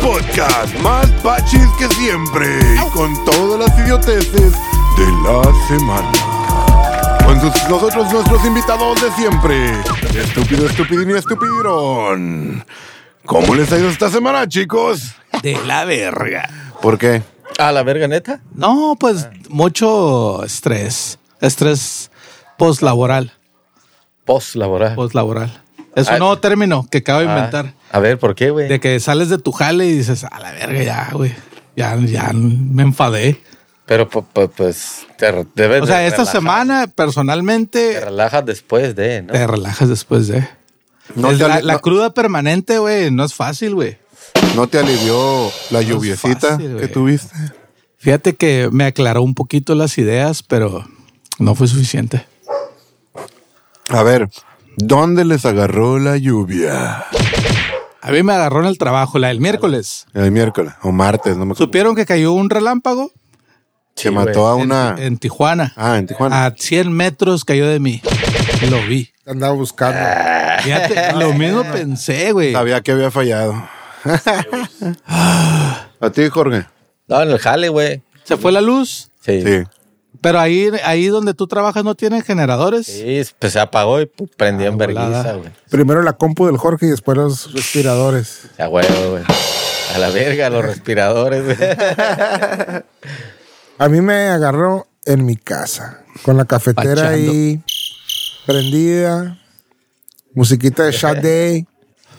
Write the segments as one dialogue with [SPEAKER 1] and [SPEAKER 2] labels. [SPEAKER 1] podcast más pachis que siempre y con todas las idioteces de la semana. Con sus- nosotros, nuestros invitados de siempre, estúpido, estupidín y estupidón. ¿Cómo les ha ido esta semana, chicos?
[SPEAKER 2] De la verga.
[SPEAKER 1] ¿Por qué?
[SPEAKER 3] A la verga, neta.
[SPEAKER 2] No, pues mucho estrés. Estrés poslaboral.
[SPEAKER 3] Post laboral.
[SPEAKER 2] Poslaboral. Es un
[SPEAKER 3] Ah.
[SPEAKER 2] nuevo término que acabo de inventar.
[SPEAKER 3] A ver, ¿por qué, güey?
[SPEAKER 2] De que sales de tu jale y dices, a la verga ya, güey. Ya, ya me enfadé.
[SPEAKER 3] Pero pu- pu- pues te re- debes
[SPEAKER 2] O sea,
[SPEAKER 3] de
[SPEAKER 2] esta
[SPEAKER 3] relajar.
[SPEAKER 2] semana
[SPEAKER 3] Te
[SPEAKER 2] personalmente
[SPEAKER 3] relajas después de, ¿no?
[SPEAKER 2] te relajas después de...
[SPEAKER 1] No
[SPEAKER 2] Es
[SPEAKER 1] te
[SPEAKER 2] la,
[SPEAKER 1] ale-
[SPEAKER 2] la
[SPEAKER 1] no-
[SPEAKER 2] cruda permanente, güey, no es fácil, güey.
[SPEAKER 1] ¿No te alivió la lluviecita
[SPEAKER 2] fácil,
[SPEAKER 1] que
[SPEAKER 2] güey.
[SPEAKER 1] tuviste?
[SPEAKER 2] Fíjate que me aclaró un poquito las ideas, pero no fue suficiente.
[SPEAKER 1] A ver, ¿dónde les agarró la lluvia?
[SPEAKER 2] A mí me agarró en el trabajo, la del miércoles.
[SPEAKER 1] El miércoles o martes, no me acuerdo.
[SPEAKER 2] Supieron que cayó un relámpago
[SPEAKER 1] Se
[SPEAKER 3] Sí,
[SPEAKER 1] mató
[SPEAKER 3] güey.
[SPEAKER 1] a una...
[SPEAKER 2] en Tijuana.
[SPEAKER 1] Ah, en Tijuana.
[SPEAKER 2] A 100 metros cayó de mí. Lo vi.
[SPEAKER 4] Andaba buscando.
[SPEAKER 2] Fíjate, lo
[SPEAKER 1] eh.
[SPEAKER 2] mismo pensé, güey.
[SPEAKER 1] Sabía que había fallado. ¿A ti, Jorge?
[SPEAKER 3] No, en el jale, güey.
[SPEAKER 2] Se fue la luz,
[SPEAKER 3] Sí. sí.
[SPEAKER 1] Sí.
[SPEAKER 2] pero ahí, ahí donde tú trabajas no tienen generadores.
[SPEAKER 3] pues se apagó y pu- prendió
[SPEAKER 2] Ah,
[SPEAKER 3] en vergüenza,
[SPEAKER 2] volada.
[SPEAKER 3] güey.
[SPEAKER 4] Primero la compu del Jorge y después los respiradores.
[SPEAKER 3] A huevo, güey. A la verga, los respiradores, güey.
[SPEAKER 4] A mí me agarró en mi casa, con la cafetera
[SPEAKER 2] Pachando.
[SPEAKER 4] ahí prendida, musiquita de Sade.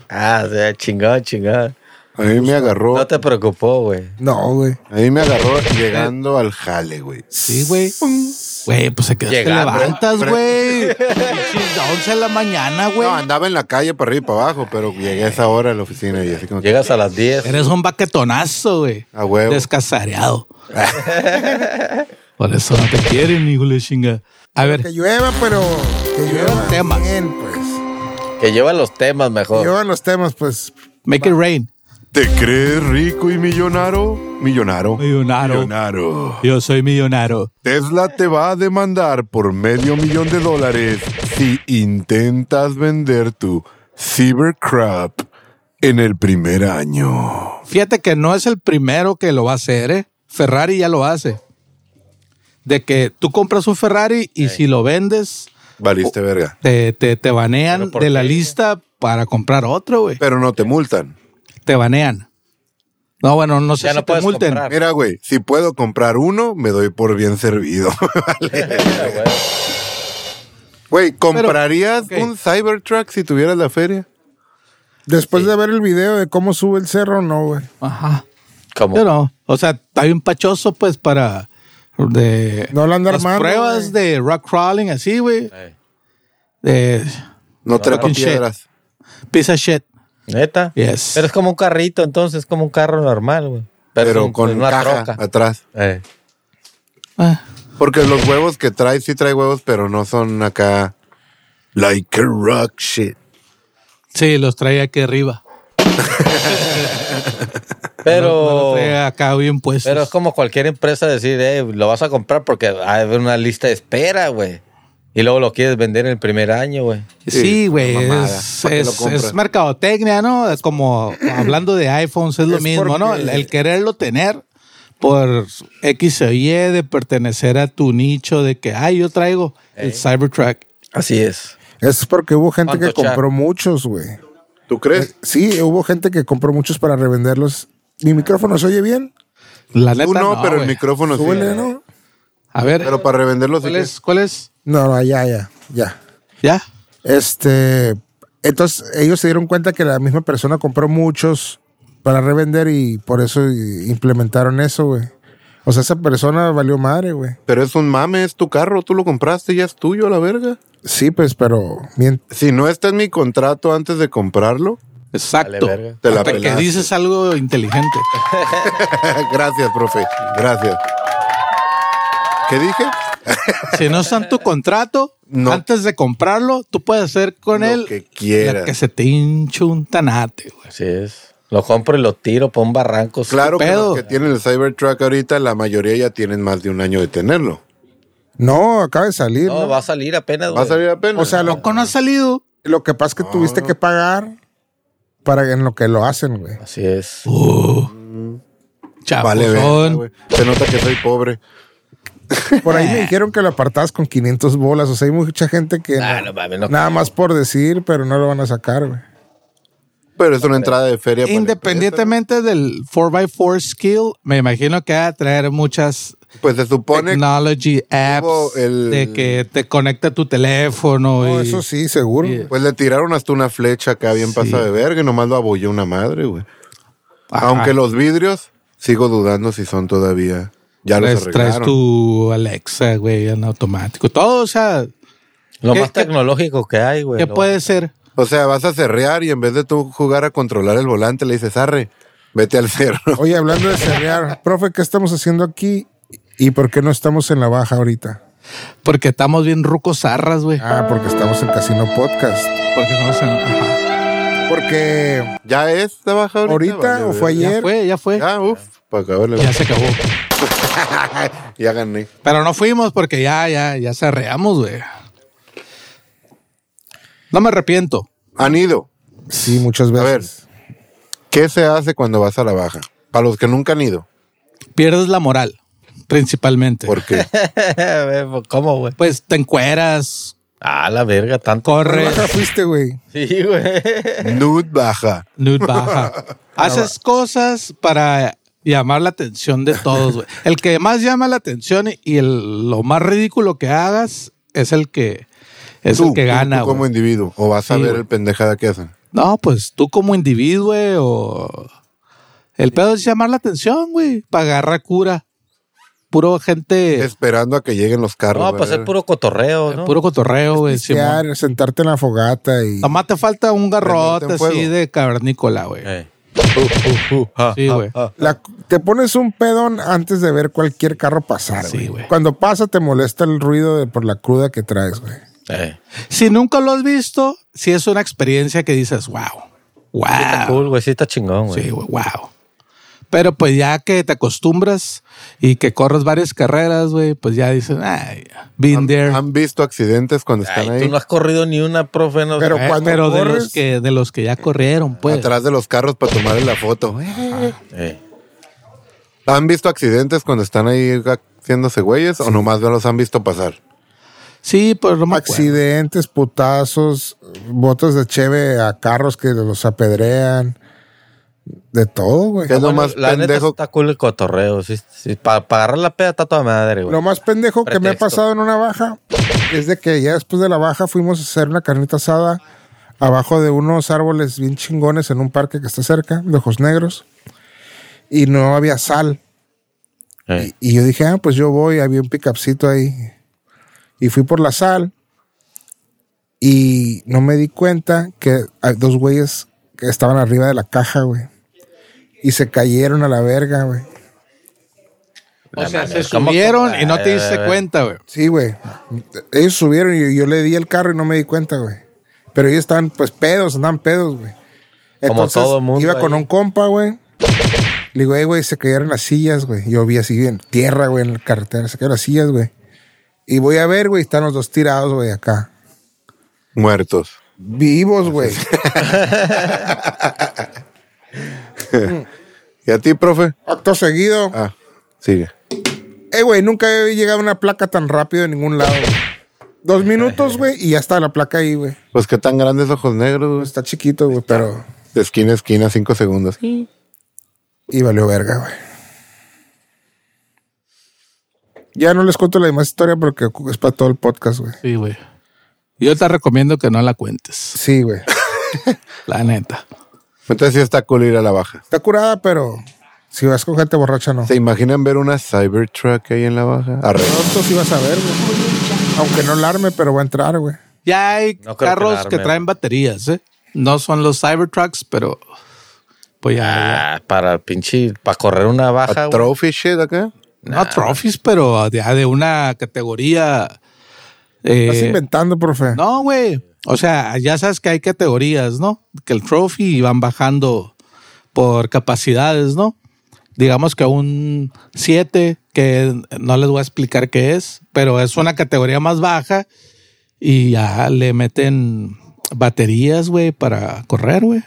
[SPEAKER 3] Ah, o sea, chingón, chingón.
[SPEAKER 1] A mí me agarró.
[SPEAKER 3] No te preocupó, güey.
[SPEAKER 4] No, güey.
[SPEAKER 1] A mí me agarró llegando al jale, güey.
[SPEAKER 2] Sí, güey. Güey, pues se quedó. Te
[SPEAKER 3] Llegando.
[SPEAKER 2] levantas,
[SPEAKER 1] Pre-
[SPEAKER 2] güey. Pinches 11 de la mañana, güey.
[SPEAKER 1] No, eh. andaba en la calle para arriba y para abajo, pero llegué a esa hora a la oficina y así como que,
[SPEAKER 3] Llegas a las 10.
[SPEAKER 2] Eres un baquetonazo, güey.
[SPEAKER 1] A huevo.
[SPEAKER 2] Descasareado. Por eso no te quieren, hijo de chinga. A
[SPEAKER 4] Que
[SPEAKER 2] ver,
[SPEAKER 4] llueva, pero que
[SPEAKER 2] lluevan
[SPEAKER 4] llueva
[SPEAKER 2] temas.
[SPEAKER 4] bien, pues.
[SPEAKER 3] Que lleva los temas
[SPEAKER 4] Que
[SPEAKER 3] mejor.
[SPEAKER 4] lluevan los temas, pues.
[SPEAKER 2] make it rain.
[SPEAKER 1] ¿Te crees rico y millonaro? Millonaro.
[SPEAKER 2] Millonaro.
[SPEAKER 1] Millonaro.
[SPEAKER 2] Yo soy millonario.
[SPEAKER 1] Tesla te va a demandar por medio millón de dólares si intentas vender tu cybercrap en el primer año.
[SPEAKER 2] Fíjate que no es el primero que lo va a hacer, ¿eh? Ferrari ya lo hace. De que tú compras un Ferrari y si lo vendes,
[SPEAKER 1] Valiste verga.
[SPEAKER 2] te, te, te banean
[SPEAKER 3] ¿Pero por
[SPEAKER 2] de la
[SPEAKER 3] qué?
[SPEAKER 2] lista para comprar otro, güey.
[SPEAKER 1] Pero no te multan.
[SPEAKER 2] Te banean. No, bueno, no sé
[SPEAKER 3] Ya
[SPEAKER 2] si
[SPEAKER 3] no
[SPEAKER 2] te
[SPEAKER 3] puedes
[SPEAKER 2] multen.
[SPEAKER 3] comprar.
[SPEAKER 1] Mira, güey, si puedo comprar uno, me doy por bien servido.
[SPEAKER 3] Ah, güey.
[SPEAKER 1] Güey, ¿comprarías
[SPEAKER 2] Pero, ok.
[SPEAKER 1] un Cybertruck si tuvieras la feria?
[SPEAKER 4] Después de ver el video de cómo sube el cerro, no, güey.
[SPEAKER 2] Ajá.
[SPEAKER 3] Como
[SPEAKER 2] Pero, o sea, está bien pachoso, pues, para de
[SPEAKER 4] No lo anda
[SPEAKER 2] las
[SPEAKER 4] armando,
[SPEAKER 2] pruebas
[SPEAKER 4] güey.
[SPEAKER 2] de rock crawling, así, güey.
[SPEAKER 3] Eh.
[SPEAKER 2] De
[SPEAKER 1] No trepa
[SPEAKER 2] fucking shit.
[SPEAKER 1] piedras.
[SPEAKER 2] piece of shit.
[SPEAKER 3] Neta.
[SPEAKER 2] Yes.
[SPEAKER 3] Pero es como un carrito, entonces, como un carro normal, güey.
[SPEAKER 1] Pero,
[SPEAKER 3] es un-
[SPEAKER 1] con
[SPEAKER 3] es una
[SPEAKER 1] caja
[SPEAKER 3] troca.
[SPEAKER 1] atrás.
[SPEAKER 3] Eh.
[SPEAKER 2] Ah,
[SPEAKER 1] Porque los huevos que trae, sí trae huevos, pero no son acá. Like a rock shit.
[SPEAKER 2] sí, los traía aquí arriba.
[SPEAKER 3] Pero,
[SPEAKER 2] Traía acá bien puestos.
[SPEAKER 3] Oh. pero es como cualquier empresa decir, eh, lo vas a comprar porque hay una lista de espera, güey. Y luego lo quieres vender en el primer año, güey.
[SPEAKER 2] Sí, güey,
[SPEAKER 1] una mamada.
[SPEAKER 2] es,
[SPEAKER 1] ¿Para qué lo
[SPEAKER 2] es-
[SPEAKER 1] compras?
[SPEAKER 2] es mercadotecnia, ¿no? Es Como hablando de iPhones, es lo
[SPEAKER 4] Es
[SPEAKER 2] mismo, ¿no? El,
[SPEAKER 4] porque-
[SPEAKER 2] el quererlo tener por X o Y, de pertenecer a tu nicho, de que, ay, yo traigo el Cybertruck.
[SPEAKER 3] Así es.
[SPEAKER 4] Eso es porque hubo gente que
[SPEAKER 3] Pantochar.
[SPEAKER 4] compró muchos, güey.
[SPEAKER 1] ¿Tú
[SPEAKER 4] Eh,
[SPEAKER 1] crees?
[SPEAKER 4] Sí, hubo gente que compró muchos para revenderlos. ¿Mi micrófono se oye bien?
[SPEAKER 2] La neta,
[SPEAKER 1] Tú no, pero el
[SPEAKER 2] güey.
[SPEAKER 1] micrófono sí.
[SPEAKER 4] Súbele, ¿no?
[SPEAKER 2] A ver,
[SPEAKER 1] Pero para revenderlo sí.
[SPEAKER 2] ¿cuál
[SPEAKER 1] que-
[SPEAKER 2] es? ¿Cuál es?
[SPEAKER 4] No, no, ya, ya, ya.
[SPEAKER 2] ¿Ya?
[SPEAKER 4] Este, entonces ellos se dieron cuenta que la misma persona compró muchos para revender y por eso i- implementaron eso, güey. O sea, esa persona valió madre, güey.
[SPEAKER 1] Pero es un mame, es tu carro, tú lo compraste, ya es tuyo a la verga.
[SPEAKER 4] Sí, pues, pero mien-
[SPEAKER 1] Si no está en mi contrato antes de comprarlo,
[SPEAKER 2] Exacto.
[SPEAKER 3] Vale, verga.
[SPEAKER 1] Te la
[SPEAKER 2] Hasta que
[SPEAKER 1] pelaste.
[SPEAKER 2] dices algo inteligente.
[SPEAKER 1] gracias, profe. Gracias. ¿Qué dije?
[SPEAKER 2] Si no está en tu contrato,
[SPEAKER 1] No.
[SPEAKER 2] antes de comprarlo, tú puedes hacer con
[SPEAKER 1] Lo
[SPEAKER 2] él
[SPEAKER 1] que quieras.
[SPEAKER 2] la que se te hinche un tanate, güey.
[SPEAKER 3] Así es. Lo compro y lo tiro por un barranco.
[SPEAKER 1] Claro que
[SPEAKER 2] pedo.
[SPEAKER 1] los que tienen el Cybertruck ahorita, la mayoría ya tienen más de un año de tenerlo.
[SPEAKER 4] no, acaba de salir.
[SPEAKER 3] No,
[SPEAKER 4] ¿no?
[SPEAKER 3] va a salir apenas,
[SPEAKER 1] ¿Va a
[SPEAKER 3] güey.
[SPEAKER 1] salir apenas?
[SPEAKER 4] O sea, lo,
[SPEAKER 2] Poco no ha salido.
[SPEAKER 4] lo que pasa es que tuviste que pagar para en lo que lo hacen, güey.
[SPEAKER 3] Así es.
[SPEAKER 1] Vale,
[SPEAKER 2] Chapuzón.
[SPEAKER 1] verga, güey. Se nota que soy pobre.
[SPEAKER 4] Por ahí me dijeron que lo apartabas con 500 bolas. O sea, hay mucha gente que
[SPEAKER 3] Ah,
[SPEAKER 4] na-
[SPEAKER 3] no mames, no
[SPEAKER 4] nada
[SPEAKER 3] creo.
[SPEAKER 4] más por decir, pero no lo van a sacar, güey.
[SPEAKER 1] Pero es una entrada de feria. para la
[SPEAKER 2] Independientemente del 4x4 skill, me imagino que va a traer muchas
[SPEAKER 1] empresa. Pues se supone
[SPEAKER 2] technology
[SPEAKER 1] hubo
[SPEAKER 2] apps
[SPEAKER 1] el-
[SPEAKER 2] de que te conecta tu teléfono
[SPEAKER 4] No,
[SPEAKER 2] y
[SPEAKER 4] eso sí, seguro.
[SPEAKER 2] y-
[SPEAKER 4] güey.
[SPEAKER 1] Pues le tiraron hasta una flecha acá bien pasada de verga y nomás lo abolló una madre, güey.
[SPEAKER 2] Ajá.
[SPEAKER 1] Aunque los vidrios, sigo dudando si son todavía. Ya los
[SPEAKER 2] Pues, traes, traes
[SPEAKER 1] arreglaron.
[SPEAKER 2] tu Alexa, güey, en automático. Todo, o sea,
[SPEAKER 3] Lo
[SPEAKER 2] ¿Qué-
[SPEAKER 3] más
[SPEAKER 2] qué-
[SPEAKER 3] tecnológico que hay, güey.
[SPEAKER 2] ¿qué
[SPEAKER 3] lo-
[SPEAKER 2] puede ser?
[SPEAKER 1] O sea, vas a cerrear y en vez de tú jugar a controlar el volante, le dices, arre, vete al cerro.
[SPEAKER 4] Oye, hablando de cerrear, profe, ¿qué estamos haciendo aquí? ¿Y por qué no estamos en la baja ahorita?
[SPEAKER 2] Porque estamos bien rucos zarras, güey.
[SPEAKER 4] Ah, porque estamos en Casino Podcast.
[SPEAKER 2] Porque estamos en- ajá.
[SPEAKER 4] Porque
[SPEAKER 1] ¿Ya es la baja ahorita?
[SPEAKER 4] ahorita
[SPEAKER 1] Vale,
[SPEAKER 4] o fue
[SPEAKER 1] verga.
[SPEAKER 2] Ya
[SPEAKER 4] ayer.
[SPEAKER 2] fue, ya fue.
[SPEAKER 1] Ya, uff, para acabarle.
[SPEAKER 2] Ya se acabó.
[SPEAKER 1] ya gané.
[SPEAKER 2] Pero no fuimos porque ya, ya, ya cerreamos, güey. No me arrepiento.
[SPEAKER 1] Han ido.
[SPEAKER 4] Sí, muchas
[SPEAKER 1] A
[SPEAKER 4] veces.
[SPEAKER 1] ¿Qué se hace cuando vas a la baja? Para los que nunca han ido.
[SPEAKER 2] Pierdes la moral, principalmente.
[SPEAKER 1] ¿Por qué?
[SPEAKER 3] A ver, pues, ¿Cómo, güey?
[SPEAKER 2] Pues te encueras,
[SPEAKER 3] Ah, la verga, tanto.
[SPEAKER 4] ¿Por
[SPEAKER 2] corres,
[SPEAKER 4] baja fuiste, güey?
[SPEAKER 3] Sí, güey.
[SPEAKER 1] Nude baja.
[SPEAKER 2] nude baja. Haces cosas para llamar la atención de todos, güey. El que más llama la atención y- y el- lo más ridículo que hagas es el que es
[SPEAKER 1] Tú,
[SPEAKER 2] el que
[SPEAKER 1] tú,
[SPEAKER 2] gana,
[SPEAKER 1] tú como
[SPEAKER 2] güey.
[SPEAKER 1] individuo. O vas a
[SPEAKER 2] Sí,
[SPEAKER 1] ver
[SPEAKER 2] güey.
[SPEAKER 1] el pendejada que hacen.
[SPEAKER 2] No, pues tú como individuo, güey, o el pedo es llamar la atención, güey, para agarrar cura. Puro gente,
[SPEAKER 1] Esperando a que lleguen los carros.
[SPEAKER 3] No, pues es
[SPEAKER 1] ¿verdad?
[SPEAKER 3] puro cotorreo, ¿no?
[SPEAKER 2] puro cotorreo, güey. Simón.
[SPEAKER 4] Pistear, sentarte en la fogata y...
[SPEAKER 2] Nomás te falta un garrote
[SPEAKER 1] Prenderte en fuego.
[SPEAKER 2] así de cavernícola, güey.
[SPEAKER 3] Eh. Uh, uh, uh, ah,
[SPEAKER 2] Sí,
[SPEAKER 3] ah,
[SPEAKER 2] güey.
[SPEAKER 3] ah.
[SPEAKER 4] La- te pones un pedón antes de ver cualquier carro pasar.
[SPEAKER 2] Sí,
[SPEAKER 4] güey.
[SPEAKER 2] güey.
[SPEAKER 4] Cuando pasa te molesta el ruido de, por la cruda que traes, güey.
[SPEAKER 3] Eh.
[SPEAKER 2] Si nunca lo has visto, si es una experiencia que dices, wow,
[SPEAKER 3] Está
[SPEAKER 2] wow.
[SPEAKER 3] cool, güey. Sí, está chingón, güey.
[SPEAKER 2] Sí, güey, wow. Pero pues ya que te acostumbras y que corres varias carreras, güey, pues ya dices, ay,
[SPEAKER 4] Ah,
[SPEAKER 2] been there.
[SPEAKER 1] ¿Han visto accidentes cuando
[SPEAKER 3] Ay,
[SPEAKER 1] están ahí?
[SPEAKER 3] tú no has corrido ni una, profe. No,
[SPEAKER 4] Pero-
[SPEAKER 2] Eh,
[SPEAKER 4] cuando
[SPEAKER 2] pero de
[SPEAKER 4] corres-
[SPEAKER 2] los que de los que ya corrieron, pues.
[SPEAKER 1] Atrás de los carros para tomarle la foto.
[SPEAKER 3] Eh.
[SPEAKER 1] ¿Han visto accidentes cuando están ahí haciéndose güeyes o nomás no los han visto pasar?
[SPEAKER 2] Sí, pues no me acuerdo.
[SPEAKER 4] Accidentes, putazos, botas de cheve a carros que los apedrean. De todo, güey.
[SPEAKER 1] ¿Qué es lo más
[SPEAKER 3] la neta
[SPEAKER 1] pendejo?
[SPEAKER 3] está cool el cotorreo. Sí, Para agarrar la peda está toda madre, güey.
[SPEAKER 4] Lo más pendejo que me ha
[SPEAKER 3] Pretexto.
[SPEAKER 4] pasado en una baja es de que ya después de la baja fuimos a hacer una carnita asada abajo de unos árboles bien chingones en un parque que está cerca, de Ojos Negros, y no había sal.
[SPEAKER 3] Eh.
[SPEAKER 4] Y yo dije, ah, pues yo voy, había un pickupcito ahí. Y fui por la sal y no me di cuenta que hay dos güeyes que estaban arriba de la caja, güey. Y se cayeron a la verga, güey.
[SPEAKER 2] O sea, se
[SPEAKER 3] ¿Cómo-
[SPEAKER 2] subieron y no te
[SPEAKER 3] Ay,
[SPEAKER 2] diste
[SPEAKER 3] ay, ay.
[SPEAKER 2] cuenta, güey.
[SPEAKER 4] Sí, güey. Ellos subieron y yo le di el carro y no me di cuenta, güey. Pero ellos estaban, pues, pedos, andaban pedos, güey.
[SPEAKER 3] Como todo mundo
[SPEAKER 4] iba con
[SPEAKER 3] ahí.
[SPEAKER 4] un compa, güey. Le digo, "Ey, güey, se cayeron las sillas, güey. Yo vi así en tierra, güey, en la carretera, se cayeron las sillas, güey. Y voy a ver, güey, están los dos tirados, güey, acá.
[SPEAKER 1] Muertos.
[SPEAKER 4] Vivos, güey.
[SPEAKER 1] ¿Y a ti, profe?
[SPEAKER 4] Acto seguido.
[SPEAKER 1] Ah, sigue.
[SPEAKER 4] Eh, güey, nunca he llegado a una placa tan rápido en ningún lado, güey. Dos minutos, güey, y ya está la placa ahí, güey.
[SPEAKER 1] Pues qué tan grandes ojos negros, güey?
[SPEAKER 4] Está chiquito, güey, pero...
[SPEAKER 1] De esquina a esquina, cinco segundos.
[SPEAKER 4] Y valió verga, güey. Ya no les cuento la demás historia porque es para todo el podcast, güey.
[SPEAKER 2] Sí, güey. Yo te recomiendo que no la cuentes,
[SPEAKER 4] Sí, güey.
[SPEAKER 2] la neta.
[SPEAKER 1] Entonces sí está cool ir a la baja.
[SPEAKER 4] Está curada, pero si vas con gente borracha, no.
[SPEAKER 1] ¿Se imaginan ver una Cybertruck ahí en la baja? Arre.
[SPEAKER 4] Pronto sí vas a ver, güey. Aunque no alarme, pero va a entrar, güey.
[SPEAKER 2] Ya hay
[SPEAKER 3] No creo que la
[SPEAKER 2] carros
[SPEAKER 3] arme,
[SPEAKER 2] que, traen baterías, ¿eh? No son los Cybertrucks, pero pues ya.
[SPEAKER 3] Ah, para el pinche, para correr una baja,
[SPEAKER 1] ¿A
[SPEAKER 3] güey.
[SPEAKER 1] trophy shit acá?
[SPEAKER 2] No trophies, pero ya de una categoría. eh,
[SPEAKER 4] Estás inventando, profe.
[SPEAKER 2] no, güey. O sea, ya sabes que hay categorías, ¿no? Que el trophy y van bajando por capacidades, ¿no? Digamos que un 7, que no les voy a explicar qué es, pero es una categoría más baja y ya le meten baterías, güey, para correr, güey.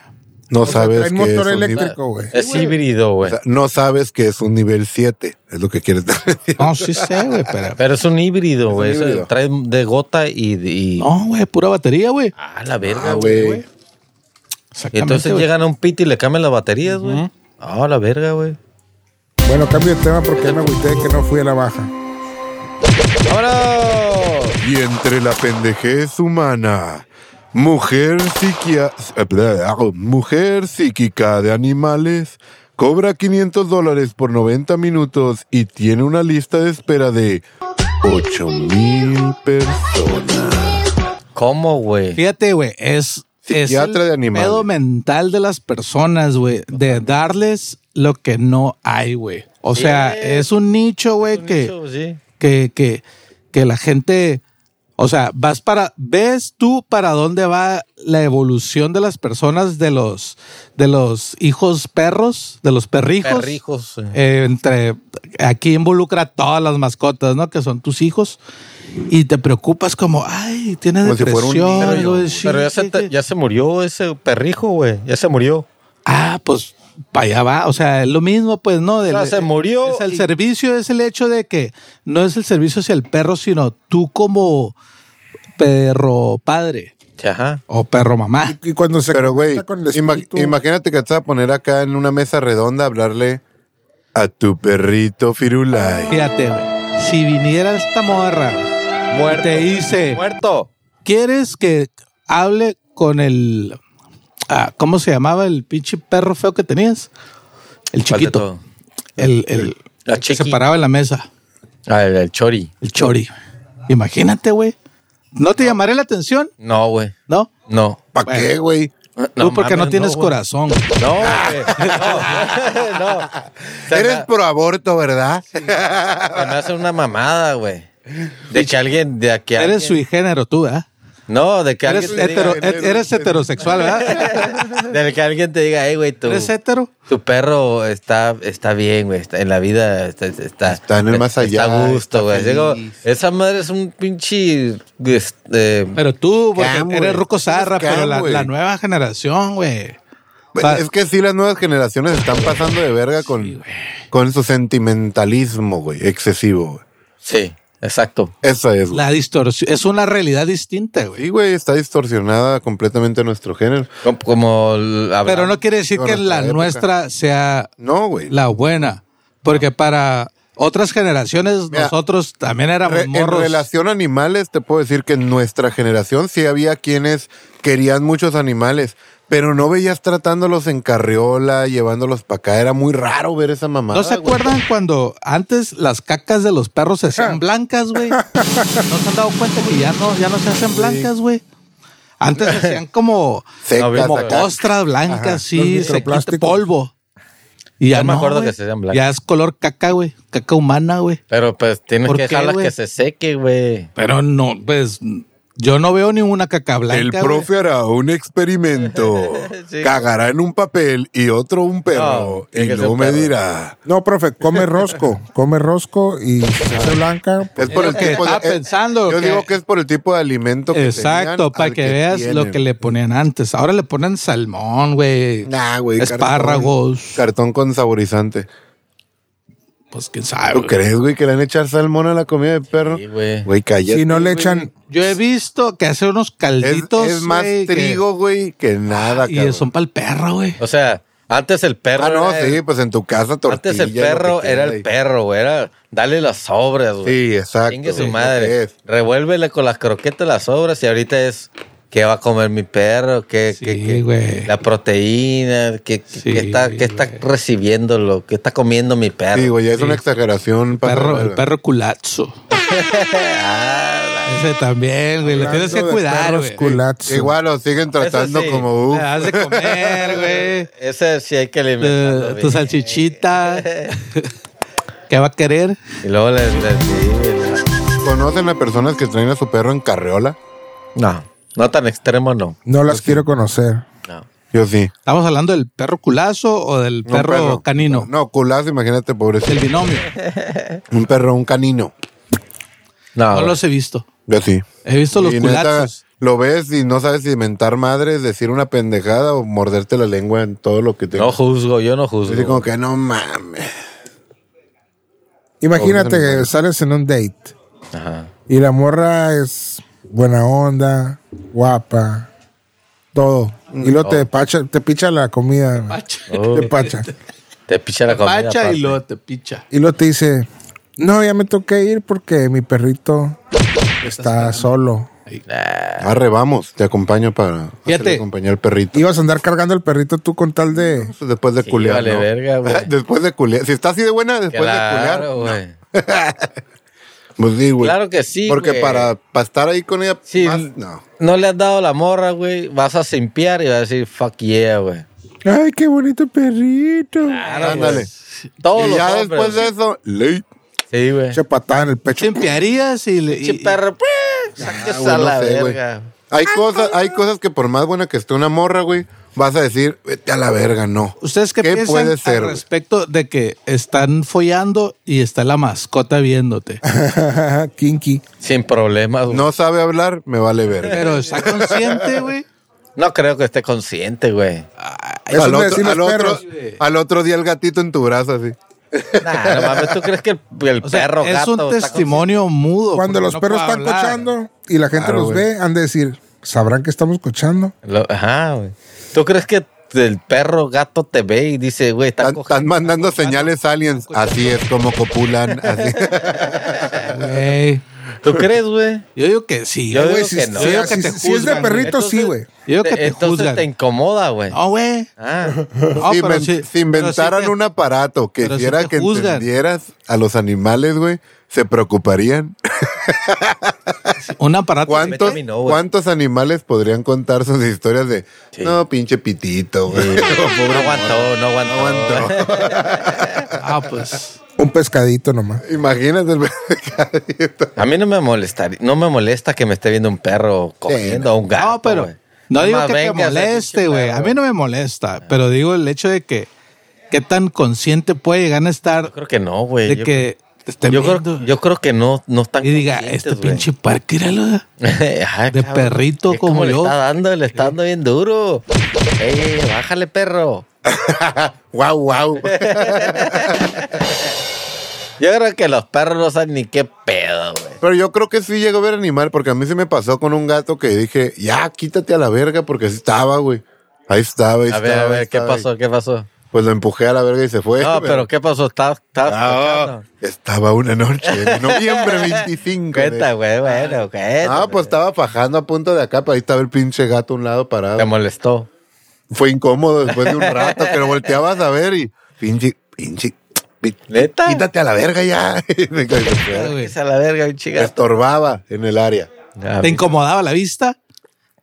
[SPEAKER 1] No
[SPEAKER 4] O sea,
[SPEAKER 1] sabes
[SPEAKER 4] traen
[SPEAKER 1] que es
[SPEAKER 4] motor
[SPEAKER 1] un nivel,
[SPEAKER 4] eléctrico, güey.
[SPEAKER 3] Es híbrido,
[SPEAKER 1] o
[SPEAKER 3] güey.
[SPEAKER 1] sea, no sabes que es un nivel 7, es lo que quieres decir.
[SPEAKER 2] No, sí sé, güey, pero.
[SPEAKER 3] Pero es un híbrido, güey. Eso
[SPEAKER 1] híbrido.
[SPEAKER 3] Trae de gota y. y-
[SPEAKER 2] No, güey, pura batería, güey.
[SPEAKER 3] Ah, la verga,
[SPEAKER 1] Ah,
[SPEAKER 3] güey.
[SPEAKER 1] güey.
[SPEAKER 3] Y
[SPEAKER 2] Exactamente,
[SPEAKER 3] entonces
[SPEAKER 2] güey.
[SPEAKER 3] llegan a un pit y le cambian las baterías, güey. Ah, la verga, güey.
[SPEAKER 4] Bueno, cambio de tema porque ya me agüité de que no fui a la baja.
[SPEAKER 3] ¡Vámonos!
[SPEAKER 1] Y entre la pendejez humana, mujer psiquia- eh, bla, bla, mujer psíquica de animales cobra 500 dólares por 90 minutos y tiene una lista de espera de 8 mil personas.
[SPEAKER 3] ¿Cómo, güey?
[SPEAKER 2] Fíjate, güey, es, es el
[SPEAKER 1] Psiquiatra de animales.
[SPEAKER 2] pedo mental de las personas, güey, de darles lo que no hay, güey. O sea, es un nicho, güey, que,
[SPEAKER 3] Eso, sí.
[SPEAKER 2] que, que, que la gente, o sea, vas para, ves tú para dónde va la evolución de las personas, de los, de los hijos perros, de los perrijos.
[SPEAKER 3] Perrijos. eh.
[SPEAKER 2] Eh, entre aquí involucra a todas las mascotas, ¿no? Que son tus hijos y te preocupas como, ay, tiene
[SPEAKER 1] Como si fuera un
[SPEAKER 2] depresión.
[SPEAKER 1] niño,
[SPEAKER 3] Pero,
[SPEAKER 2] algo de shit,
[SPEAKER 3] pero ya, se,
[SPEAKER 2] que-
[SPEAKER 3] ya se murió ese perrijo, güey. Ya se murió.
[SPEAKER 2] Ah, pues para allá va, o sea, es lo mismo, pues, ¿no? Del-
[SPEAKER 3] sea, se murió
[SPEAKER 2] es el
[SPEAKER 3] y-
[SPEAKER 2] servicio es el hecho de que no es el servicio hacia el perro, sino tú como perro padre
[SPEAKER 3] Ajá.
[SPEAKER 2] o perro mamá.
[SPEAKER 4] Y cuando se
[SPEAKER 1] Pero, güey,
[SPEAKER 4] conecta con el
[SPEAKER 1] ima-
[SPEAKER 4] espíritu,
[SPEAKER 1] imagínate que te vas a poner acá en una mesa redonda a hablarle a tu perrito Firulai.
[SPEAKER 2] Fíjate, güey, si viniera esta morra y
[SPEAKER 3] Muerto.
[SPEAKER 2] te dice,
[SPEAKER 3] Muerto.
[SPEAKER 2] ¿quieres que hable con el... ah, ¿Cómo se llamaba el pinche perro feo que tenías? El
[SPEAKER 3] Falta
[SPEAKER 2] chiquito.
[SPEAKER 3] todo.
[SPEAKER 2] El, el,
[SPEAKER 3] La
[SPEAKER 2] el que se
[SPEAKER 3] chiqui.
[SPEAKER 2] paraba en la mesa.
[SPEAKER 3] Ah, el, el chori.
[SPEAKER 2] El chori. Imagínate, güey. ¿No te llamaré la atención?
[SPEAKER 3] No, güey.
[SPEAKER 2] ¿No?
[SPEAKER 3] No.
[SPEAKER 1] ¿Para qué, güey?
[SPEAKER 2] Tú porque
[SPEAKER 3] mames,
[SPEAKER 2] no tienes
[SPEAKER 3] güey.
[SPEAKER 2] corazón. güey.
[SPEAKER 3] No, güey. No. no. Se me-
[SPEAKER 1] Eres pro aborto, ¿verdad?
[SPEAKER 3] se me hace una mamada, güey. De que alguien de aquí.
[SPEAKER 2] Eres sui género tú, ¿verdad?
[SPEAKER 3] No, de que
[SPEAKER 2] Eres,
[SPEAKER 3] alguien te
[SPEAKER 2] hetero-
[SPEAKER 1] diga,
[SPEAKER 2] et- eres heterosexual, ¿verdad?
[SPEAKER 3] diga, de que alguien te diga, hey, güey, tu,
[SPEAKER 2] ¿Eres hetero?
[SPEAKER 3] tu perro está, está bien, güey, está- en la vida está, está,
[SPEAKER 1] Está en el más allá,
[SPEAKER 3] está a gusto,
[SPEAKER 1] está
[SPEAKER 3] güey. Digo,
[SPEAKER 1] feliz.
[SPEAKER 3] esa madre es un pinche, este,
[SPEAKER 2] Pero tú, porque
[SPEAKER 1] Cam, güey.
[SPEAKER 2] eres ruco zarra,
[SPEAKER 1] Eres cam,
[SPEAKER 2] pero la,
[SPEAKER 1] güey.
[SPEAKER 2] la nueva generación, güey. Pa-
[SPEAKER 1] Es que sí, las nuevas generaciones están pasando de verga con, con su sentimentalismo, güey, excesivo. güey.
[SPEAKER 3] sí, exacto.
[SPEAKER 1] Eso es, güey.
[SPEAKER 2] La distorsión. Es una realidad distinta, güey.
[SPEAKER 1] Sí, güey, está distorsionada completamente nuestro género.
[SPEAKER 3] Como, como el- habrá-
[SPEAKER 2] Pero no quiere decir
[SPEAKER 1] Digo,
[SPEAKER 2] que
[SPEAKER 1] nuestra
[SPEAKER 2] la
[SPEAKER 1] época.
[SPEAKER 2] nuestra sea
[SPEAKER 1] No, güey.
[SPEAKER 2] la buena. Porque para otras generaciones,
[SPEAKER 1] Mira,
[SPEAKER 2] nosotros también
[SPEAKER 1] Re-
[SPEAKER 2] éramos
[SPEAKER 1] en
[SPEAKER 2] morros.
[SPEAKER 1] relación a animales, te puedo decir que en nuestra generación sí había quienes querían muchos animales, pero no veías tratándolos en carriola, llevándolos para acá. Era muy raro ver esa mamada.
[SPEAKER 2] ¿No se
[SPEAKER 1] güey.
[SPEAKER 2] acuerdan cuando antes las cacas de los perros se hacían blancas, güey? ¿No se han dado cuenta que ya no, ya no se hacen blancas, güey? Antes se hacían como,
[SPEAKER 1] Secas
[SPEAKER 3] No, vimos
[SPEAKER 2] como
[SPEAKER 1] acá.
[SPEAKER 2] ostras blancas,
[SPEAKER 4] Ajá, los
[SPEAKER 2] sí, se quita
[SPEAKER 4] microplásticos.
[SPEAKER 2] polvo. Y ya
[SPEAKER 3] Yo me
[SPEAKER 2] no,
[SPEAKER 3] acuerdo
[SPEAKER 2] güey.
[SPEAKER 3] que se hacían blancas.
[SPEAKER 2] Ya es color caca, güey. Caca humana, güey.
[SPEAKER 3] Pero pues tienes
[SPEAKER 2] ¿Por
[SPEAKER 3] que
[SPEAKER 2] qué,
[SPEAKER 3] dejarlas
[SPEAKER 2] güey?
[SPEAKER 3] que se seque, güey.
[SPEAKER 2] Pero no, pues yo no veo ninguna caca blanca.
[SPEAKER 1] El
[SPEAKER 2] güey.
[SPEAKER 1] profe hará un experimento.
[SPEAKER 3] Sí.
[SPEAKER 1] Cagará en un papel y otro un perro.
[SPEAKER 3] No, tiene
[SPEAKER 1] y
[SPEAKER 3] que ser
[SPEAKER 1] luego
[SPEAKER 3] un
[SPEAKER 1] me
[SPEAKER 3] perro.
[SPEAKER 1] dirá.
[SPEAKER 4] No, profe, come rosco. Come rosco y si se hace blanca.
[SPEAKER 1] Es por
[SPEAKER 2] lo
[SPEAKER 1] el
[SPEAKER 2] que
[SPEAKER 1] tipo
[SPEAKER 2] estaba
[SPEAKER 1] de, eh,
[SPEAKER 2] pensando,
[SPEAKER 1] Yo
[SPEAKER 2] que-
[SPEAKER 1] digo que es por el tipo de alimento que
[SPEAKER 2] Exacto,
[SPEAKER 1] tenían
[SPEAKER 2] para
[SPEAKER 1] al
[SPEAKER 2] que, veas lo
[SPEAKER 1] tienen.
[SPEAKER 2] que le ponían antes. Ahora le ponen salmón, güey.
[SPEAKER 1] Nah, güey. cartón-
[SPEAKER 2] Espárragos.
[SPEAKER 1] Cartón, con saborizante.
[SPEAKER 2] Pues quién sabe.
[SPEAKER 1] ¿Tú
[SPEAKER 2] güey.
[SPEAKER 1] crees, güey, que le han echar salmón a la comida de perro?
[SPEAKER 3] Ah, Sí, güey.
[SPEAKER 1] Güey, cállate.
[SPEAKER 4] Si no le
[SPEAKER 1] güey.
[SPEAKER 4] echan.
[SPEAKER 2] Yo he visto que hace unos
[SPEAKER 1] Es,
[SPEAKER 2] calditos.
[SPEAKER 1] es más
[SPEAKER 2] güey, que-
[SPEAKER 1] trigo, güey, que nada,
[SPEAKER 2] Y
[SPEAKER 1] cabrón.
[SPEAKER 2] son para el perro, güey.
[SPEAKER 3] O sea, antes el perro.
[SPEAKER 1] Ah, no,
[SPEAKER 3] era
[SPEAKER 1] sí,
[SPEAKER 3] el-
[SPEAKER 1] pues en tu casa tortilla.
[SPEAKER 3] antes el
[SPEAKER 1] y lo que
[SPEAKER 3] perro
[SPEAKER 1] quiera
[SPEAKER 3] era el
[SPEAKER 1] y-
[SPEAKER 3] perro, güey. Era darle las sobras, güey.
[SPEAKER 1] Sí, exacto.
[SPEAKER 3] Chingue su
[SPEAKER 1] güey,
[SPEAKER 3] madre.
[SPEAKER 1] es.
[SPEAKER 3] Revuélvele con las croquetas las sobras y ahorita es qué va a comer mi perro, qué,
[SPEAKER 2] Sí,
[SPEAKER 3] qué- qué-
[SPEAKER 2] güey.
[SPEAKER 3] la proteína, qué, qué-
[SPEAKER 2] Sí,
[SPEAKER 3] qué está, qué está
[SPEAKER 2] güey.
[SPEAKER 3] recibiéndolo, qué está comiendo mi perro.
[SPEAKER 1] Sí, güey, ya es una exageración. para
[SPEAKER 2] Perro, el
[SPEAKER 1] verga.
[SPEAKER 2] perro culazo.
[SPEAKER 1] Ah,
[SPEAKER 2] Ese también, güey. Lo tienes que
[SPEAKER 4] hablando de
[SPEAKER 2] cuidar,
[SPEAKER 4] perros
[SPEAKER 2] güey.
[SPEAKER 4] culazos.
[SPEAKER 1] Igual lo siguen tratando
[SPEAKER 3] sí.
[SPEAKER 1] como
[SPEAKER 2] Le
[SPEAKER 1] uf.
[SPEAKER 2] das de comer, güey.
[SPEAKER 3] Ese sí hay que alimentarlo.
[SPEAKER 2] Eh, Tu
[SPEAKER 3] bien.
[SPEAKER 2] salchichita. ¿Qué va a querer?
[SPEAKER 3] Y luego le, le- sí, güey.
[SPEAKER 1] ¿Conocen a personas que traen a su perro en carreola?
[SPEAKER 3] No, no tan extremo, no.
[SPEAKER 4] No
[SPEAKER 1] Pues
[SPEAKER 4] las quiero conocer.
[SPEAKER 3] no.
[SPEAKER 1] Yo sí.
[SPEAKER 2] ¿Estamos hablando del perro culazo o del
[SPEAKER 1] Un
[SPEAKER 2] perro, canino?
[SPEAKER 1] No, Ah, culazo, imagínate,
[SPEAKER 2] Del
[SPEAKER 1] pobrecito.
[SPEAKER 2] binomio.
[SPEAKER 1] Un perro, un canino.
[SPEAKER 3] No,
[SPEAKER 2] No
[SPEAKER 3] güey.
[SPEAKER 2] los he visto.
[SPEAKER 1] Yo sí.
[SPEAKER 2] He visto los
[SPEAKER 1] Y neta,
[SPEAKER 2] culazos.
[SPEAKER 1] lo ves y no sabes si mentar madres, decir una pendejada o morderte la lengua en todo lo que te.
[SPEAKER 3] No juzgo, yo no
[SPEAKER 1] Así como
[SPEAKER 3] juzgo.
[SPEAKER 1] que no mames.
[SPEAKER 4] Imagínate
[SPEAKER 1] Obviamente.
[SPEAKER 4] que sales en un date
[SPEAKER 3] Ajá.
[SPEAKER 4] y la morra es buena onda, guapa, todo. Y luego te, pacha, te picha la comida. güey.
[SPEAKER 3] Oh,
[SPEAKER 4] Te pacha.
[SPEAKER 3] te picha la comida.
[SPEAKER 2] Pacha
[SPEAKER 3] aparte.
[SPEAKER 2] y luego te picha.
[SPEAKER 4] Y luego te dice, no, ya me tengo que ir porque mi perrito está solo.
[SPEAKER 1] Arre, vamos, te acompaño para
[SPEAKER 2] Fíjate.
[SPEAKER 1] hacerle compañía al perrito.
[SPEAKER 4] Ibas a andar cargando al perrito tú con tal de...
[SPEAKER 1] Después de
[SPEAKER 3] Sí,
[SPEAKER 1] culear.
[SPEAKER 3] vale
[SPEAKER 1] ¿no?
[SPEAKER 3] verga, güey.
[SPEAKER 1] después de culear. Si está así de buena, después de
[SPEAKER 3] Claro,
[SPEAKER 1] culear.
[SPEAKER 3] güey.
[SPEAKER 1] Pues sí, güey.
[SPEAKER 3] Claro que sí,
[SPEAKER 1] Porque
[SPEAKER 3] güey.
[SPEAKER 1] para, para estar ahí con ella,
[SPEAKER 3] Si
[SPEAKER 1] más, no.
[SPEAKER 3] no le has dado la morra, güey, vas a simpiar y vas a decir, fuck yeah, güey.
[SPEAKER 4] Ay, qué bonito perrito.
[SPEAKER 1] Ándale.
[SPEAKER 3] pues, Todos
[SPEAKER 1] y
[SPEAKER 3] los
[SPEAKER 1] ya
[SPEAKER 3] hombres.
[SPEAKER 1] después de eso, late.
[SPEAKER 3] Sí, güey.
[SPEAKER 4] Echa patada en el pecho.
[SPEAKER 2] Chimpearías y le. y-
[SPEAKER 3] Pinche perro, pues,
[SPEAKER 1] Ah,
[SPEAKER 3] sáquese
[SPEAKER 1] güey,
[SPEAKER 3] a
[SPEAKER 1] no
[SPEAKER 3] la
[SPEAKER 1] sé, güey.
[SPEAKER 3] verga.
[SPEAKER 1] Hay cosas, hay cosas que por más buena que esté una morra, güey, vas a decir, vete a la verga, no.
[SPEAKER 2] ¿Ustedes qué, piensan
[SPEAKER 1] puede ser?
[SPEAKER 2] al
[SPEAKER 1] güey?
[SPEAKER 2] respecto de que están follando y está la mascota viéndote?
[SPEAKER 4] Kinky.
[SPEAKER 3] Sin problemas, güey. No.
[SPEAKER 1] No sabe hablar, me vale verga.
[SPEAKER 2] Pero está consciente, güey.
[SPEAKER 3] creo que esté consciente, güey.
[SPEAKER 4] Eso
[SPEAKER 1] al,
[SPEAKER 4] me
[SPEAKER 1] otro,
[SPEAKER 4] decían
[SPEAKER 1] al
[SPEAKER 4] los
[SPEAKER 1] otro-
[SPEAKER 4] perros.
[SPEAKER 1] al otro día el gatito en tu brazo, así.
[SPEAKER 3] Nah, no mames, ¿tú crees que el, el
[SPEAKER 2] O sea,
[SPEAKER 3] perro
[SPEAKER 2] es
[SPEAKER 3] gato
[SPEAKER 2] un
[SPEAKER 3] está
[SPEAKER 2] testimonio mudo.
[SPEAKER 4] Cuando
[SPEAKER 2] porque
[SPEAKER 4] los
[SPEAKER 2] no
[SPEAKER 4] perros
[SPEAKER 2] puede
[SPEAKER 4] están
[SPEAKER 2] hablar.
[SPEAKER 4] cochando y la gente
[SPEAKER 1] Claro,
[SPEAKER 4] los
[SPEAKER 1] güey.
[SPEAKER 4] ve, han de decir, ¿sabrán que estamos cochando?
[SPEAKER 3] consciente? Lo- ajá, güey. ¿Tú crees que el perro gato te ve y dice, güey, está
[SPEAKER 1] Están,
[SPEAKER 3] cogiendo?
[SPEAKER 1] están mandando señales aliens. Así es como copulan. Así.
[SPEAKER 2] Güey.
[SPEAKER 3] ¿Tú crees, güey?
[SPEAKER 2] Yo digo que sí.
[SPEAKER 3] Yo
[SPEAKER 2] Yo,
[SPEAKER 3] digo
[SPEAKER 4] si,
[SPEAKER 3] que no.
[SPEAKER 4] si-
[SPEAKER 2] Yo digo que
[SPEAKER 4] si-
[SPEAKER 2] te
[SPEAKER 4] si es de
[SPEAKER 2] juzgan,
[SPEAKER 4] perrito, sí, güey.
[SPEAKER 2] digo que
[SPEAKER 3] te-
[SPEAKER 2] te
[SPEAKER 3] Entonces
[SPEAKER 2] juzgan.
[SPEAKER 3] te incomoda, güey.
[SPEAKER 2] No, güey.
[SPEAKER 3] Ah,
[SPEAKER 2] No,
[SPEAKER 1] si,
[SPEAKER 2] pero
[SPEAKER 1] inven-
[SPEAKER 2] sí-
[SPEAKER 1] si inventaran
[SPEAKER 2] pero sí te-
[SPEAKER 1] un aparato que
[SPEAKER 2] pero sí
[SPEAKER 1] hiciera
[SPEAKER 2] te
[SPEAKER 1] que
[SPEAKER 2] juzgan.
[SPEAKER 1] entendieras a los animales, güey, se preocuparían.
[SPEAKER 2] un aparato.
[SPEAKER 1] ¿Cuántos,
[SPEAKER 3] a mí no, güey.
[SPEAKER 1] ¿Cuántos animales podrían contar sus historias de no, pinche pitito, güey?
[SPEAKER 3] no aguantó, no aguantó.
[SPEAKER 2] Ah, pues.
[SPEAKER 4] Un pescadito nomás.
[SPEAKER 1] Imagínate el mercadito.
[SPEAKER 3] A mí no me molestaría, no me molesta que me esté viendo un perro cogiendo a un gato.
[SPEAKER 2] No, pero
[SPEAKER 3] güey.
[SPEAKER 2] no digo
[SPEAKER 3] Más
[SPEAKER 2] que te
[SPEAKER 3] venga ese
[SPEAKER 2] moleste,
[SPEAKER 3] pinche
[SPEAKER 2] güey.
[SPEAKER 3] perro.
[SPEAKER 2] A mí no me molesta, pero digo el hecho de que qué tan consciente puede llegar a estar
[SPEAKER 3] Yo creo que no, güey.
[SPEAKER 2] de
[SPEAKER 3] Yo-
[SPEAKER 2] que te
[SPEAKER 3] yo,
[SPEAKER 2] estén viendo
[SPEAKER 3] creo, yo creo que no, no están
[SPEAKER 2] y diga,
[SPEAKER 3] conscientes,
[SPEAKER 2] este
[SPEAKER 3] güey.
[SPEAKER 2] pinche parque, míralo. ¿eh?
[SPEAKER 3] Ay,
[SPEAKER 2] de
[SPEAKER 3] cabrón.
[SPEAKER 2] perrito
[SPEAKER 3] Es como
[SPEAKER 2] como
[SPEAKER 3] le
[SPEAKER 2] yo.
[SPEAKER 3] está dando, le está dando bien duro. Ey, bájale, perro.
[SPEAKER 1] Guau, guau.
[SPEAKER 3] Yo creo que los perros no saben ni qué pedo, güey.
[SPEAKER 1] Pero yo creo que sí llegó a ver animal, porque a mí se me pasó con un gato que dije, ya, quítate a la verga, porque así estaba, güey. Ahí estaba, ahí
[SPEAKER 3] A
[SPEAKER 1] estaba.
[SPEAKER 3] ver, a
[SPEAKER 1] ahí
[SPEAKER 3] ver, ¿qué
[SPEAKER 1] estaba.
[SPEAKER 3] pasó? ¿Qué pasó?
[SPEAKER 1] Pues lo empujé a la verga y se fue.
[SPEAKER 3] No, pero ¿qué pasó? ¿Estás, estás
[SPEAKER 1] Ah,
[SPEAKER 3] tocando?
[SPEAKER 1] estaba una noche de noviembre 25. de-
[SPEAKER 3] Cuenta, güey, bueno, cuenta.
[SPEAKER 1] Ah, pues estaba fajando a punto de acá, pero ahí estaba el pinche gato a un lado parado.
[SPEAKER 3] Te molestó.
[SPEAKER 1] Fue incómodo después de un rato, pero volteabas a ver y pinche, pinche, pi-
[SPEAKER 3] ¿Neta?
[SPEAKER 1] quítate a la verga ya. Y me caí de fuera.
[SPEAKER 2] güey.
[SPEAKER 3] Es Pues, a la verga, un
[SPEAKER 1] Me
[SPEAKER 3] chica.
[SPEAKER 1] estorbaba en el área.
[SPEAKER 2] ¿Te incomodaba la vista?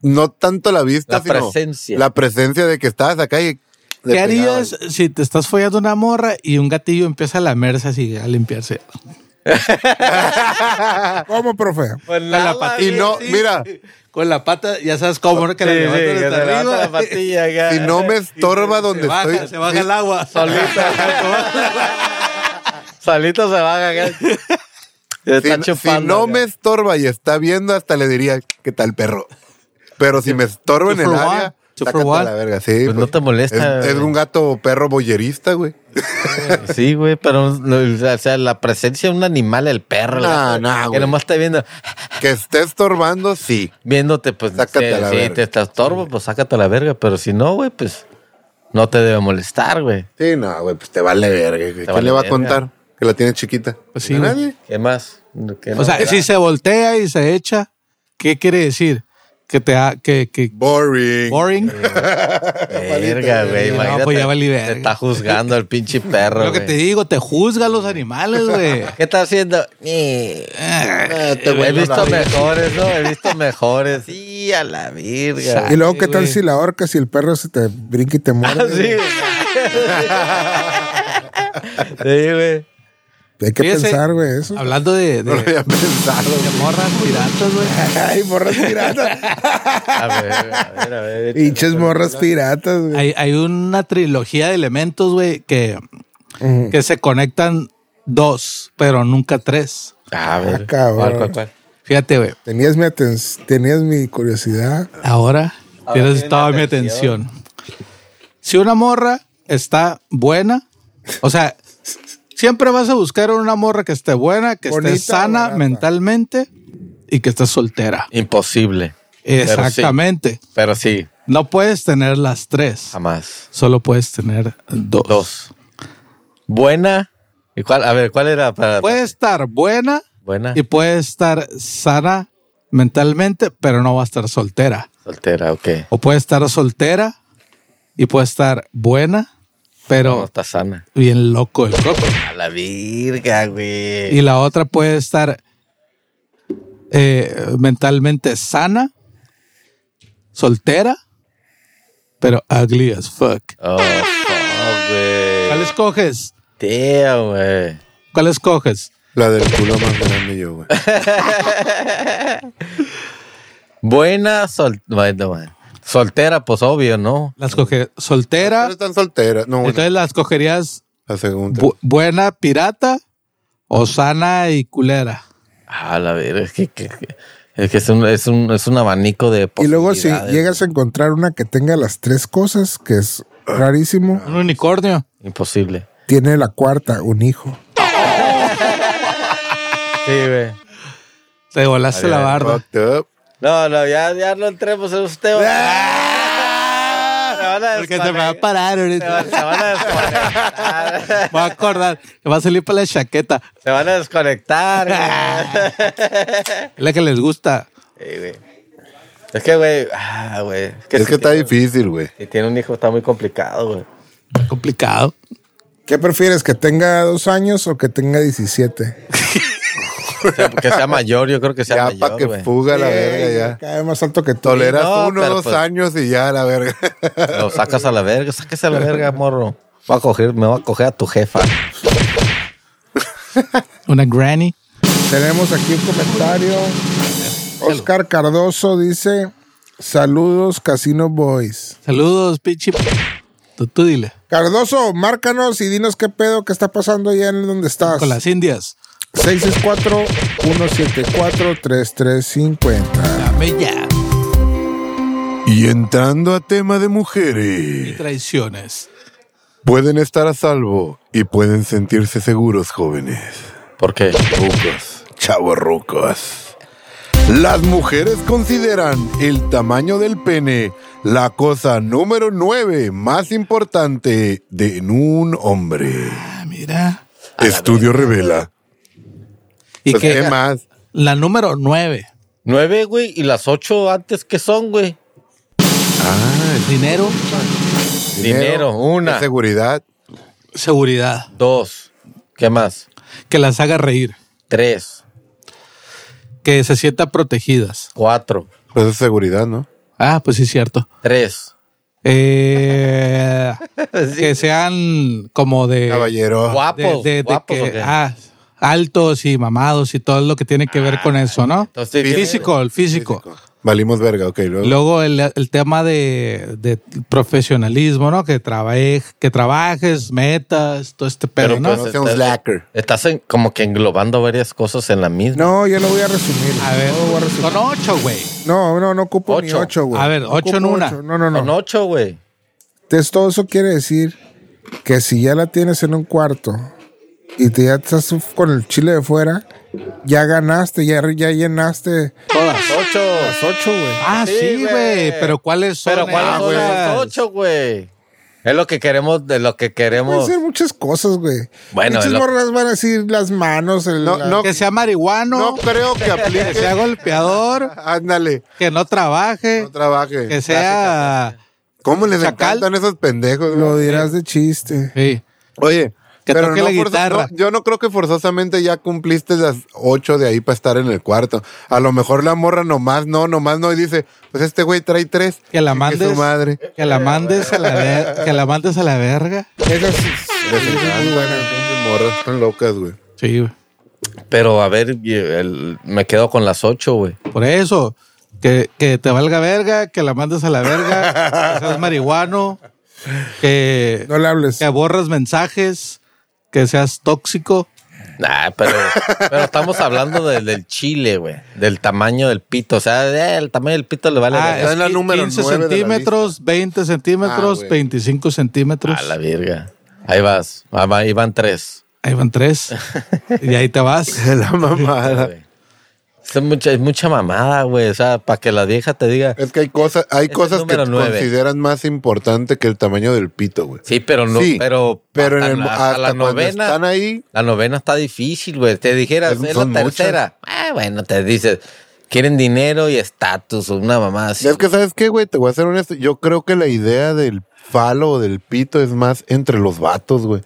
[SPEAKER 1] No tanto la vista,
[SPEAKER 3] La
[SPEAKER 1] sino
[SPEAKER 3] presencia.
[SPEAKER 1] la presencia de que estabas acá y le
[SPEAKER 2] ¿Qué
[SPEAKER 1] pegaba.
[SPEAKER 2] harías si te estás follando una morra y un gatillo empieza a lamerse así, a limpiarse?
[SPEAKER 4] ¿Cómo, profe?
[SPEAKER 3] Pues
[SPEAKER 2] Con la
[SPEAKER 3] nada,
[SPEAKER 2] patilla.
[SPEAKER 1] Y no,
[SPEAKER 2] Sí.
[SPEAKER 1] Oh, mira,
[SPEAKER 2] Con la pata, ya sabes cómo, ¿no? que la
[SPEAKER 3] Sí,
[SPEAKER 2] levantas
[SPEAKER 3] sí, que
[SPEAKER 2] desde
[SPEAKER 3] te levanta
[SPEAKER 2] arriba.
[SPEAKER 3] la patilla acá.
[SPEAKER 1] si
[SPEAKER 2] Eh,
[SPEAKER 1] no me estorba
[SPEAKER 2] se
[SPEAKER 1] donde
[SPEAKER 2] baja,
[SPEAKER 1] estoy.
[SPEAKER 2] se baja el agua. Solita.
[SPEAKER 3] Solito se va acá. Se
[SPEAKER 1] Si,
[SPEAKER 3] está
[SPEAKER 1] no-
[SPEAKER 3] chupando.
[SPEAKER 1] si no
[SPEAKER 3] acá.
[SPEAKER 1] me estorba y está viendo, hasta le diría, ¿qué tal perro? Pero si me estorba en el
[SPEAKER 2] two for
[SPEAKER 1] área,
[SPEAKER 2] one, two for
[SPEAKER 1] sácate a
[SPEAKER 2] one.
[SPEAKER 1] la verga. Sí,
[SPEAKER 3] Pues no te molesta,
[SPEAKER 1] Es, es
[SPEAKER 3] güey.
[SPEAKER 1] un gato o perro boyerista, güey.
[SPEAKER 3] Sí, güey, pero no, o sea, la presencia de un animal, el perro, el
[SPEAKER 1] No,
[SPEAKER 3] gato,
[SPEAKER 1] no,
[SPEAKER 3] que
[SPEAKER 1] güey.
[SPEAKER 3] nomás está viendo,
[SPEAKER 1] Que esté estorbando, sí.
[SPEAKER 3] viéndote, pues
[SPEAKER 1] Sácate
[SPEAKER 3] sí,
[SPEAKER 1] a la
[SPEAKER 3] sí,
[SPEAKER 1] verga.
[SPEAKER 3] te estás torbo, pues sácate a la verga, pero si no, güey, pues no te debe molestar, güey.
[SPEAKER 1] Sí, no, güey, pues te vale verga. güey. ¿Quién
[SPEAKER 3] vale
[SPEAKER 1] le va a
[SPEAKER 3] verga.
[SPEAKER 1] contar que la tiene chiquita?
[SPEAKER 2] Pues sí,
[SPEAKER 1] ¿A
[SPEAKER 2] güey.
[SPEAKER 1] nadie?
[SPEAKER 3] ¿Qué más? ¿Qué
[SPEAKER 2] O sea,
[SPEAKER 3] novedad?
[SPEAKER 2] si se voltea y se echa, ¿qué quiere decir? Que te ha, que, que
[SPEAKER 1] Boring.
[SPEAKER 2] boring.
[SPEAKER 3] verga, güey,
[SPEAKER 2] No,
[SPEAKER 3] imagínate,
[SPEAKER 2] pues ya valí
[SPEAKER 3] te
[SPEAKER 2] verga.
[SPEAKER 3] está juzgando el pinche perro,
[SPEAKER 2] Lo que
[SPEAKER 3] güey.
[SPEAKER 2] te digo, te juzgan los animales, güey.
[SPEAKER 3] ¿Qué está haciendo? Eh,
[SPEAKER 1] Ah, te
[SPEAKER 3] He
[SPEAKER 1] huele la
[SPEAKER 3] visto
[SPEAKER 1] verga.
[SPEAKER 3] mejores, ¿no? He visto mejores. Sí, a la virga.
[SPEAKER 4] Y luego,
[SPEAKER 2] sí,
[SPEAKER 4] ¿qué tal
[SPEAKER 2] güey.
[SPEAKER 4] si la horca, si el perro se te brinca y te muerde?
[SPEAKER 3] Sí, güey. Sí, güey.
[SPEAKER 4] Hay que
[SPEAKER 2] Fíjese.
[SPEAKER 4] pensar, güey, eso.
[SPEAKER 2] Hablando de, de,
[SPEAKER 1] No lo había pensado.
[SPEAKER 2] de morras piratas, güey.
[SPEAKER 4] Ay, morras piratas.
[SPEAKER 3] A ver, a ver, a ver.
[SPEAKER 4] Hinches morras piratas, güey.
[SPEAKER 2] Hay, hay una trilogía de elementos, güey, que, que se conectan dos, pero nunca tres.
[SPEAKER 3] A ver.
[SPEAKER 4] Ah, cabrón.
[SPEAKER 3] ¿Cuál, cuál, cuál?
[SPEAKER 2] Fíjate, güey.
[SPEAKER 4] Tenías mi, aten- tenías mi curiosidad.
[SPEAKER 2] Ahora
[SPEAKER 3] Ahora
[SPEAKER 2] tienes
[SPEAKER 3] tiene
[SPEAKER 2] toda mi
[SPEAKER 3] atención.
[SPEAKER 2] atención. Si una morra está buena, o sea, siempre vas a buscar una morra que esté buena, que
[SPEAKER 4] Bonita o
[SPEAKER 2] esté sana
[SPEAKER 4] barata.
[SPEAKER 2] mentalmente y que esté soltera.
[SPEAKER 3] Imposible. Pero sí,
[SPEAKER 2] Exactamente.
[SPEAKER 3] Pero sí,
[SPEAKER 2] No puedes tener las tres.
[SPEAKER 3] jamás.
[SPEAKER 2] Solo puedes tener dos.
[SPEAKER 3] Dos. Buena. ¿Y cuál? A ver, ¿cuál era para.
[SPEAKER 2] Puede estar buena
[SPEAKER 3] Buena.
[SPEAKER 2] y puede estar sana mentalmente, pero no va a estar soltera.
[SPEAKER 3] Soltera, ok.
[SPEAKER 2] O puede estar soltera y puede estar buena,
[SPEAKER 3] No,
[SPEAKER 2] pero
[SPEAKER 3] está sana.
[SPEAKER 2] bien loco el coco.
[SPEAKER 3] A la virga, güey.
[SPEAKER 2] Y la otra puede estar eh, mentalmente sana, soltera, pero ugly as fuck.
[SPEAKER 3] Oh, fuck, güey.
[SPEAKER 2] ¿Cuál escoges?
[SPEAKER 3] Damn, güey.
[SPEAKER 2] ¿Cuál escoges?
[SPEAKER 1] La del culo más grande yo, güey.
[SPEAKER 3] Buena sol- bueno, bueno. soltera, pues obvio, ¿no?
[SPEAKER 2] Las coge
[SPEAKER 1] Pero
[SPEAKER 2] soltera.
[SPEAKER 1] están solteras. No, bueno,
[SPEAKER 2] Entonces las cogerías
[SPEAKER 1] la segunda.
[SPEAKER 2] bu- buena pirata o sana y culera.
[SPEAKER 3] A Ah, la verga, es que, que- que- es, que es, un, es, un, es un abanico de
[SPEAKER 4] Y luego si
[SPEAKER 3] posibilidades,
[SPEAKER 4] llegas a encontrar una que tenga las tres cosas, que es rarísimo,
[SPEAKER 2] Un unicornio.
[SPEAKER 3] güey. Imposible.
[SPEAKER 4] tiene la cuarta, un hijo.
[SPEAKER 3] Sí, güey.
[SPEAKER 2] Te volaste la barda.
[SPEAKER 1] Fucked up.
[SPEAKER 3] No, no, ya, ya no entremos en usted. güey.
[SPEAKER 2] ¡Ah!
[SPEAKER 3] Se van a
[SPEAKER 2] Porque te me va a
[SPEAKER 3] desconectar.
[SPEAKER 2] parar
[SPEAKER 3] Se van-
[SPEAKER 2] ahorita.
[SPEAKER 3] se van a desconectar.
[SPEAKER 2] Me va a acordar. que va a salir para la chaqueta.
[SPEAKER 3] Se van a desconectar.
[SPEAKER 2] Es la que les gusta.
[SPEAKER 3] güey. Sí, güey. Es que, güey. Ah, güey. Es que,
[SPEAKER 1] Es
[SPEAKER 3] si
[SPEAKER 1] que está
[SPEAKER 3] tiene-
[SPEAKER 1] difícil, güey.
[SPEAKER 3] Si tiene un hijo, está muy complicado, güey.
[SPEAKER 2] Complicado.
[SPEAKER 4] ¿Qué prefieres, que tenga dos años o que tenga 17?
[SPEAKER 3] O sea, que sea mayor, yo creo que sea
[SPEAKER 1] Ya
[SPEAKER 3] mayor.
[SPEAKER 1] para que
[SPEAKER 3] güey.
[SPEAKER 1] fuga la
[SPEAKER 4] Ey,
[SPEAKER 1] verga ya.
[SPEAKER 4] Cae más alto que tú.
[SPEAKER 1] Toleras
[SPEAKER 3] no,
[SPEAKER 1] uno,
[SPEAKER 3] pero
[SPEAKER 1] dos
[SPEAKER 3] pues-
[SPEAKER 1] años y ya la verga.
[SPEAKER 3] Lo sacas a la verga, sáquese a la verga, morro. Voy a coger, me voy a coger a tu jefa.
[SPEAKER 2] Una granny.
[SPEAKER 4] Tenemos aquí un comentario. Oscar Cardoso dice, saludos Casino Boys.
[SPEAKER 2] Saludos, pinche. Tú, tú dile.
[SPEAKER 4] Cardoso, márcanos y dinos qué pedo que está pasando allá en donde estás.
[SPEAKER 2] Con las indias.
[SPEAKER 4] 664-174-3350.
[SPEAKER 2] Dame ya.
[SPEAKER 1] Y entrando a tema de mujeres.
[SPEAKER 2] Y traiciones.
[SPEAKER 1] Pueden estar a salvo y pueden sentirse seguros, jóvenes.
[SPEAKER 3] ¿Por qué?
[SPEAKER 1] Rucos, chavos rucos. Las mujeres consideran el tamaño del pene la cosa número 9 más importante de en un hombre.
[SPEAKER 2] Ah, mira.
[SPEAKER 1] Estudio revela.
[SPEAKER 2] Y
[SPEAKER 1] Pues,
[SPEAKER 2] que
[SPEAKER 1] ¿Qué más?
[SPEAKER 2] la número nueve.
[SPEAKER 3] Nueve, güey, y las ocho antes, ¿qué son, güey?
[SPEAKER 1] Ah,
[SPEAKER 2] Dinero,
[SPEAKER 3] Dinero, una.
[SPEAKER 1] Seguridad.
[SPEAKER 2] seguridad.
[SPEAKER 3] Dos. ¿Qué más?
[SPEAKER 2] Que las haga reír.
[SPEAKER 3] Tres.
[SPEAKER 2] Que se sienta protegidas.
[SPEAKER 3] Cuatro.
[SPEAKER 1] Pues es seguridad, ¿no?
[SPEAKER 2] Ah, pues sí, es cierto.
[SPEAKER 3] Tres.
[SPEAKER 2] Eh, Que sean como
[SPEAKER 3] Eh,
[SPEAKER 2] de...
[SPEAKER 1] Caballero.
[SPEAKER 3] Guapos.
[SPEAKER 2] de- de- de
[SPEAKER 3] guapos,
[SPEAKER 2] que-
[SPEAKER 3] ¿o qué?
[SPEAKER 2] ah, altos y mamados y todo lo que tiene que ver con eso, ¿no?
[SPEAKER 3] Ah, entonces tiene-
[SPEAKER 2] físico, el físico.
[SPEAKER 1] Valimos verga, ok. Luego,
[SPEAKER 2] Luego el, el tema de, de profesionalismo, ¿no? Que, trabaje, que trabajes, metas, todo este pedo,
[SPEAKER 3] Pero
[SPEAKER 2] ¿no?
[SPEAKER 1] no sea un slacker.
[SPEAKER 3] Estás en- como que englobando varias cosas en la misma.
[SPEAKER 4] No, yo lo voy a resumir.
[SPEAKER 2] A ver,
[SPEAKER 4] No, lo voy a resumir.
[SPEAKER 2] son ocho, güey.
[SPEAKER 4] no, no, no ocupo ni
[SPEAKER 3] Ocho.
[SPEAKER 4] ocho, güey.
[SPEAKER 2] A ver,
[SPEAKER 4] No
[SPEAKER 2] ocho
[SPEAKER 4] ocupo
[SPEAKER 2] en una.
[SPEAKER 4] ocho. No, no, no.
[SPEAKER 3] Son ocho, güey.
[SPEAKER 4] Entonces, todo eso quiere decir que si ya la tienes en un cuarto y te, ya estás con el chile de fuera, ya ganaste, ya, ya llenaste
[SPEAKER 2] Todas.
[SPEAKER 3] Ocho.
[SPEAKER 4] las ocho, güey.
[SPEAKER 2] Ah,
[SPEAKER 3] Sí,
[SPEAKER 2] sí, güey.
[SPEAKER 3] güey.
[SPEAKER 2] Pero ¿cuáles son?
[SPEAKER 3] Pero ¿cuáles son
[SPEAKER 2] esas?
[SPEAKER 3] las ocho, güey? Es lo que queremos, de lo que
[SPEAKER 4] Pueden
[SPEAKER 3] queremos.
[SPEAKER 4] ser muchas cosas, güey.
[SPEAKER 3] Bueno,
[SPEAKER 4] Muchas
[SPEAKER 3] es lo-
[SPEAKER 4] morras van a decir las manos. el-
[SPEAKER 1] No,
[SPEAKER 4] la-
[SPEAKER 1] no,
[SPEAKER 2] Que sea marihuano,
[SPEAKER 1] No pues, creo que
[SPEAKER 2] que
[SPEAKER 1] aplique.
[SPEAKER 2] sea golpeador,
[SPEAKER 1] Ándale,
[SPEAKER 2] que no trabaje,
[SPEAKER 1] no trabaje.
[SPEAKER 2] que sea...
[SPEAKER 1] ¿Cómo les
[SPEAKER 2] Chacal.
[SPEAKER 1] encantan esos pendejos?
[SPEAKER 4] Lo
[SPEAKER 1] güey?
[SPEAKER 4] dirás de chiste.
[SPEAKER 2] Sí.
[SPEAKER 1] Oye,
[SPEAKER 2] Que toque la
[SPEAKER 1] forzo-
[SPEAKER 2] guitarra.
[SPEAKER 1] no, yo no creo que forzosamente ya cumpliste las ocho de ahí para estar en el cuarto. A lo mejor la morra nomás no, nomás no. Y dice, pues este güey trae tres.
[SPEAKER 2] Que la
[SPEAKER 1] Chingue
[SPEAKER 2] mandes.
[SPEAKER 1] su madre.
[SPEAKER 2] Que la mandes a la, ver- que la mandes a la verga.
[SPEAKER 4] Esas
[SPEAKER 1] Les encantan esas morras, están locas, güey.
[SPEAKER 2] Sí, güey.
[SPEAKER 3] Pero a ver, y el- me quedo con las ocho, güey.
[SPEAKER 2] Por eso, que, que te valga verga, que la mandes a la verga, que seas marihuano, que,
[SPEAKER 4] no le hables.
[SPEAKER 2] que borras mensajes, que seas tóxico,
[SPEAKER 3] Nah, pero, pero estamos hablando de- del chile, güey. Del tamaño del pito. O sea, eh, el tamaño del pito le vale.
[SPEAKER 2] Ah,
[SPEAKER 3] verga.
[SPEAKER 2] es
[SPEAKER 1] la
[SPEAKER 2] qui-
[SPEAKER 1] número
[SPEAKER 2] 15
[SPEAKER 1] nueve de la
[SPEAKER 2] centímetros, 20
[SPEAKER 1] Ah,
[SPEAKER 2] centímetros,
[SPEAKER 1] güey.
[SPEAKER 2] 25 centímetros.
[SPEAKER 3] A la verga. Ahí vas. Ah, va, Ahí van tres.
[SPEAKER 2] Ahí van tres. y ahí te vas.
[SPEAKER 1] La
[SPEAKER 2] Ah,
[SPEAKER 1] mamada.
[SPEAKER 3] güey. Es mucha, es mucha mamada, güey. O sea, para que la vieja te diga.
[SPEAKER 1] Es que hay cosas, hay
[SPEAKER 3] el
[SPEAKER 1] cosas que
[SPEAKER 3] número nueve.
[SPEAKER 1] consideran más importante que el tamaño del pito, güey.
[SPEAKER 3] Sí, pero no.
[SPEAKER 1] Sí,
[SPEAKER 3] pero
[SPEAKER 1] pero en
[SPEAKER 3] hasta
[SPEAKER 1] el-
[SPEAKER 3] la-
[SPEAKER 1] hasta
[SPEAKER 3] hasta la
[SPEAKER 1] cuando
[SPEAKER 3] novena.
[SPEAKER 1] están ahí-
[SPEAKER 3] La novena está difícil, güey. Te dijeras,
[SPEAKER 1] Es-
[SPEAKER 3] es,
[SPEAKER 1] son
[SPEAKER 3] la tercera. Ah, bueno, te dices, quieren dinero y estatus, una mamá así.
[SPEAKER 1] Es que, ¿sabes qué, güey? Te voy a ser honesto. Yo creo que la idea del falo o del pito es más entre los vatos, güey.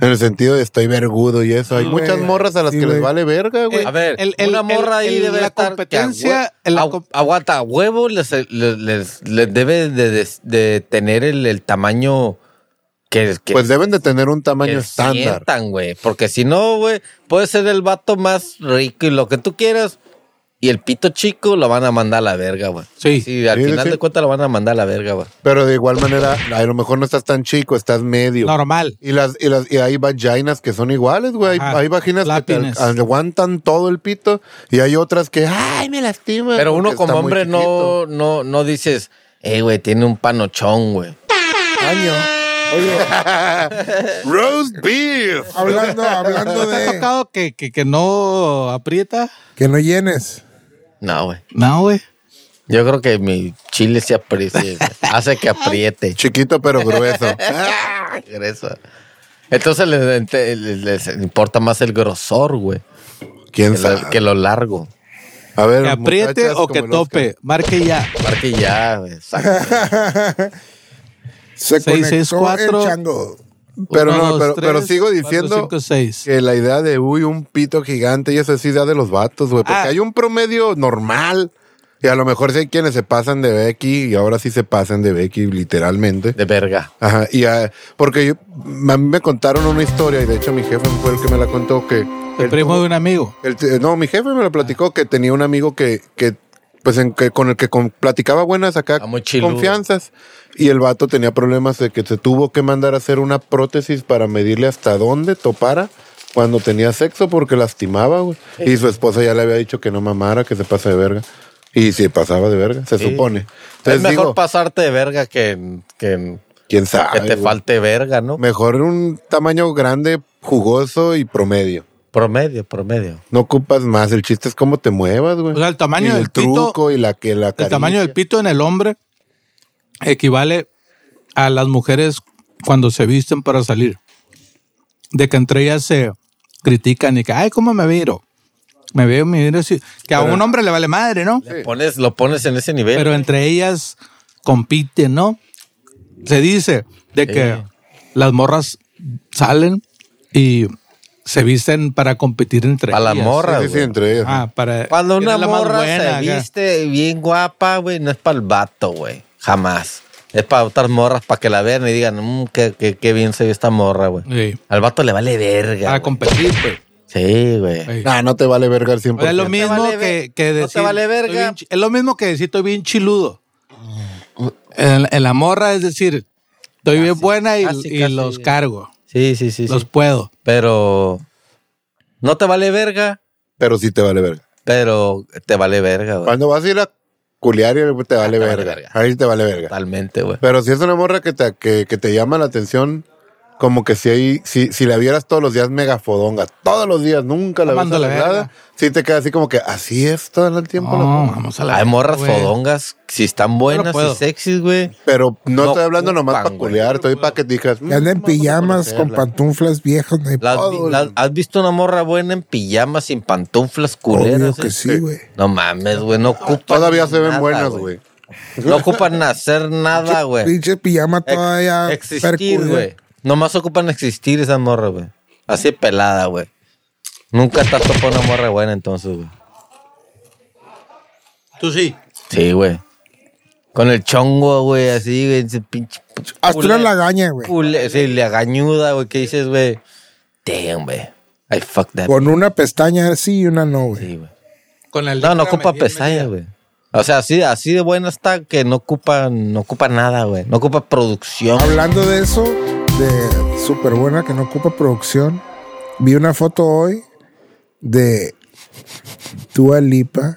[SPEAKER 1] En el sentido de estoy vergudo y eso. Hay
[SPEAKER 4] Sí,
[SPEAKER 1] muchas
[SPEAKER 4] güey.
[SPEAKER 1] morras a las
[SPEAKER 4] Sí,
[SPEAKER 1] que les
[SPEAKER 4] güey. Eh,
[SPEAKER 1] vale verga, güey.
[SPEAKER 3] A ver,
[SPEAKER 2] Eh, El- el-
[SPEAKER 3] una morra
[SPEAKER 2] el-
[SPEAKER 3] ahí
[SPEAKER 2] el-
[SPEAKER 3] debe
[SPEAKER 2] la
[SPEAKER 3] estar que
[SPEAKER 2] competencia,
[SPEAKER 3] a hue-
[SPEAKER 2] la
[SPEAKER 3] a-
[SPEAKER 2] com-
[SPEAKER 3] aguanta, a huevo les, les, les- les debe de, de- de tener el, el tamaño que, que,
[SPEAKER 1] pues deben de tener un
[SPEAKER 3] que
[SPEAKER 1] tamaño estándar.
[SPEAKER 3] sientan, güey. Porque si no, güey, puede ser el vato más rico y lo que tú quieras. Y el pito chico lo van a mandar a la verga, güey.
[SPEAKER 2] Sí.
[SPEAKER 3] Sí, al
[SPEAKER 1] Sí,
[SPEAKER 3] final
[SPEAKER 1] sí.
[SPEAKER 3] de cuentas lo van a mandar a la verga, güey.
[SPEAKER 1] Pero de igual manera, a lo mejor no estás tan chico, estás medio.
[SPEAKER 2] Normal.
[SPEAKER 1] Y las, y las, y hay vaginas que son iguales, güey. Hay,
[SPEAKER 2] Ajá,
[SPEAKER 1] hay vaginas que
[SPEAKER 2] lápines.
[SPEAKER 1] te al- aguantan todo el pito y hay otras que, ay, me lastima.
[SPEAKER 3] Pero uno
[SPEAKER 1] porque
[SPEAKER 3] como
[SPEAKER 1] está muy
[SPEAKER 3] hombre
[SPEAKER 1] chiquito.
[SPEAKER 3] no, no, no dices, eh, güey, tiene un panochón, güey.
[SPEAKER 4] Año. Oye,
[SPEAKER 1] Roast beef.
[SPEAKER 4] hablando, hablando
[SPEAKER 2] ¿Te ha
[SPEAKER 4] de
[SPEAKER 2] tocado que, que, que no aprieta?
[SPEAKER 4] que no llenes.
[SPEAKER 3] No, güey.
[SPEAKER 2] No, güey.
[SPEAKER 3] Yo creo que mi chile se aprieta, hace que apriete.
[SPEAKER 1] Chiquito pero grueso. Ah,
[SPEAKER 3] Grueso. Entonces les, ente- les- les importa más el grosor, güey,
[SPEAKER 1] ¿Quién
[SPEAKER 3] que,
[SPEAKER 1] sabe?
[SPEAKER 3] lo- que lo largo.
[SPEAKER 1] A ver,
[SPEAKER 2] Que apriete
[SPEAKER 1] muchachas,
[SPEAKER 2] o que
[SPEAKER 1] como los
[SPEAKER 2] tope. Marque ya.
[SPEAKER 3] Aparte ya, güey, saca.
[SPEAKER 4] Se
[SPEAKER 2] Seis,
[SPEAKER 4] conectó
[SPEAKER 2] seis, cuatro.
[SPEAKER 4] el chango.
[SPEAKER 1] Pero
[SPEAKER 2] Uno,
[SPEAKER 1] no,
[SPEAKER 2] dos,
[SPEAKER 1] pero,
[SPEAKER 2] tres,
[SPEAKER 1] pero sigo
[SPEAKER 2] cuatro,
[SPEAKER 1] diciendo
[SPEAKER 2] cinco, seis.
[SPEAKER 1] que la idea de uy, un pito gigante y eso es idea de los vatos, güey. Porque
[SPEAKER 2] Ah.
[SPEAKER 1] hay un promedio normal. Y a lo mejor sí hay quienes se pasan de Becky y ahora sí se pasan de Becky, literalmente.
[SPEAKER 3] de verga.
[SPEAKER 1] Ajá, y ah, porque yo- a mí me contaron una historia y de hecho mi jefe fue el que me la contó que...
[SPEAKER 2] El
[SPEAKER 1] él
[SPEAKER 2] primo
[SPEAKER 1] tuvo-
[SPEAKER 2] de un amigo.
[SPEAKER 1] él te- no, mi jefe me lo platicó que tenía un amigo que, que pues en que- con el que con- platicaba buenas acá
[SPEAKER 3] Ah, muy chiludo.
[SPEAKER 1] confianzas y el vato tenía problemas de que se tuvo que mandar a hacer una prótesis para medirle hasta dónde topara cuando tenía sexo porque lastimaba, güey. Y su esposa ya le había dicho que no mamara, que se pasa de verga. Y se pasaba de verga, se
[SPEAKER 3] Sí.
[SPEAKER 1] supone.
[SPEAKER 3] es
[SPEAKER 1] Entonces
[SPEAKER 3] mejor
[SPEAKER 1] digo,
[SPEAKER 3] pasarte de verga que, que,
[SPEAKER 1] quién sabe.
[SPEAKER 3] que te
[SPEAKER 1] güey?
[SPEAKER 3] falte verga, ¿no?
[SPEAKER 1] Mejor un tamaño grande, jugoso y promedio.
[SPEAKER 3] Promedio, promedio.
[SPEAKER 1] No ocupas más. El chiste es cómo te muevas, güey.
[SPEAKER 2] O sea, el tamaño
[SPEAKER 1] Y
[SPEAKER 2] del
[SPEAKER 1] el
[SPEAKER 2] pito-
[SPEAKER 1] truco y la que la
[SPEAKER 2] El tamaño del
[SPEAKER 1] pito.
[SPEAKER 2] pito en el hombre equivale a las mujeres cuando se visten para salir. De que entre ellas se critican y que, ay, ¿cómo me viro? Me veo, me viro así. Que a un hombre le vale madre, ¿no?
[SPEAKER 3] Pones, lo pones en ese nivel.
[SPEAKER 2] Pero entre ellas compiten, ¿no? Se dice de que
[SPEAKER 3] Sí.
[SPEAKER 2] las morras salen y se visten para competir entre
[SPEAKER 3] Para la
[SPEAKER 2] ellas.
[SPEAKER 3] morra,
[SPEAKER 1] Sí, sí,
[SPEAKER 3] güey.
[SPEAKER 1] entre ellas.
[SPEAKER 2] Ah, para
[SPEAKER 3] Cuando
[SPEAKER 2] ¿quién
[SPEAKER 3] una
[SPEAKER 2] es la más
[SPEAKER 3] morra
[SPEAKER 2] buena
[SPEAKER 3] se
[SPEAKER 2] acá?
[SPEAKER 3] viste bien guapa, güey, no es para el vato, güey. Jamás. Es para otras morras, para que la vean y digan, mmm, qué, qué- qué bien se ve esta morra, güey.
[SPEAKER 2] Sí.
[SPEAKER 3] Al vato le vale verga.
[SPEAKER 2] Para
[SPEAKER 3] güey.
[SPEAKER 2] competir, pues.
[SPEAKER 3] Sí, güey.
[SPEAKER 2] Sí.
[SPEAKER 1] Ah, no te vale verga el 100%.
[SPEAKER 2] O sea, es lo
[SPEAKER 3] te
[SPEAKER 2] mismo
[SPEAKER 3] vale
[SPEAKER 2] que,
[SPEAKER 3] ver-
[SPEAKER 2] que
[SPEAKER 3] no te
[SPEAKER 2] decir.
[SPEAKER 3] vale
[SPEAKER 2] estoy
[SPEAKER 3] verga.
[SPEAKER 2] bien chi- es lo mismo que decir, estoy bien chiludo. En, en la morra es decir, estoy bien buena y,
[SPEAKER 3] casi,
[SPEAKER 2] y
[SPEAKER 3] casi.
[SPEAKER 2] los cargo,
[SPEAKER 3] Sí, sí, sí. sí.
[SPEAKER 2] los puedo.
[SPEAKER 3] Pero no te vale verga,
[SPEAKER 1] Pero sí te vale verga.
[SPEAKER 3] pero te vale verga, güey.
[SPEAKER 1] Cuando vas a ir a culiar y te vale
[SPEAKER 3] Pues- te vale
[SPEAKER 1] verga.
[SPEAKER 3] verga.
[SPEAKER 1] Ahí te vale verga.
[SPEAKER 3] Totalmente, güey.
[SPEAKER 1] Pero si es una morra que te, que, que te llama la atención, como que si ahí, si, si la vieras todos los días mega fodonga, todos los días, nunca la ves
[SPEAKER 2] Tomando
[SPEAKER 1] a la
[SPEAKER 2] la
[SPEAKER 1] nada,
[SPEAKER 2] verga.
[SPEAKER 1] sí te queda así como que así es todo el tiempo. la
[SPEAKER 2] No,
[SPEAKER 1] morra.
[SPEAKER 2] vamos a la
[SPEAKER 3] Hay morras
[SPEAKER 2] güey.
[SPEAKER 3] fodongas, si están buenas y
[SPEAKER 2] puedo.
[SPEAKER 3] sexys, güey.
[SPEAKER 1] Pero no,
[SPEAKER 3] No
[SPEAKER 1] estoy hablando nomás
[SPEAKER 3] ocupan,
[SPEAKER 1] para
[SPEAKER 3] güey.
[SPEAKER 1] culiar, estoy para que digas. mm,
[SPEAKER 4] Que andan en
[SPEAKER 1] vamos a
[SPEAKER 4] pijamas con
[SPEAKER 1] conocerla.
[SPEAKER 4] pantuflas viejas. No hay
[SPEAKER 3] ¿La has vi-
[SPEAKER 1] Todo,
[SPEAKER 3] la-
[SPEAKER 1] güey.
[SPEAKER 3] ¿Has visto una morra buena en pijama, sin pantuflas,
[SPEAKER 4] Obvio
[SPEAKER 3] culeras?
[SPEAKER 4] que
[SPEAKER 3] eh?
[SPEAKER 4] sí, güey.
[SPEAKER 3] No mames, güey, no ocupan.
[SPEAKER 1] Todavía se ven
[SPEAKER 3] nada,
[SPEAKER 1] buenas, güey.
[SPEAKER 3] No ocupan hacer nada, Ah, güey.
[SPEAKER 4] Pinche pijama
[SPEAKER 3] Ex-
[SPEAKER 4] todavía.
[SPEAKER 3] existir,
[SPEAKER 4] percuda.
[SPEAKER 3] güey. Nomás ocupan existir esa morra, güey. Así pelada, güey. Nunca estás topando una morra buena entonces, güey.
[SPEAKER 2] Tú sí.
[SPEAKER 3] Sí, güey. Con el chongo, güey, así, güey, ese pinche.
[SPEAKER 4] Hazte una
[SPEAKER 3] culé-
[SPEAKER 4] lagaña, güey.
[SPEAKER 3] culé- sí, la gañuda, güey, que dices, güey. Damn, güey. I fuck that.
[SPEAKER 4] Con una pestaña sí y una no, güey.
[SPEAKER 3] Sí, güey.
[SPEAKER 2] Con el
[SPEAKER 3] No, no
[SPEAKER 2] Instagram
[SPEAKER 3] ocupa
[SPEAKER 2] bien
[SPEAKER 3] pestañas,
[SPEAKER 2] metida.
[SPEAKER 3] güey. O sea, así, así de buena está que no ocupa, no ocupa nada, güey. No ocupa producción.
[SPEAKER 4] Hablando de eso, de súper buena que no ocupa producción, vi una foto hoy de Dua Lipa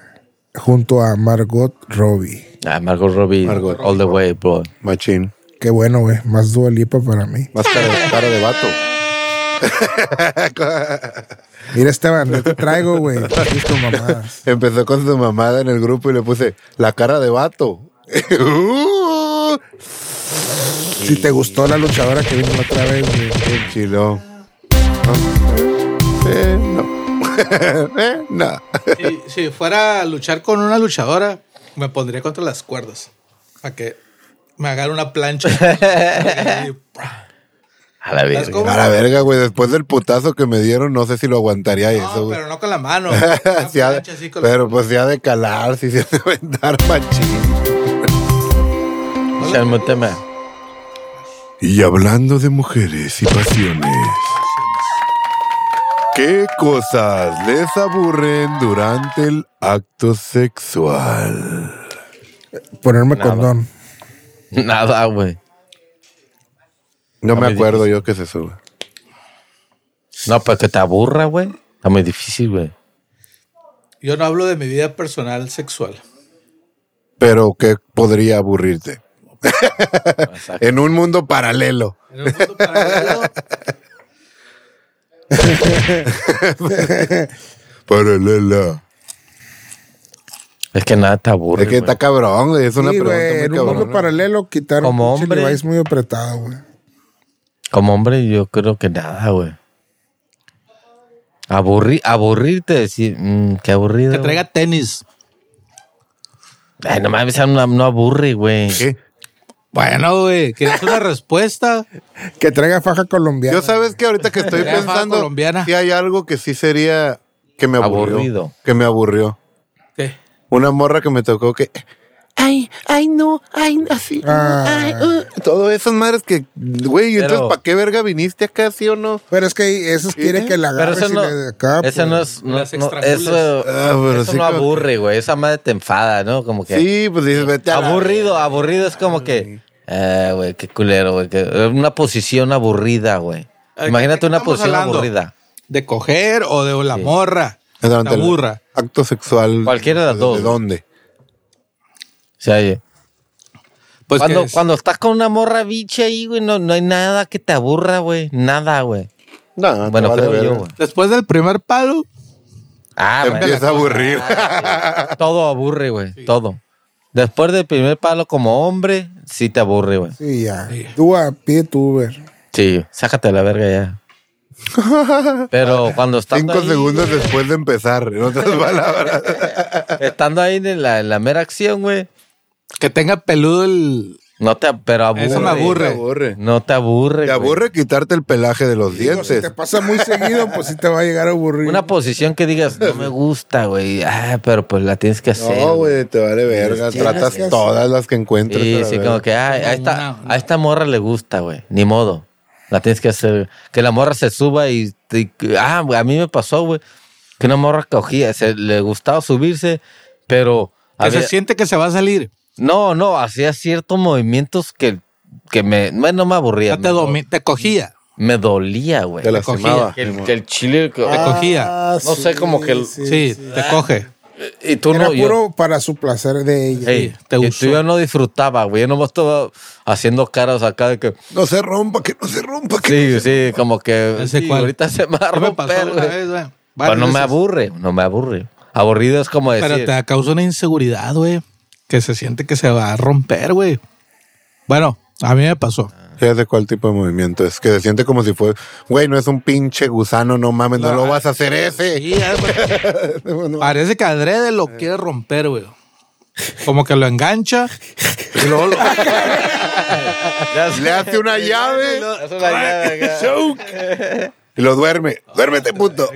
[SPEAKER 4] junto a Margot Robbie.
[SPEAKER 3] Ah, Margot Robbie,
[SPEAKER 1] Margot
[SPEAKER 3] all the way, bro.
[SPEAKER 1] Machín.
[SPEAKER 4] Qué bueno, güey. Más Dua Lipa para mí.
[SPEAKER 1] Más cara, cara de vato.
[SPEAKER 4] Mira, Esteban, no te traigo, güey. Haces tus mamadas.
[SPEAKER 1] Empezó con su mamada en el grupo y le puse la cara de vato. Uh,
[SPEAKER 4] Si te gustó la luchadora que vino la otra vez, güey.
[SPEAKER 1] ¡Qué chilo! No. Eh, no. Eh, no.
[SPEAKER 2] Si, si fuera a luchar con una luchadora, me pondría contra las cuerdas. Para que me hagan una plancha. Y, ¡pra!
[SPEAKER 3] A la
[SPEAKER 2] ¿Sabes
[SPEAKER 3] verga.
[SPEAKER 2] cómo?
[SPEAKER 1] A la verga, güey. Después del putazo que me dieron, no sé si lo aguantaría eso,
[SPEAKER 2] No,
[SPEAKER 1] güey.
[SPEAKER 2] pero no con la mano. Una
[SPEAKER 1] Sí ha de-
[SPEAKER 2] plancha así con la-
[SPEAKER 1] pero pues se ha de calar, si se ha de aventar machín.
[SPEAKER 3] Chamo, tema.
[SPEAKER 1] Y hablando de mujeres y pasiones, ¿qué cosas les aburren durante el acto sexual?
[SPEAKER 4] Ponerme condón.
[SPEAKER 3] Nada, güey.
[SPEAKER 1] No me
[SPEAKER 3] muy
[SPEAKER 1] acuerdo yo que se suba.
[SPEAKER 3] No, para que te aburra, güey. Está muy difícil, güey.
[SPEAKER 2] Yo no hablo de mi vida personal sexual.
[SPEAKER 1] Pero que podría aburrirte. en un mundo paralelo.
[SPEAKER 2] En un mundo paralelo,
[SPEAKER 1] Paralela.
[SPEAKER 3] Es que nada te aburre.
[SPEAKER 1] Es que
[SPEAKER 3] güey.
[SPEAKER 1] está cabrón, güey. Es una
[SPEAKER 4] Sí,
[SPEAKER 1] pregunta
[SPEAKER 4] güey. En
[SPEAKER 1] muy
[SPEAKER 4] un mundo
[SPEAKER 1] cabrona.
[SPEAKER 4] paralelo quitaron
[SPEAKER 3] Como
[SPEAKER 4] pinche
[SPEAKER 3] hombre.
[SPEAKER 4] Levi's muy apretado, güey.
[SPEAKER 3] Como hombre, yo creo que nada, güey. Aburri aburrirte, decir, mm, qué aburrido.
[SPEAKER 2] que traiga tenis.
[SPEAKER 3] güey. Ay, no mames, no, no aburre, güey.
[SPEAKER 1] ¿Qué?
[SPEAKER 2] Bueno, güey, ¿quieres una respuesta?
[SPEAKER 4] Que traiga faja colombiana.
[SPEAKER 1] Yo sabes que ahorita que estoy
[SPEAKER 2] Era faja
[SPEAKER 1] pensando
[SPEAKER 2] colombiana.
[SPEAKER 1] si hay algo que sí sería que me aburrió.
[SPEAKER 3] Aburrido.
[SPEAKER 1] Que me aburrió.
[SPEAKER 2] ¿Qué?
[SPEAKER 1] Una morra que me tocó que. Ay, ay, no, ay, así.
[SPEAKER 4] Ah.
[SPEAKER 1] ay, uh". Todo esas madres que, güey,
[SPEAKER 3] Pero-
[SPEAKER 1] entonces, ¿para qué verga viniste acá, sí o no?
[SPEAKER 4] Pero es que esos quiere que la
[SPEAKER 3] Pero
[SPEAKER 4] agarres
[SPEAKER 3] eso
[SPEAKER 4] y
[SPEAKER 3] no,
[SPEAKER 4] le de acá.
[SPEAKER 3] eso
[SPEAKER 4] pues.
[SPEAKER 3] no es, no,
[SPEAKER 2] Las
[SPEAKER 3] no,
[SPEAKER 2] extramulas.
[SPEAKER 3] eso,
[SPEAKER 1] Ah, pero
[SPEAKER 3] eso
[SPEAKER 1] sí
[SPEAKER 3] no
[SPEAKER 1] como-
[SPEAKER 3] aburre, güey. Esa madre te enfada, ¿no? Como que
[SPEAKER 1] Sí, pues dices, vete a la-
[SPEAKER 3] aburrido, aburrido es como que, eh, güey, qué culero, güey. que- Una posición aburrida, güey.
[SPEAKER 2] Ay,
[SPEAKER 3] Imagínate
[SPEAKER 2] ¿qué
[SPEAKER 3] una
[SPEAKER 2] estamos
[SPEAKER 3] posición
[SPEAKER 2] hablando?
[SPEAKER 3] aburrida.
[SPEAKER 2] ¿De coger o de la morra?
[SPEAKER 1] Durante
[SPEAKER 2] la
[SPEAKER 1] el
[SPEAKER 2] burra.
[SPEAKER 1] Acto sexual.
[SPEAKER 3] Cualquiera de las dos.
[SPEAKER 1] ¿De dónde?
[SPEAKER 3] O sea, eh,
[SPEAKER 2] Pues
[SPEAKER 3] cuando,
[SPEAKER 2] que es-
[SPEAKER 3] cuando estás con una morra bicha ahí, güey, no, no hay nada que te aburra, güey. Nada, güey.
[SPEAKER 1] No, Ah, te
[SPEAKER 3] Bueno,
[SPEAKER 1] vale
[SPEAKER 3] creo yo,
[SPEAKER 1] verga.
[SPEAKER 3] güey.
[SPEAKER 2] después del primer palo,
[SPEAKER 3] Ah,
[SPEAKER 1] Te
[SPEAKER 3] bueno. Ah,
[SPEAKER 1] empieza a aburrir.
[SPEAKER 3] Todo aburre, güey. Todo. Después del primer palo como hombre, sí te aburre, güey.
[SPEAKER 4] Sí, ya.
[SPEAKER 2] Sí.
[SPEAKER 4] Tú a pie, tú, güey.
[SPEAKER 3] Sí, sácate la verga ya. Pero cuando estás
[SPEAKER 1] Cinco
[SPEAKER 3] ahí,
[SPEAKER 1] segundos después de empezar, en otras palabras.
[SPEAKER 3] estando ahí en la, en la mera acción, güey,
[SPEAKER 2] que tenga peludo el.
[SPEAKER 3] no te pero aburre.
[SPEAKER 2] Eso me aburre.
[SPEAKER 1] Te aburre.
[SPEAKER 3] No te aburre.
[SPEAKER 1] Te
[SPEAKER 3] güey.
[SPEAKER 1] aburre quitarte el pelaje de los
[SPEAKER 4] Digo, si
[SPEAKER 1] dientes.
[SPEAKER 4] te pasa muy seguido, pues sí te va a llegar a aburrir.
[SPEAKER 3] Una posición que digas, no me gusta, güey. Ah, pero pues la tienes que hacer.
[SPEAKER 1] No, güey, te vale verga.
[SPEAKER 4] Tienes
[SPEAKER 1] Tratas
[SPEAKER 4] que hacer-
[SPEAKER 1] todas las que encuentres. a
[SPEAKER 3] Sí,
[SPEAKER 1] la
[SPEAKER 3] sí,
[SPEAKER 1] verga.
[SPEAKER 3] como que ay, a, esta,
[SPEAKER 2] Una-
[SPEAKER 3] a esta morra le gusta, güey. Ni modo. La tienes que hacer. Que la morra se suba y. te- ah, güey, a mí me pasó, güey. Que una morra cogía. Se, le gustaba subirse, pero.
[SPEAKER 2] Que se
[SPEAKER 3] había-
[SPEAKER 2] siente que se va a salir.
[SPEAKER 3] no, no, hacía ciertos movimientos que, que me. bueno, No me
[SPEAKER 2] Ya
[SPEAKER 3] aburría.
[SPEAKER 2] te,
[SPEAKER 3] Me,
[SPEAKER 2] domi- te cogía.
[SPEAKER 3] me dolía,
[SPEAKER 2] Pues,
[SPEAKER 3] güey.
[SPEAKER 1] Te
[SPEAKER 3] Que
[SPEAKER 1] lastimaba.
[SPEAKER 3] el, que el chile. que-
[SPEAKER 2] Ah, cogía.
[SPEAKER 3] No sé, como que-
[SPEAKER 2] Sí, te coge.
[SPEAKER 3] y tú
[SPEAKER 4] Era
[SPEAKER 3] no. yo-
[SPEAKER 4] puro para su placer de ella.
[SPEAKER 3] Ey,
[SPEAKER 2] sí, te
[SPEAKER 3] y tú
[SPEAKER 2] usó.
[SPEAKER 3] yo no disfrutaba, güey. Yo nomás estaba haciendo caras acá de que.
[SPEAKER 1] No se rompa, que no se rompa. Que...
[SPEAKER 3] Sí, sí, como que
[SPEAKER 2] Ya sé
[SPEAKER 3] Ah, sí,
[SPEAKER 2] cuál.
[SPEAKER 3] ahorita se me va a
[SPEAKER 2] Ya me
[SPEAKER 3] romper,
[SPEAKER 2] pasó una
[SPEAKER 3] güey.
[SPEAKER 2] vez, güey.
[SPEAKER 3] Pero
[SPEAKER 2] Varias
[SPEAKER 3] no me
[SPEAKER 2] veces.
[SPEAKER 3] aburre, no me aburre. Aburrido es como decir,
[SPEAKER 2] Pero te causa una inseguridad, güey. Que se siente que se va a romper, güey. Bueno, a mí me pasó.
[SPEAKER 1] Ya sé cuál tipo de movimiento es. Que se siente como si fuera. Güey, no es un pinche gusano, no mames, no, lo vas a hacer ese.
[SPEAKER 2] Sí, ya, güey. Parece que Andrés lo
[SPEAKER 1] Eh.
[SPEAKER 2] quiere romper, güey. Como que lo engancha y luego lo,
[SPEAKER 3] ya sé.
[SPEAKER 1] Le hace una llave.
[SPEAKER 3] Es una llave acá.
[SPEAKER 1] choke, Y lo duerme. Duérmete, puto.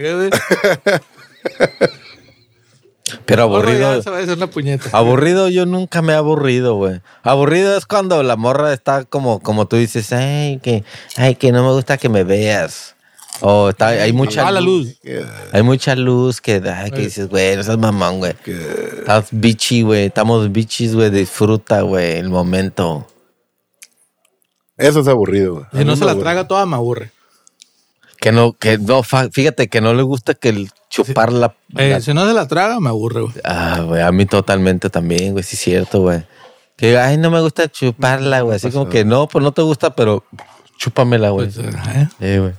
[SPEAKER 3] Pero
[SPEAKER 2] Aburrido. Ah,
[SPEAKER 3] aburrido,
[SPEAKER 2] Se va a hacer una puñeta.
[SPEAKER 3] aburrido yo nunca me he aburrido, güey. Aburrido es cuando la morra está como, como tú dices, ay que, ay que no me gusta que me veas. O está, hay mucha
[SPEAKER 2] Apaga Ah, la luz.
[SPEAKER 3] Hay mucha luz que, ay, que dices, güey, no seas mamón, güey. Estás bichi, güey. Estamos bichis, güey. Disfruta, güey, el momento.
[SPEAKER 1] Eso es aburrido, güey.
[SPEAKER 2] Si no se la traga toda, me aburre.
[SPEAKER 3] Que no, que no, fa- fíjate que no le gusta que el chuparla.
[SPEAKER 2] Eh, si no se la traga, me aburre, güey.
[SPEAKER 3] Ah, güey, a mí totalmente también, güey, sí es cierto, güey. Que, ay, no me gusta chuparla, güey. Así como que no, pues no te gusta, pero chúpamela, güey.
[SPEAKER 2] ¿Eh?
[SPEAKER 3] Eh, güey.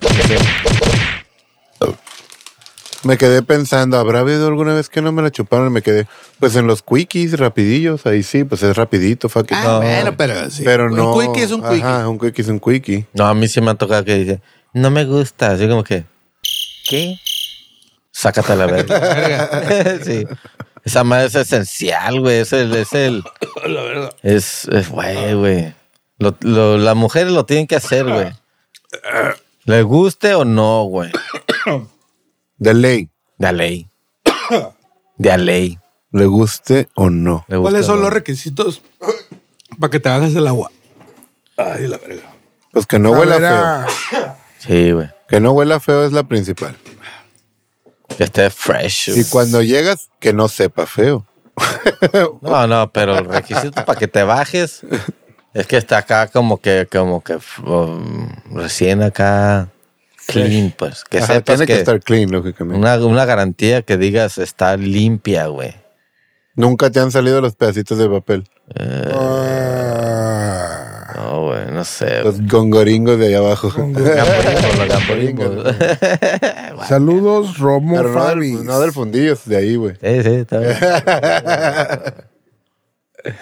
[SPEAKER 1] Me quedé pensando, ¿habrá habido alguna vez que no me la chuparon? Y me quedé, pues en los quickies rapidillos, ahí sí, pues es rapidito, fuck it.
[SPEAKER 2] Ah,
[SPEAKER 1] No,
[SPEAKER 2] bueno, pero sí.
[SPEAKER 1] Pero no.
[SPEAKER 2] Un quickie es un quickie.
[SPEAKER 1] Ajá, un quickie es un quickie.
[SPEAKER 3] No, a mí sí me ha tocado que dice, no me gusta. Así como que, ¿qué? Sácate a la verga. sí. Esa madre es esencial, güey. Es el, es el,
[SPEAKER 2] La verdad.
[SPEAKER 3] es, es- güey, güey. Lo- lo- las mujeres lo tienen que hacer, güey. Les guste o no, güey.
[SPEAKER 1] De ley,
[SPEAKER 3] De a ley. De a ley.
[SPEAKER 1] le guste o no.
[SPEAKER 3] Le guste
[SPEAKER 2] ¿Cuáles
[SPEAKER 3] o
[SPEAKER 2] son
[SPEAKER 3] no.
[SPEAKER 2] los requisitos para que te hagas el agua? Ay, la verga.
[SPEAKER 1] Pues que no
[SPEAKER 4] A
[SPEAKER 1] huela
[SPEAKER 4] ver, ah.
[SPEAKER 1] feo.
[SPEAKER 4] a-
[SPEAKER 3] Sí, güey.
[SPEAKER 1] Que no huela feo es la principal.
[SPEAKER 3] Que esté fresh.
[SPEAKER 1] Y cuando llegas, que no sepa feo.
[SPEAKER 3] No, no, pero el requisito para que te bajes es que está acá como que, como que um, recién acá clean, pues. Que
[SPEAKER 1] Ajá,
[SPEAKER 3] sepas
[SPEAKER 1] tiene que,
[SPEAKER 3] que,
[SPEAKER 1] estar clean, lógicamente.
[SPEAKER 3] una, una garantía que digas está limpia, güey.
[SPEAKER 1] Nunca te han salido los pedacitos de papel.
[SPEAKER 4] Ah,
[SPEAKER 3] No, güey, no sé.
[SPEAKER 1] Los gongoringos de allá abajo.
[SPEAKER 3] Gamborimbo, Eh. los gamborimbo.
[SPEAKER 4] saludos, Romo
[SPEAKER 1] Pero no
[SPEAKER 4] Fabi.
[SPEAKER 1] del, no del fundillo, es de ahí, güey.
[SPEAKER 3] Sí, sí, está bien.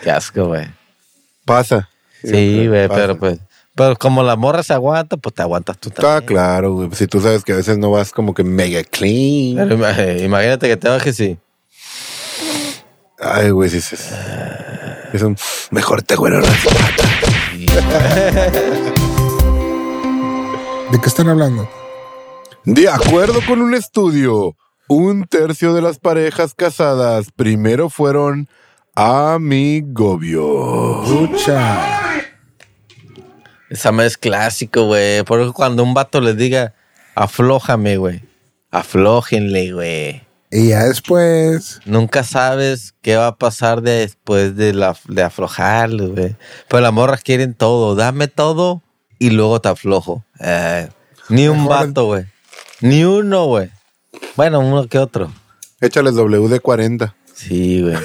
[SPEAKER 3] Qué asco, güey.
[SPEAKER 1] Pasa. Eh,
[SPEAKER 3] Sí, güey,
[SPEAKER 1] pasa.
[SPEAKER 3] pero pues. Pero como la morra se aguanta, pues te aguantas tú también.
[SPEAKER 1] Está claro, güey. Si tú sabes que a veces no vas como que mega clean.
[SPEAKER 3] Pero ima- eh, imagínate que te bajes y.
[SPEAKER 1] Ay, güey, sí, sí. sí. Es un mejor te huelo las patas.
[SPEAKER 4] ¿De qué están hablando?
[SPEAKER 1] De acuerdo con un estudio, un tercio de las parejas casadas primero fueron amigobios.
[SPEAKER 4] Lucha.
[SPEAKER 3] Esa madre es clásico, güey. Por eso cuando un vato les diga, aflójame, güey. Aflójenle, güey.
[SPEAKER 4] Y ya después.
[SPEAKER 3] Nunca sabes qué va a pasar después de, la, de aflojarle, güey. Pero las morras quieren todo. Dame todo y luego te aflojo. Eh, ni un
[SPEAKER 4] Mejor-
[SPEAKER 3] vato, güey. Ni uno, güey. Bueno, uno que otro.
[SPEAKER 1] Échales WD-40.
[SPEAKER 3] Sí, güey.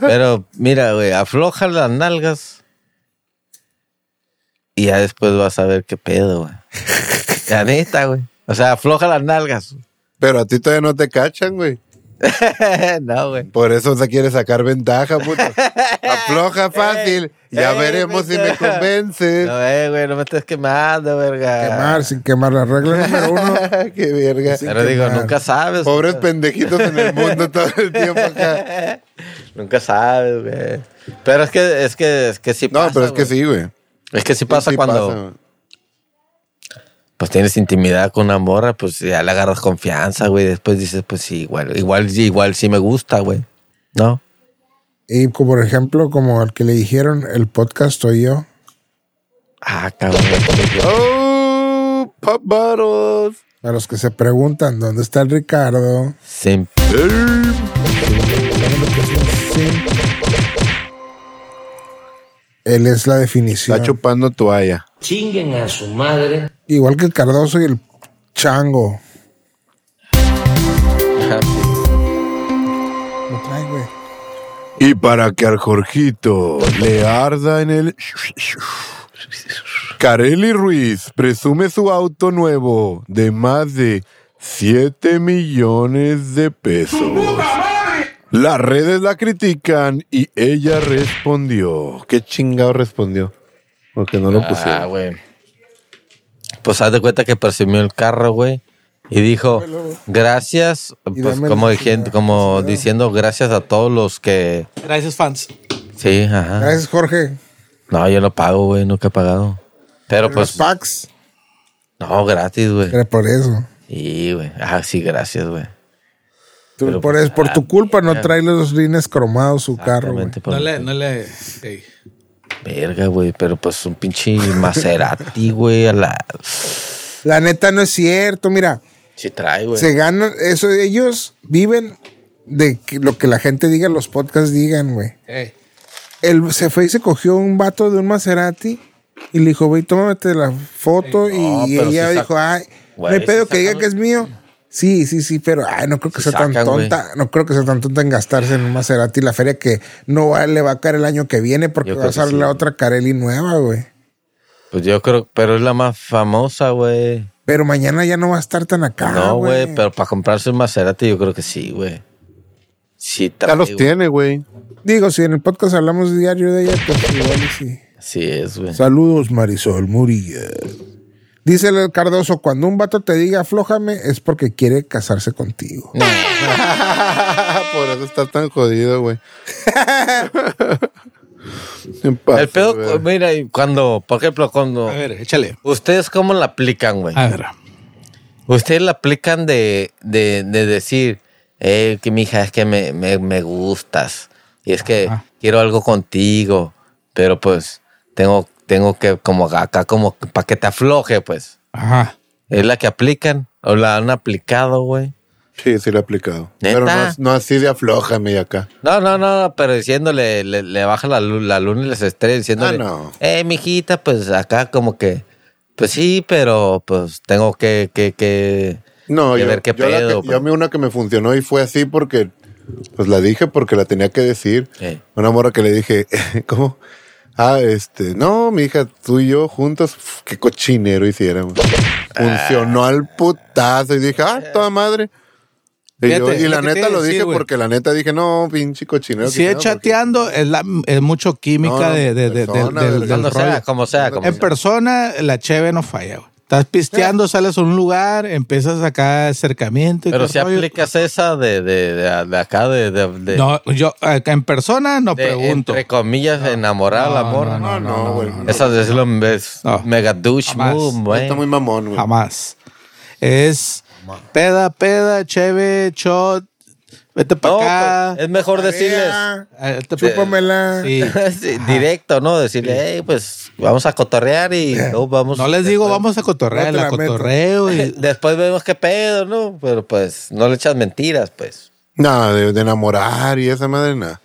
[SPEAKER 3] Pero mira, güey, afloja las nalgas. Y ya después vas a ver qué pedo, güey. La neta, güey. O sea, afloja las nalgas.
[SPEAKER 1] Pero a ti todavía no te cachan, güey.
[SPEAKER 3] no, güey.
[SPEAKER 1] Por eso se quiere sacar ventaja, puto. Afloja
[SPEAKER 3] Eh,
[SPEAKER 1] fácil. ya
[SPEAKER 3] ey,
[SPEAKER 1] veremos si me
[SPEAKER 3] puto.
[SPEAKER 1] convences.
[SPEAKER 3] No, eh, güey, no me estés quemando, verga.
[SPEAKER 4] Quemar sin quemar la regla número uno.
[SPEAKER 1] Ah. Qué verga.
[SPEAKER 3] Pero digo,
[SPEAKER 4] quemar.
[SPEAKER 3] nunca sabes.
[SPEAKER 1] Pobres pendejitos en el mundo todo el tiempo acá.
[SPEAKER 3] Nunca sabes, güey. Pero es que, es que, es que sí
[SPEAKER 1] No,
[SPEAKER 3] pasa.
[SPEAKER 1] pero es que
[SPEAKER 3] güey.
[SPEAKER 1] sí, güey.
[SPEAKER 3] Es que sí pasa
[SPEAKER 1] Sí
[SPEAKER 3] cuando
[SPEAKER 1] pasa, güey.
[SPEAKER 3] pues tienes intimidad con una morra, pues ya le agarras confianza, güey. Después dices, pues sí, igual, igual, igual sí me gusta, güey. ¿No?
[SPEAKER 4] Y como, por ejemplo, como al que le dijeron el podcast soy yo.
[SPEAKER 3] Ah, cabrón.
[SPEAKER 1] ¡Oh! ¡Pop bottles!
[SPEAKER 4] A los que se preguntan dónde está el Ricardo.
[SPEAKER 3] Sim-
[SPEAKER 4] Él es la
[SPEAKER 1] Está
[SPEAKER 4] definición.
[SPEAKER 1] chupando toalla.
[SPEAKER 5] Chinguen a su madre.
[SPEAKER 4] Igual que el Cardoso y el Chango. Lo trae, güey.
[SPEAKER 1] Y para que al Jorgito le arda en el... Carelli Ruiz presume su auto nuevo de más de 7 millones de pesos. Las redes la critican y ella respondió. ¿Qué chingado respondió? Porque no lo
[SPEAKER 3] Ah,
[SPEAKER 1] pusieron.
[SPEAKER 3] güey. Pues haz de cuenta que presumió el carro, güey. Y dijo, gracias, pues
[SPEAKER 4] dame
[SPEAKER 3] como,
[SPEAKER 4] la
[SPEAKER 3] diciendo,
[SPEAKER 4] chingada,
[SPEAKER 3] como diciendo gracias a todos los que...
[SPEAKER 2] Gracias, fans.
[SPEAKER 3] Sí, ajá.
[SPEAKER 4] Gracias, Jorge.
[SPEAKER 3] No, yo no pago, güey, nunca he pagado. Pero
[SPEAKER 4] Los
[SPEAKER 3] pues...
[SPEAKER 4] packs.
[SPEAKER 3] No, gratis, güey.
[SPEAKER 4] Era por eso.
[SPEAKER 3] Y, güey. Ah, sí, gracias, güey.
[SPEAKER 4] Tú,
[SPEAKER 3] Pero,
[SPEAKER 4] por,
[SPEAKER 3] pues,
[SPEAKER 4] es- por tu culpa no trae los rines cromados su carro. güey.
[SPEAKER 3] Exactamente, por-
[SPEAKER 2] No le, no le. ey.
[SPEAKER 3] Verga, güey. Pero pues un pinche Maserati, güey, a la...
[SPEAKER 4] La neta no es cierto. Mira,
[SPEAKER 3] Sí trae, güey.
[SPEAKER 4] se ganan. Eso, ellos viven de que- lo que la gente diga, los podcasts digan, güey.
[SPEAKER 2] Ey.
[SPEAKER 4] Él se fue y se cogió un vato de un Maserati y le dijo, güey, tómate la foto. y
[SPEAKER 3] pero
[SPEAKER 4] ella
[SPEAKER 3] sí sac-
[SPEAKER 4] dijo, ay,
[SPEAKER 3] Güey,
[SPEAKER 4] no hay pedo
[SPEAKER 3] sí
[SPEAKER 4] que diga
[SPEAKER 3] sacaron-
[SPEAKER 4] que es mío. Sí, sí, sí, pero ay, no creo que
[SPEAKER 3] Sí
[SPEAKER 4] sea tan
[SPEAKER 3] sacan, güey.
[SPEAKER 4] tonta, no creo que sea tan tonta en gastarse en un Maserati la feria que no va, le va a caer el año que viene porque
[SPEAKER 3] Yo
[SPEAKER 4] va a
[SPEAKER 3] creo que
[SPEAKER 4] usar
[SPEAKER 3] sí.
[SPEAKER 4] la otra Carelli nueva, güey.
[SPEAKER 3] Pues yo creo, pero es la más famosa, güey.
[SPEAKER 4] Pero mañana ya no va a estar tan
[SPEAKER 1] Ah,
[SPEAKER 4] acá,
[SPEAKER 3] no, güey, pero para comprarse un Maserati yo creo que sí, güey. Sí,
[SPEAKER 1] Ya
[SPEAKER 3] también,
[SPEAKER 1] los
[SPEAKER 3] güey.
[SPEAKER 1] tiene, güey.
[SPEAKER 4] Digo, si en el podcast hablamos diario de ella, pues igual y sí.
[SPEAKER 3] Sí es, güey.
[SPEAKER 4] Saludos, Marisol Murillo. Dice el Cardoso, cuando un vato te diga aflójame es porque quiere casarse contigo.
[SPEAKER 1] Por eso está tan jodido, güey.
[SPEAKER 3] El pedo, mira, y cuando, por ejemplo, cuando...
[SPEAKER 2] A ver, Ah. échale.
[SPEAKER 3] ¿Ustedes cómo la aplican, güey?
[SPEAKER 2] A ver.
[SPEAKER 3] Ustedes la aplican de, de, de decir, eh, que mija, es que me, me, me gustas. Y es que
[SPEAKER 2] Ajá.
[SPEAKER 3] quiero algo contigo. Pero pues tengo, tengo que, como acá, como para que te afloje, pues.
[SPEAKER 2] Ajá.
[SPEAKER 3] Es la que aplican. O la han aplicado, güey.
[SPEAKER 1] Sí, sí lo he aplicado.
[SPEAKER 3] ¿Neta?
[SPEAKER 1] Pero no, no así de aflójame y acá.
[SPEAKER 3] No, no, no, no, pero diciéndole, le, le baja la luz, la luna y las estrellas, diciéndole,
[SPEAKER 1] Ah, no.
[SPEAKER 3] eh, mijita, pues acá como que, pues sí, pero pues tengo que, que, que,
[SPEAKER 1] No,
[SPEAKER 3] que
[SPEAKER 1] yo,
[SPEAKER 3] ver qué
[SPEAKER 1] yo la que-
[SPEAKER 3] pedo. pues.
[SPEAKER 1] yo a mí una que me funcionó y fue así porque, pues la dije porque la tenía que decir.
[SPEAKER 3] Sí.
[SPEAKER 1] Una morra que le dije, ¿cómo? Ah, este, no, mi hija, tú y yo juntos, uf, qué cochinero hiciéramos. Funcionó al putazo y dije, ah, toda madre. Y, yo-
[SPEAKER 2] Fíjate,
[SPEAKER 1] y la
[SPEAKER 2] lo que te
[SPEAKER 1] neta
[SPEAKER 2] iba a
[SPEAKER 1] lo
[SPEAKER 2] decir,
[SPEAKER 1] dije
[SPEAKER 2] güey.
[SPEAKER 1] porque la neta dije, no, pinche cochinero.
[SPEAKER 2] Si es chateando, es, la- es mucho química
[SPEAKER 1] No, no,
[SPEAKER 2] de, de- de-
[SPEAKER 1] persona,
[SPEAKER 2] del-
[SPEAKER 1] del-
[SPEAKER 2] del
[SPEAKER 3] Cuando sea,
[SPEAKER 2] rollo.
[SPEAKER 3] como sea, como
[SPEAKER 2] En
[SPEAKER 3] sea.
[SPEAKER 2] persona, la cheve no falla, güey. Estás pisteando, sales a un lugar, empiezas acá acercamiento. y
[SPEAKER 3] Eh. Pero
[SPEAKER 2] todo
[SPEAKER 3] si
[SPEAKER 2] el rollo.
[SPEAKER 3] aplicas esa de, de, de, de acá, de, de, de-
[SPEAKER 2] No, yo eh, en persona no
[SPEAKER 3] de,
[SPEAKER 2] pregunto.
[SPEAKER 3] entre comillas, enamorar al amor.
[SPEAKER 1] No, no, güey.
[SPEAKER 3] Esa es lo es
[SPEAKER 2] No.
[SPEAKER 3] mega douche
[SPEAKER 2] Jamás.
[SPEAKER 3] move,
[SPEAKER 1] No,
[SPEAKER 3] güey.
[SPEAKER 1] Está muy mamón, güey.
[SPEAKER 2] Jamás. Es peda, peda, cheve, shot, vete para
[SPEAKER 3] No,
[SPEAKER 2] acá.
[SPEAKER 3] pues, es mejor decirles.
[SPEAKER 4] Vea,
[SPEAKER 2] eh, te-
[SPEAKER 4] chúpamela.
[SPEAKER 2] Sí.
[SPEAKER 3] Sí, directo, ¿no? Decirle, hey, pues vamos a cotorrear y luego vamos.
[SPEAKER 2] No les digo,
[SPEAKER 3] después-
[SPEAKER 2] vamos a
[SPEAKER 4] No
[SPEAKER 2] cotorrear,
[SPEAKER 4] te
[SPEAKER 2] la,
[SPEAKER 4] la meto.
[SPEAKER 2] cotorreo. Y,
[SPEAKER 3] Después vemos qué pedo, ¿no? Pero pues no le echas mentiras, pues.
[SPEAKER 1] Nada, de, de enamorar y esa madre, nada.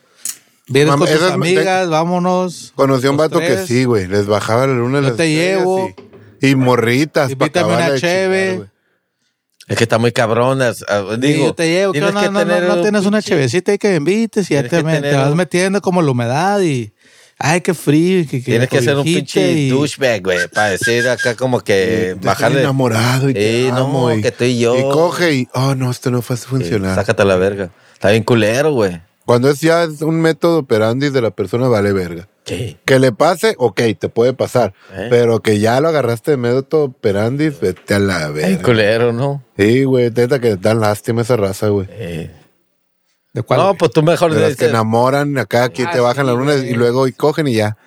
[SPEAKER 2] vienes
[SPEAKER 1] Mam-
[SPEAKER 2] con tus
[SPEAKER 1] esas-
[SPEAKER 2] amigas, vámonos.
[SPEAKER 1] Conocí a un
[SPEAKER 2] los
[SPEAKER 1] vato que
[SPEAKER 2] tres.
[SPEAKER 1] sí, güey. Les bajaba la luna. y
[SPEAKER 2] Yo
[SPEAKER 1] las
[SPEAKER 2] te
[SPEAKER 1] estrellas
[SPEAKER 2] llevo.
[SPEAKER 1] Y, y morritas. pa'
[SPEAKER 2] Invítame una
[SPEAKER 1] acabarla de chingar,
[SPEAKER 2] cheve.
[SPEAKER 1] güey.
[SPEAKER 3] Es que está muy cabrón. es- ah,
[SPEAKER 2] Digo,
[SPEAKER 3] Digo,
[SPEAKER 2] yo te llevo, que
[SPEAKER 3] tienes
[SPEAKER 2] no,
[SPEAKER 3] que
[SPEAKER 2] no, no,
[SPEAKER 3] tener
[SPEAKER 2] no
[SPEAKER 3] un
[SPEAKER 2] tienes una
[SPEAKER 3] pinche-
[SPEAKER 2] chevecita y que me invites y ya
[SPEAKER 3] Tienes
[SPEAKER 2] te,
[SPEAKER 3] que
[SPEAKER 2] me- te
[SPEAKER 3] tener
[SPEAKER 2] vas
[SPEAKER 3] un-
[SPEAKER 2] metiendo como la humedad y ay, qué frío. y Que, que
[SPEAKER 3] Tienes que ser un
[SPEAKER 2] cobijita
[SPEAKER 3] pinche
[SPEAKER 2] y-
[SPEAKER 3] douchebag, güey, para decir acá como que
[SPEAKER 1] Te estoy
[SPEAKER 3] bajarle.
[SPEAKER 1] enamorado y te
[SPEAKER 3] Eh, no,
[SPEAKER 1] amo y-
[SPEAKER 3] que tú y yo.
[SPEAKER 1] Y coge y, oh, no, esto no fue a
[SPEAKER 3] Eh,
[SPEAKER 1] funcionar.
[SPEAKER 3] Sácate a la verga. Está bien culero, güey.
[SPEAKER 1] Cuando es ya es un método operandi de la persona, vale verga.
[SPEAKER 3] Sí.
[SPEAKER 1] Que le pase, ok, te puede pasar.
[SPEAKER 3] Eh.
[SPEAKER 1] Pero que ya lo agarraste de método operandi, vete a la
[SPEAKER 3] Está bien
[SPEAKER 1] verga.
[SPEAKER 3] culero, ¿no?
[SPEAKER 1] Sí, güey, neta que dan lástima esa raza, güey.
[SPEAKER 3] Eh,
[SPEAKER 2] ¿De cuál,
[SPEAKER 3] No,
[SPEAKER 2] güey?
[SPEAKER 3] pues tú mejor
[SPEAKER 1] De las que
[SPEAKER 3] dices,
[SPEAKER 1] enamoran acá, aquí te bajan
[SPEAKER 2] Ah,
[SPEAKER 1] la luna y luego y cogen y ya.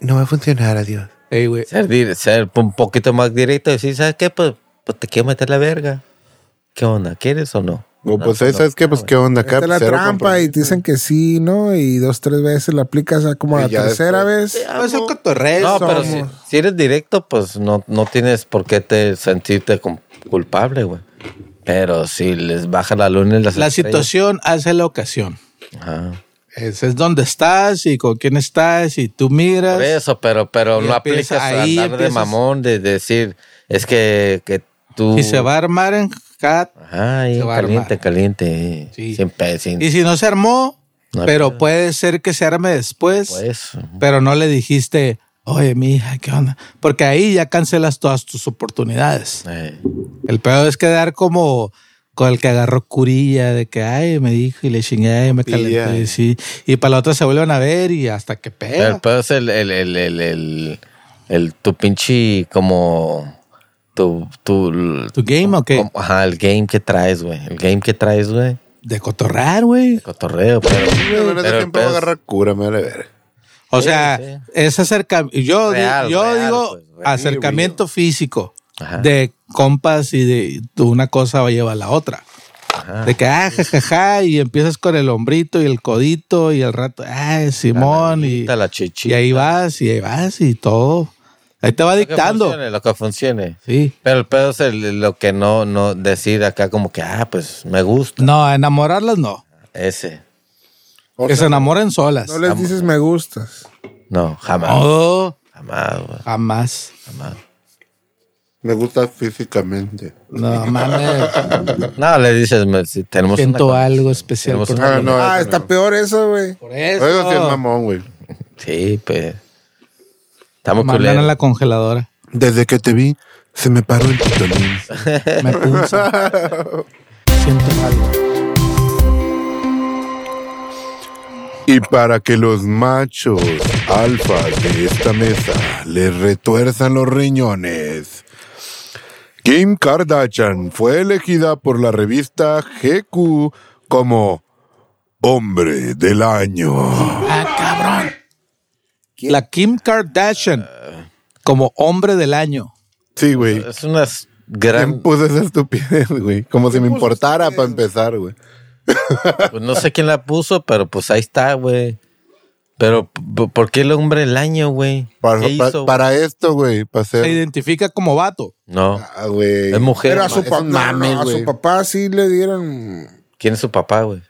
[SPEAKER 1] no va a funcionar, adiós.
[SPEAKER 2] Ey, güey.
[SPEAKER 3] ser, dir- ser un poquito más directo y decir, ¿sabes qué? Pues, pues te quiero meter la verga. ¿Qué onda? ¿Quieres o no? Ah,
[SPEAKER 1] No, pues ahí sabes qué, pues qué onda acá.
[SPEAKER 4] Te la
[SPEAKER 1] Cero
[SPEAKER 4] trampa y te dicen que sí, ¿no? Y dos, tres veces la aplicas ah, como a
[SPEAKER 1] Y
[SPEAKER 4] la
[SPEAKER 1] ya
[SPEAKER 4] tercera vez.
[SPEAKER 2] Pues es un cotorreo.
[SPEAKER 3] No,
[SPEAKER 4] Eso,
[SPEAKER 3] pero si,
[SPEAKER 4] amor.
[SPEAKER 3] si eres directo, pues no, no tienes por qué te sentirte com- culpable, güey. Pero si les baja la luna en las
[SPEAKER 2] La
[SPEAKER 3] estrellas.
[SPEAKER 2] situación hace la ocasión.
[SPEAKER 3] Ajá.
[SPEAKER 2] Es, es donde estás y con quién estás y tú miras.
[SPEAKER 3] Por eso, pero, pero
[SPEAKER 2] Y
[SPEAKER 3] no aplicas
[SPEAKER 2] empieza- ahí
[SPEAKER 3] a andar de
[SPEAKER 2] empiezas-
[SPEAKER 3] mamón, de decir, es que, que tú...
[SPEAKER 2] Y se va a armar en cat.
[SPEAKER 3] Ajá, ahí,
[SPEAKER 2] se va a
[SPEAKER 3] caliente,
[SPEAKER 2] armar.
[SPEAKER 3] caliente.
[SPEAKER 2] Sí.
[SPEAKER 3] Sin pe- sin-
[SPEAKER 2] Y si no se armó,
[SPEAKER 3] No hay
[SPEAKER 2] pero
[SPEAKER 3] pedo.
[SPEAKER 2] puede ser que se arme después.
[SPEAKER 3] Pues,
[SPEAKER 2] Pero no le dijiste, oye, mija, ¿qué onda? Porque ahí ya cancelas todas tus oportunidades.
[SPEAKER 3] eh,
[SPEAKER 2] El peor es quedar como con el que agarró curilla de que, ay, me dijo y le chingué, me
[SPEAKER 1] Pilla.
[SPEAKER 2] calenté, sí. Y para la otra se vuelven a ver y hasta que
[SPEAKER 3] pero el
[SPEAKER 2] pega.
[SPEAKER 3] pedo es el, el, el, el, el- el- tu pinche como... Tu, tu,
[SPEAKER 2] ¿Tu game o qué?
[SPEAKER 3] como- ajá, el game que traes, güey. El game que traes, güey.
[SPEAKER 2] De cotorrar, güey.
[SPEAKER 3] Cotorreo, pero...
[SPEAKER 1] Pero en ese
[SPEAKER 3] Pero
[SPEAKER 1] tiempo va a
[SPEAKER 3] pues-
[SPEAKER 1] agarrar cura, me vale ver.
[SPEAKER 2] O
[SPEAKER 3] Sí,
[SPEAKER 2] sea,
[SPEAKER 3] sí.
[SPEAKER 2] es acercamiento. Yo, di-
[SPEAKER 3] Real,
[SPEAKER 2] yo
[SPEAKER 3] real,
[SPEAKER 2] digo
[SPEAKER 3] pues, real.
[SPEAKER 2] acercamiento físico
[SPEAKER 3] Ajá.
[SPEAKER 2] de compas y de de una cosa va a llevar a la otra.
[SPEAKER 3] Ajá.
[SPEAKER 2] De que, ah, jajaja, y empiezas con el hombrito y el codito y el rato, ah, Simón, y,
[SPEAKER 3] La
[SPEAKER 2] y
[SPEAKER 3] chichita.
[SPEAKER 2] ahí vas, y ahí vas, y todo. Ahí te va
[SPEAKER 3] Lo que
[SPEAKER 2] dictando.
[SPEAKER 3] funcione, Lo que funcione.
[SPEAKER 2] Sí.
[SPEAKER 3] Pero el pedo es el- lo que no, no decir acá como que, ah, pues me gusta.
[SPEAKER 2] No, enamorarlas no.
[SPEAKER 3] Ese.
[SPEAKER 4] O
[SPEAKER 2] que
[SPEAKER 4] sea,
[SPEAKER 2] se enamoren solas.
[SPEAKER 4] no les dices me gustas.
[SPEAKER 3] No, jamás.
[SPEAKER 2] No,
[SPEAKER 3] Jamás, güey,
[SPEAKER 2] jamás.
[SPEAKER 3] jamás.
[SPEAKER 1] Me gusta físicamente.
[SPEAKER 2] No mames.
[SPEAKER 3] No, le dices, me- si tenemos
[SPEAKER 2] Siento
[SPEAKER 3] una-
[SPEAKER 2] algo especial.
[SPEAKER 3] Tenemos
[SPEAKER 2] por-
[SPEAKER 3] una-
[SPEAKER 1] Ah, no.
[SPEAKER 4] Ah,
[SPEAKER 1] eso
[SPEAKER 4] está
[SPEAKER 1] no.
[SPEAKER 4] peor eso, güey.
[SPEAKER 2] Por eso.
[SPEAKER 1] Eso sí es mamón, güey.
[SPEAKER 3] Sí, pues. Estamos
[SPEAKER 2] Mandan a
[SPEAKER 3] culeros.
[SPEAKER 2] la congeladora.
[SPEAKER 1] Desde que te vi, se me paró el pitolín.
[SPEAKER 2] Me punza. Siento algo.
[SPEAKER 1] Y para que los machos alfas de esta mesa les retuerzan los riñones. Kim Kardashian fue elegida por la revista GQ como Hombre del Año.
[SPEAKER 2] Ah, cabrón. La Kim Kardashian como hombre del año.
[SPEAKER 1] Sí, güey.
[SPEAKER 3] Es una s-
[SPEAKER 1] ¿Quién
[SPEAKER 3] gran.
[SPEAKER 1] puso esa estupidez, güey? Como si me importara para empezar, güey.
[SPEAKER 3] pues, no sé quién la puso, pero pues ahí está, güey. Pero, p- ¿por qué el hombre del año, güey?
[SPEAKER 1] Para,
[SPEAKER 3] ¿Qué
[SPEAKER 1] pa-
[SPEAKER 3] hizo?
[SPEAKER 1] para esto, güey. Para
[SPEAKER 2] Se
[SPEAKER 1] ser...
[SPEAKER 2] identifica como vato.
[SPEAKER 3] No,
[SPEAKER 1] Ah, güey.
[SPEAKER 3] es mujer.
[SPEAKER 4] Pero a
[SPEAKER 3] ma-
[SPEAKER 4] su
[SPEAKER 1] es
[SPEAKER 4] papá,
[SPEAKER 1] un mame,
[SPEAKER 4] no, a
[SPEAKER 1] güey.
[SPEAKER 4] su papá sí le dieron.
[SPEAKER 3] ¿Quién es su papá, güey?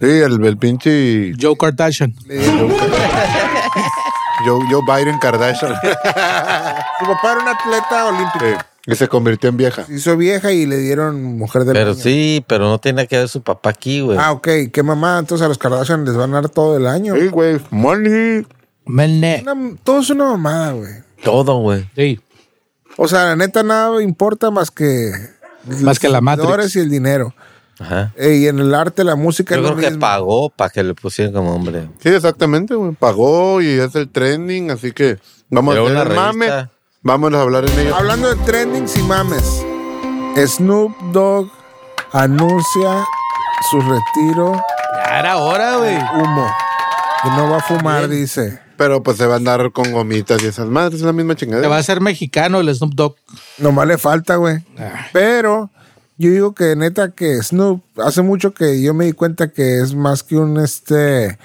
[SPEAKER 1] Sí, el, el pinche...
[SPEAKER 2] Joe Kardashian.
[SPEAKER 1] Joe, Joe Biden Kardashian.
[SPEAKER 4] Su papá era un atleta olímpico.
[SPEAKER 1] Sí, y se convirtió en vieja.
[SPEAKER 4] Se Hizo vieja y le dieron mujer del
[SPEAKER 3] Pero
[SPEAKER 4] año.
[SPEAKER 3] sí, pero no tiene que ver su papá aquí, güey.
[SPEAKER 4] Ah, ok. ¿Qué mamá? Entonces a los Kardashian les van a dar todo el año.
[SPEAKER 1] Sí, güey. Money.
[SPEAKER 2] Melne.
[SPEAKER 4] Una- todo es una mamada, güey.
[SPEAKER 3] Todo, güey.
[SPEAKER 2] Sí.
[SPEAKER 4] O sea, la neta nada importa más que.
[SPEAKER 2] Más que la
[SPEAKER 4] los
[SPEAKER 2] Matrix.
[SPEAKER 4] seguidores y el dinero.
[SPEAKER 3] Ajá.
[SPEAKER 4] Eh, y en el arte, la música.
[SPEAKER 3] Yo
[SPEAKER 4] es lo
[SPEAKER 3] creo que
[SPEAKER 4] mismo.
[SPEAKER 3] pagó para que le pusieran como hombre.
[SPEAKER 1] Sí, exactamente, güey. Pagó y es el trending, así que vamos
[SPEAKER 3] Pero
[SPEAKER 1] a hacer
[SPEAKER 3] una
[SPEAKER 1] el mame.
[SPEAKER 3] revista.
[SPEAKER 1] Vamos a hablar en ello.
[SPEAKER 4] Hablando de trendings y mames, Snoop Dogg anuncia su retiro
[SPEAKER 2] Ya era hora, güey.
[SPEAKER 4] humo. Que no va a fumar, dice.
[SPEAKER 1] Pero pues se va a andar con gomitas y esas madres, es la misma
[SPEAKER 2] Te
[SPEAKER 1] chingadera.
[SPEAKER 2] va a hacer mexicano el Snoop Dogg.
[SPEAKER 4] Nomás le falta, güey. Pero yo digo que neta que Snoop, hace mucho que yo me di cuenta que es más que un este,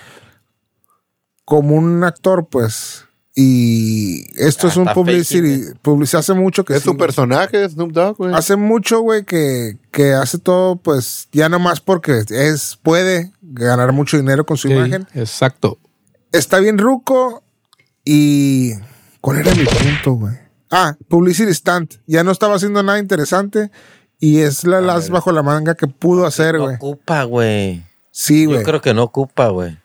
[SPEAKER 4] como un actor, pues. Y esto es un
[SPEAKER 3] está
[SPEAKER 4] publicity.
[SPEAKER 3] faking
[SPEAKER 4] publici- hace mucho que
[SPEAKER 1] es
[SPEAKER 4] sí,
[SPEAKER 1] su personaje, Snoop Dogg, güey.
[SPEAKER 4] Hace mucho, güey, que, que hace todo, pues, ya nomás porque es, puede ganar mucho dinero con su
[SPEAKER 2] Sí,
[SPEAKER 4] imagen.
[SPEAKER 2] Exacto.
[SPEAKER 4] Está bien ruco y... ¿Cuál era mi punto, güey? Ah, Publicity Stunt. Ya no estaba haciendo nada interesante y es la las bajo la manga que pudo hacer,
[SPEAKER 3] No
[SPEAKER 4] güey.
[SPEAKER 3] ocupa, güey.
[SPEAKER 4] Sí,
[SPEAKER 3] Yo
[SPEAKER 4] güey.
[SPEAKER 3] creo que no ocupa, güey.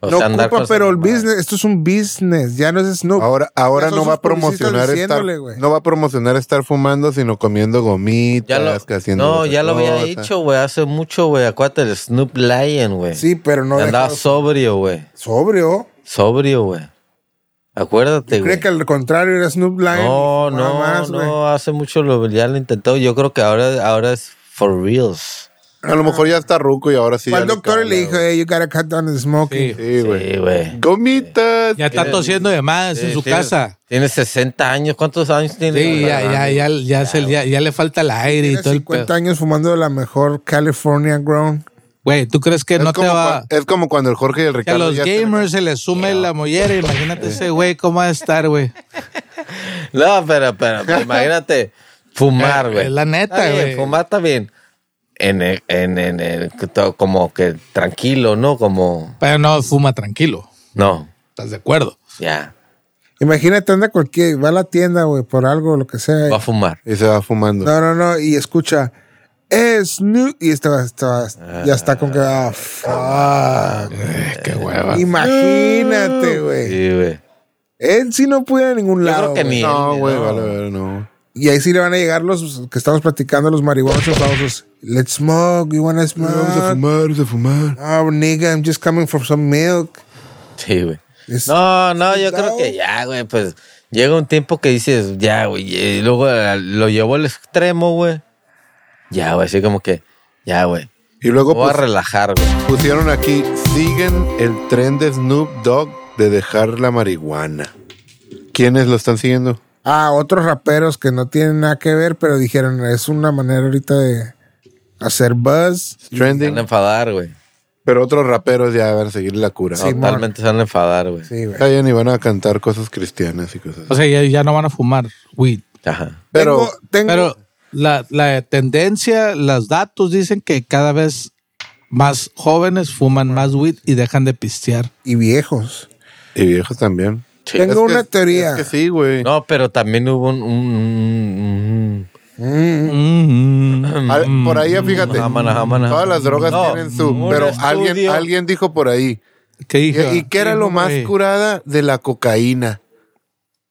[SPEAKER 3] O
[SPEAKER 4] No
[SPEAKER 3] sea, andar
[SPEAKER 4] ocupa,
[SPEAKER 3] con
[SPEAKER 4] pero el
[SPEAKER 3] esa mamada.
[SPEAKER 4] business, esto es un business, ya no es Snoop.
[SPEAKER 1] Ahora, ahora
[SPEAKER 4] Ya son
[SPEAKER 1] no va a
[SPEAKER 4] sus publicistas
[SPEAKER 1] promocionar estar,
[SPEAKER 4] diciéndole, güey.
[SPEAKER 1] no va a promocionar estar fumando, sino comiendo
[SPEAKER 3] Ya
[SPEAKER 1] gomitas,
[SPEAKER 3] lo-
[SPEAKER 1] que haciendo
[SPEAKER 3] no,
[SPEAKER 1] otra
[SPEAKER 3] ya lo había
[SPEAKER 1] cosa.
[SPEAKER 3] hecho, güey, hace mucho, güey. Acuérdate el Snoop Lion, güey.
[SPEAKER 4] Sí, pero no
[SPEAKER 3] Andaba
[SPEAKER 4] deja-
[SPEAKER 3] sobrio, güey.
[SPEAKER 4] sobrio.
[SPEAKER 3] Sobrio, güey. Acuérdate,
[SPEAKER 4] Cree
[SPEAKER 3] güey.
[SPEAKER 4] que al contrario era Snoop Lion.
[SPEAKER 3] No,
[SPEAKER 4] Nada
[SPEAKER 3] no,
[SPEAKER 4] más, güey.
[SPEAKER 3] no. Hace mucho lo, ya lo intentó. Yo creo que ahora, ahora es for reals.
[SPEAKER 1] A lo mejor ya está ruco y ahora sí.
[SPEAKER 4] Fue
[SPEAKER 1] ya
[SPEAKER 4] al
[SPEAKER 1] le
[SPEAKER 4] doctor y le
[SPEAKER 1] cala,
[SPEAKER 4] dijo, hey, you gotta cut down the smoking.
[SPEAKER 2] Sí.
[SPEAKER 1] güey. Sí, güey.
[SPEAKER 3] Sí, güey.
[SPEAKER 1] Gomitas.
[SPEAKER 2] Ya está tosiendo de más en
[SPEAKER 3] eh, Sí,
[SPEAKER 2] su
[SPEAKER 3] tiene-
[SPEAKER 2] casa.
[SPEAKER 3] Tiene 60 años. ¿Cuántos años tiene?
[SPEAKER 2] Sí, ya, ya, ya, ya, se- ya, ya le falta el aire y
[SPEAKER 4] Tiene
[SPEAKER 2] todo el
[SPEAKER 4] 50
[SPEAKER 2] pedo.
[SPEAKER 4] años fumando la mejor California Grown.
[SPEAKER 2] Güey, ¿tú crees que
[SPEAKER 1] Es
[SPEAKER 2] no te
[SPEAKER 1] como
[SPEAKER 2] va...
[SPEAKER 1] cua- Es como cuando el Jorge y el
[SPEAKER 2] Que a
[SPEAKER 1] Ricardo.
[SPEAKER 2] los
[SPEAKER 1] ya se-
[SPEAKER 2] gamers se les sume la mollera. Imagínate ese güey cómo va a estar, güey.
[SPEAKER 3] No, pero, pero, pero imagínate fumar,
[SPEAKER 2] Eh,
[SPEAKER 3] güey.
[SPEAKER 2] es la neta,
[SPEAKER 3] Está bien,
[SPEAKER 2] güey.
[SPEAKER 3] Fumar está bien. En, el- en, en, el- to- como que tranquilo, ¿no? Como,
[SPEAKER 2] Pero no fuma tranquilo.
[SPEAKER 3] no,
[SPEAKER 2] ¿Estás de acuerdo?
[SPEAKER 3] ya,
[SPEAKER 4] Imagínate, anda cualquier, va a la tienda, güey, por algo, lo que sea.
[SPEAKER 3] va a fumar.
[SPEAKER 1] Y se va fumando.
[SPEAKER 4] No, no, no, y escucha, es Snoop, y estaba, estaba- ya está con que, ah, fuck.
[SPEAKER 2] Qué hueva.
[SPEAKER 4] Imagínate, güey.
[SPEAKER 3] Ah. Sí, güey.
[SPEAKER 4] Él sí no puede ir a ningún
[SPEAKER 3] Yo
[SPEAKER 4] lado.
[SPEAKER 3] creo que
[SPEAKER 4] güey.
[SPEAKER 3] ni.
[SPEAKER 1] No,
[SPEAKER 3] ni-
[SPEAKER 1] güey,
[SPEAKER 3] no.
[SPEAKER 1] vale, vale, no.
[SPEAKER 4] Y ahí sí le van a llegar los que estamos platicando, los marihuanos enfadosos. Let's smoke, you wanna
[SPEAKER 1] Vamos a
[SPEAKER 4] smoke.
[SPEAKER 1] fumar, vamos a fumar.
[SPEAKER 4] Oh, nigga, I'm just coming for some milk.
[SPEAKER 3] Sí, güey.
[SPEAKER 4] Es-
[SPEAKER 3] No, no, yo creo
[SPEAKER 4] cuidado.
[SPEAKER 3] que ya, güey, pues llega un tiempo que dices, ya, güey, y luego eh, lo llevó al extremo, güey. Ya, güey, así como que, ya, güey.
[SPEAKER 1] Y luego
[SPEAKER 3] Me Voy a
[SPEAKER 1] pues,
[SPEAKER 3] relajar, güey.
[SPEAKER 1] pusieron aquí, siguen el tren de Snoop Dogg de dejar la marihuana. ¿Quiénes lo están siguiendo?
[SPEAKER 4] Ah, otros raperos que no tienen nada que ver, pero dijeron, es una manera ahorita de hacer buzz.
[SPEAKER 3] Se van a
[SPEAKER 1] Trending.
[SPEAKER 3] enfadar, güey.
[SPEAKER 1] Pero otros raperos ya van a seguir la cura.
[SPEAKER 4] Sí. Simón.
[SPEAKER 3] Totalmente se van a enfadar, güey.
[SPEAKER 4] Sí, güey.
[SPEAKER 1] Está bien, y van a cantar cosas cristianas y cosas.
[SPEAKER 2] O sea, ya, ya no van a fumar weed.
[SPEAKER 3] Ajá.
[SPEAKER 1] Pero
[SPEAKER 4] tengo, tengo-
[SPEAKER 2] Pero la, la tendencia, los datos dicen que cada vez más jóvenes fuman más weed y dejan de pistear.
[SPEAKER 4] y viejos.
[SPEAKER 1] y viejos también.
[SPEAKER 4] Tengo
[SPEAKER 1] Es que-
[SPEAKER 4] una teoría.
[SPEAKER 1] Es que sí, güey.
[SPEAKER 3] No, pero también hubo un, un- un-
[SPEAKER 1] Mm.
[SPEAKER 2] Mm-hmm.
[SPEAKER 1] Al- por ahí, fíjate.
[SPEAKER 3] Jamana, jamana.
[SPEAKER 1] Todas las drogas
[SPEAKER 3] mm, No,
[SPEAKER 1] tienen su.
[SPEAKER 3] un
[SPEAKER 1] Pero
[SPEAKER 3] estudio.
[SPEAKER 1] alguien, alguien dijo por ahí.
[SPEAKER 2] ¿Qué
[SPEAKER 1] ¿Y,
[SPEAKER 2] dijo?
[SPEAKER 1] y qué era lo más
[SPEAKER 2] Güey.
[SPEAKER 1] curada de la cocaína?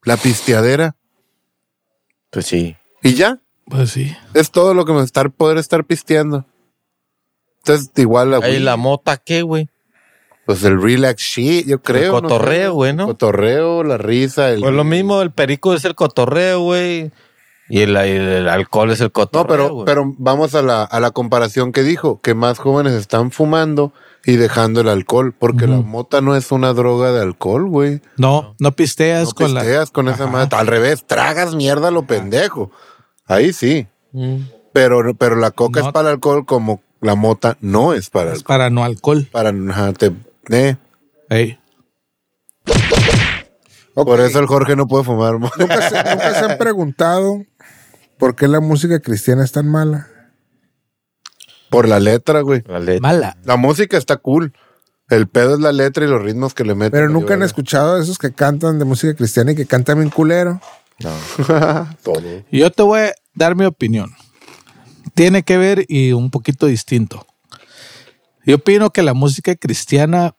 [SPEAKER 1] La pisteadera.
[SPEAKER 3] Pues sí.
[SPEAKER 1] ¿Y ya?
[SPEAKER 2] Pues sí.
[SPEAKER 1] Es todo lo que me estar poder estar pisteando. Entonces, igual la,
[SPEAKER 3] ¿Y la mota qué, güey?
[SPEAKER 1] pues el relax shit, yo creo. no sé.
[SPEAKER 3] cotorreo, güey, ¿no?
[SPEAKER 1] Cotorreo, la risa, el
[SPEAKER 3] Pues lo mismo, el perico es el cotorreo, güey. Y el, el- el alcohol es el cotorreo.
[SPEAKER 1] No, pero,
[SPEAKER 3] güey.
[SPEAKER 1] pero vamos a la, a la comparación que dijo, que más jóvenes están fumando y dejando el alcohol, porque la mota no es una droga de alcohol, güey.
[SPEAKER 2] No, no pisteas
[SPEAKER 1] No
[SPEAKER 2] con
[SPEAKER 1] pisteas con esa mata. Al revés, tragas mierda lo pendejo. Ahí sí.
[SPEAKER 3] Mm.
[SPEAKER 1] Pero, pero la coca
[SPEAKER 2] No.
[SPEAKER 1] es para alcohol como la mota no es para
[SPEAKER 2] la. Es
[SPEAKER 1] alcohol.
[SPEAKER 2] para no alcohol.
[SPEAKER 1] Para, ajá, te- eh.
[SPEAKER 2] Ey.
[SPEAKER 1] Por eso el Jorge no puede fumar. mo-
[SPEAKER 4] ¿Nunca se, nunca se han preguntado por qué la música cristiana es tan mala.
[SPEAKER 1] Por la letra, güey.
[SPEAKER 3] La letra.
[SPEAKER 2] Mala.
[SPEAKER 1] La música está cool. El pedo es la letra y los ritmos que le meten.
[SPEAKER 4] Pero nunca han
[SPEAKER 1] Yo-
[SPEAKER 4] escuchado a esos que cantan de música cristiana y que cantan bien culero.
[SPEAKER 1] Todo.
[SPEAKER 2] Yo te voy a dar mi opinión. Tiene que ver y un poquito distinto. Yo opino que la música cristiana,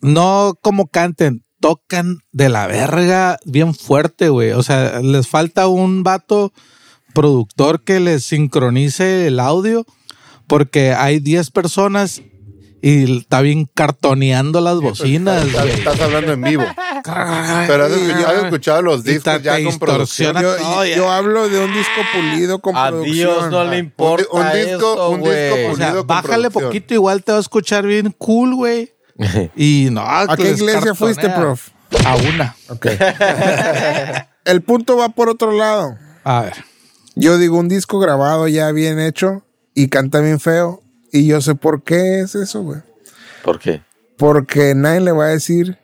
[SPEAKER 2] no como canten, tocan de la verga bien fuerte, güey. O sea, les falta un vato productor que les sincronice el audio porque hay 10 personas y está bien cartoneando las bocinas,
[SPEAKER 1] Estás,
[SPEAKER 2] güey.
[SPEAKER 1] estás hablando en vivo. Pero has escuchado, has escuchado los
[SPEAKER 2] Y
[SPEAKER 1] discos
[SPEAKER 2] te-
[SPEAKER 1] ya
[SPEAKER 2] te
[SPEAKER 1] con producción.
[SPEAKER 2] distorsiona
[SPEAKER 4] Yo,
[SPEAKER 2] todo, ya.
[SPEAKER 4] yo hablo de un disco pulido con
[SPEAKER 3] A Dios
[SPEAKER 4] producción.
[SPEAKER 3] no le importa
[SPEAKER 1] Un- un disco-
[SPEAKER 3] eso,
[SPEAKER 1] un disco pues,
[SPEAKER 3] güey.
[SPEAKER 2] O sea,
[SPEAKER 1] Unido con
[SPEAKER 2] bájale
[SPEAKER 1] producción.
[SPEAKER 2] poquito, igual te va a escuchar bien cool, güey. Y no,
[SPEAKER 4] ¿A qué iglesia fuiste, prof?
[SPEAKER 2] A una.
[SPEAKER 4] El punto va por otro lado.
[SPEAKER 2] A ver.
[SPEAKER 4] Yo digo un disco grabado ya bien hecho y canta bien feo. Y yo sé por qué es eso, güey.
[SPEAKER 3] ¿Por qué?
[SPEAKER 4] Porque nadie le va a decir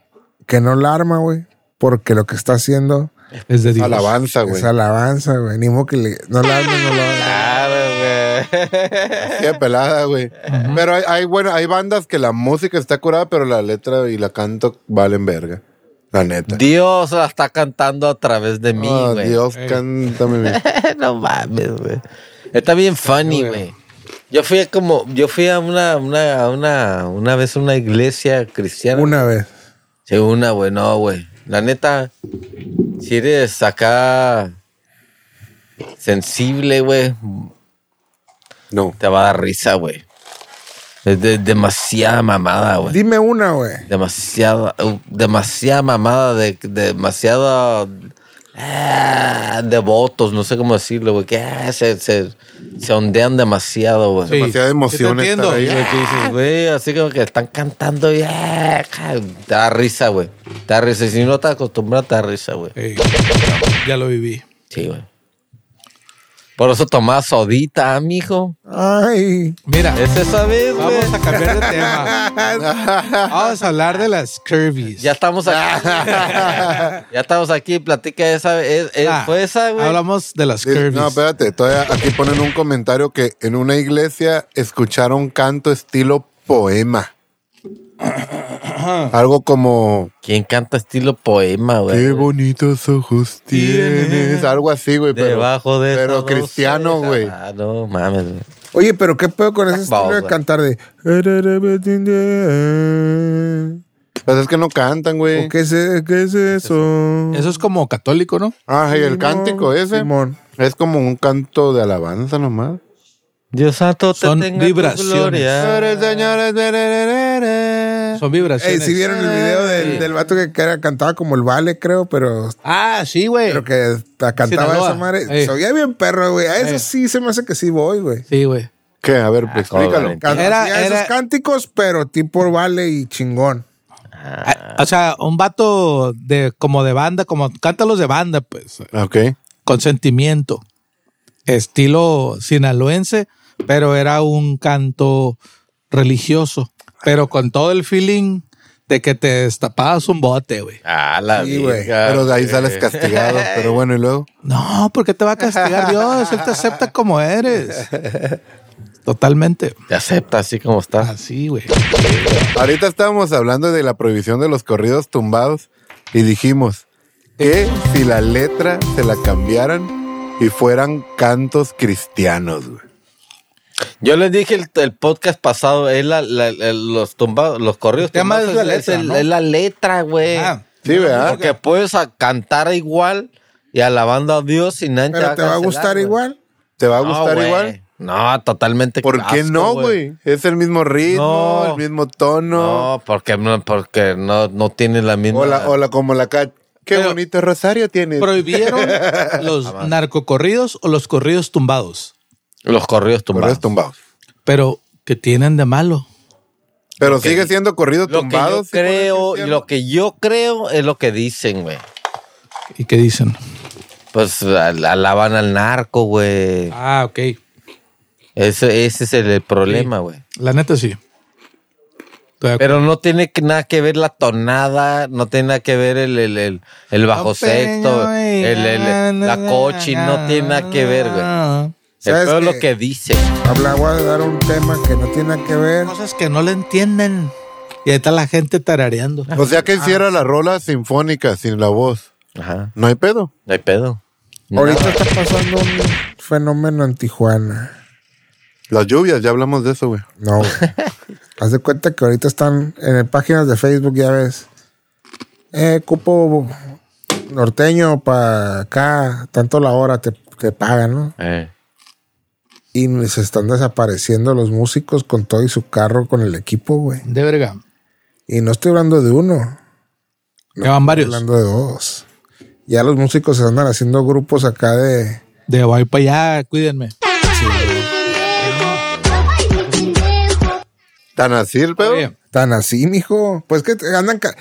[SPEAKER 4] que no la arma, güey. Porque lo que está haciendo
[SPEAKER 2] Es de Dios.
[SPEAKER 1] Alabanza, Ah, güey.
[SPEAKER 4] es alabanza, güey. Ni modo que le- no la arme, no la
[SPEAKER 3] Claro,
[SPEAKER 4] arme.
[SPEAKER 3] güey.
[SPEAKER 1] Qué pelada, güey. Pero hay, hay, bueno, hay bandas que la música está curada, pero la letra y la canto valen verga. La neta.
[SPEAKER 3] Dios la está cantando a través de mí,
[SPEAKER 1] Ah,
[SPEAKER 3] güey.
[SPEAKER 1] Dios, cántame. mi-
[SPEAKER 3] no mames, güey. Está bien funny, güey. Yo fui a como, yo fui a una, una, a una, una vez a una iglesia cristiana.
[SPEAKER 4] Una vez.
[SPEAKER 3] Sí, una, güey, no, güey. La neta, si eres acá sensible, güey,
[SPEAKER 1] No.
[SPEAKER 3] te va a dar risa, güey. Es de- demasiada mamada, güey.
[SPEAKER 4] Dime una, güey.
[SPEAKER 3] Demasiada, uh, demasiada mamada, de, demasiada ah, devotos, no sé cómo decirlo, güey. Que ah, se, se, se ondean demasiado, güey.
[SPEAKER 2] Sí.
[SPEAKER 1] Demasiada
[SPEAKER 2] Sí,
[SPEAKER 1] emoción
[SPEAKER 2] te
[SPEAKER 1] estar
[SPEAKER 2] entiendo.
[SPEAKER 1] ahí.
[SPEAKER 3] Güey, que dices, güey, así como que están cantando y ah, ca- te da risa, güey. Te da risa. Y si no estás acostumbrado, te da risa, güey.
[SPEAKER 2] Ey, ya lo viví.
[SPEAKER 3] Sí, güey. Por eso tomás sodita, mijo.
[SPEAKER 4] Ay,
[SPEAKER 2] Mira,
[SPEAKER 3] Es esa vez, güey.
[SPEAKER 2] vamos a cambiar de tema. Vamos a hablar de las curvies.
[SPEAKER 3] Ya estamos aquí. ya estamos aquí. Platica esa. Es, es-
[SPEAKER 2] Ah,
[SPEAKER 3] fue esa, güey.
[SPEAKER 2] Hablamos de las
[SPEAKER 1] Dice,
[SPEAKER 2] curvies.
[SPEAKER 1] No, espérate, todavía aquí ponen un comentario que en una iglesia escucharon canto estilo poema. Algo como
[SPEAKER 3] ¿Quién canta estilo poema,
[SPEAKER 1] Qué
[SPEAKER 3] güey?
[SPEAKER 1] bonitos ojos tienes. Algo así, güey. Pero,
[SPEAKER 3] Debajo de esa
[SPEAKER 1] Pero
[SPEAKER 3] doncella.
[SPEAKER 1] cristiano, güey.
[SPEAKER 3] Ah, no mames, güey.
[SPEAKER 4] Oye, pero qué pedo con ese
[SPEAKER 3] Vamos,
[SPEAKER 4] estilo de
[SPEAKER 3] güey.
[SPEAKER 4] cantar de.
[SPEAKER 1] Pues es que no cantan, güey.
[SPEAKER 4] ¿O qué es, e- qué es eso?
[SPEAKER 2] Eso es como católico, ¿no?
[SPEAKER 1] Ah, y el
[SPEAKER 4] Simón,
[SPEAKER 1] cántico ese.
[SPEAKER 4] Simón.
[SPEAKER 1] Es como un canto de alabanza nomás.
[SPEAKER 3] Dios santo, te
[SPEAKER 2] Son
[SPEAKER 3] tenga tu
[SPEAKER 2] vibraciones.
[SPEAKER 3] gloria.
[SPEAKER 2] Son
[SPEAKER 4] Ey,
[SPEAKER 2] vibraciones.
[SPEAKER 4] ¿sí vieron el video del, del vato que era- cantaba como el vale, creo, pero,
[SPEAKER 2] Ah, sí, güey.
[SPEAKER 4] pero que la cantaba
[SPEAKER 2] Sinaloa.
[SPEAKER 4] esa madre?
[SPEAKER 2] Ey.
[SPEAKER 4] Se oía bien perro, güey. A eso
[SPEAKER 2] Ey.
[SPEAKER 4] sí se me hace que sí voy, güey.
[SPEAKER 2] Sí, güey.
[SPEAKER 1] ¿Qué? A ver, pues,
[SPEAKER 3] cómo
[SPEAKER 1] explícalo.
[SPEAKER 3] vale.
[SPEAKER 4] Can-
[SPEAKER 2] Era-
[SPEAKER 4] hacía
[SPEAKER 2] era-
[SPEAKER 4] esos cánticos, pero tipo vale y chingón.
[SPEAKER 2] Ah, O sea, un vato de como de banda, como cántalos de banda, pues.
[SPEAKER 1] Ok.
[SPEAKER 2] con sentimiento, estilo sinaloense, pero era un canto religioso, pero con todo el feeling de que te destapabas un bote, güey.
[SPEAKER 3] Ah, la
[SPEAKER 4] Sí, güey.
[SPEAKER 3] virga,
[SPEAKER 1] Pero de ahí
[SPEAKER 3] güey.
[SPEAKER 1] sales castigado. Pero bueno, y luego.
[SPEAKER 2] No, ¿por qué te va a castigar Dios? Él te acepta como eres. Totalmente.
[SPEAKER 3] Te acepta así como está.
[SPEAKER 2] Así, güey.
[SPEAKER 1] Ahorita estábamos hablando de la prohibición de los corridos tumbados y dijimos que si la letra se la cambiaran, y fueran cantos cristianos, güey.
[SPEAKER 3] Yo les dije el, el podcast pasado, es la, la- la- los tumbados, los corridos.
[SPEAKER 2] El tema
[SPEAKER 3] tumbados,
[SPEAKER 2] es la letra,
[SPEAKER 3] el-
[SPEAKER 2] ¿no?
[SPEAKER 3] es la letra, güey.
[SPEAKER 2] Ah,
[SPEAKER 1] Sí, ¿verdad?
[SPEAKER 3] Porque puedes a- cantar igual y alabando a Dios sin nadie
[SPEAKER 4] Pero te va a
[SPEAKER 3] cancelar,
[SPEAKER 4] gustar
[SPEAKER 3] güey.
[SPEAKER 4] igual.
[SPEAKER 1] ¿Te va a
[SPEAKER 3] No,
[SPEAKER 1] gustar
[SPEAKER 3] güey.
[SPEAKER 1] igual?
[SPEAKER 3] No, totalmente.
[SPEAKER 1] ¿Por qué
[SPEAKER 3] asco,
[SPEAKER 1] no, güey? Es el mismo ritmo,
[SPEAKER 3] No.
[SPEAKER 1] el mismo tono.
[SPEAKER 3] No, porque no, porque no, no tiene la misma.
[SPEAKER 1] o, la, o la- como la cat. Qué
[SPEAKER 2] Pero-
[SPEAKER 1] bonito rosario tienes.
[SPEAKER 2] ¿Prohibieron los narcocorridos o los corridos tumbados?
[SPEAKER 3] Los corridos tumbados.
[SPEAKER 1] Corridos tumbados.
[SPEAKER 2] Pero, ¿qué tienen de malo?
[SPEAKER 1] Pero
[SPEAKER 3] que-
[SPEAKER 1] sigue siendo corrido
[SPEAKER 3] Lo que
[SPEAKER 1] tumbado.
[SPEAKER 3] yo
[SPEAKER 1] sí, por el
[SPEAKER 3] creo y
[SPEAKER 1] cristiano.
[SPEAKER 3] lo que yo creo es lo que dicen, güey.
[SPEAKER 2] ¿Y qué dicen?
[SPEAKER 3] Pues al- alaban al narco, güey.
[SPEAKER 2] Ah, ok.
[SPEAKER 3] Ese, ese es el, el problema, güey.
[SPEAKER 2] La neta sí. Estoy de acuerdo.
[SPEAKER 3] Pero no tiene que- nada que ver la tonada, no tiene nada que ver el, el, el, el bajo sexto, el, el- el- la cochi, no tiene nada que ver, güey. El
[SPEAKER 4] ¿Sabes
[SPEAKER 3] peor es
[SPEAKER 4] qué?
[SPEAKER 3] lo que dice.
[SPEAKER 4] Hablaba de dar un tema que no tiene nada que ver.
[SPEAKER 2] Cosas que no le entienden. Y ahí está la gente tarareando.
[SPEAKER 1] O sea
[SPEAKER 3] Ah.
[SPEAKER 1] que hiciera la rola sinfónica sin la voz.
[SPEAKER 3] Ajá,
[SPEAKER 1] No hay pedo.
[SPEAKER 3] no hay pedo.
[SPEAKER 4] Ahorita está pasando un fenómeno en Tijuana.
[SPEAKER 1] Las lluvias, ya hablamos de eso, güey.
[SPEAKER 4] No. güey. Haz de cuenta que ahorita están en páginas de Facebook, ya ves. Eh, cupo norteño para acá, tanto la hora te, te pagan, ¿no?
[SPEAKER 3] Eh,
[SPEAKER 4] Y se están desapareciendo los músicos con todo y su carro, con el equipo, güey.
[SPEAKER 2] De verga.
[SPEAKER 4] Y no estoy hablando de uno,
[SPEAKER 2] Ya van varios.
[SPEAKER 4] hablando de dos. Ya los músicos se andan haciendo grupos acá de...
[SPEAKER 2] De voy para allá, cuídenme.
[SPEAKER 1] Tan así el pedo.
[SPEAKER 2] Oye,
[SPEAKER 4] Tan así, mijo. Pues que te- andan. ca-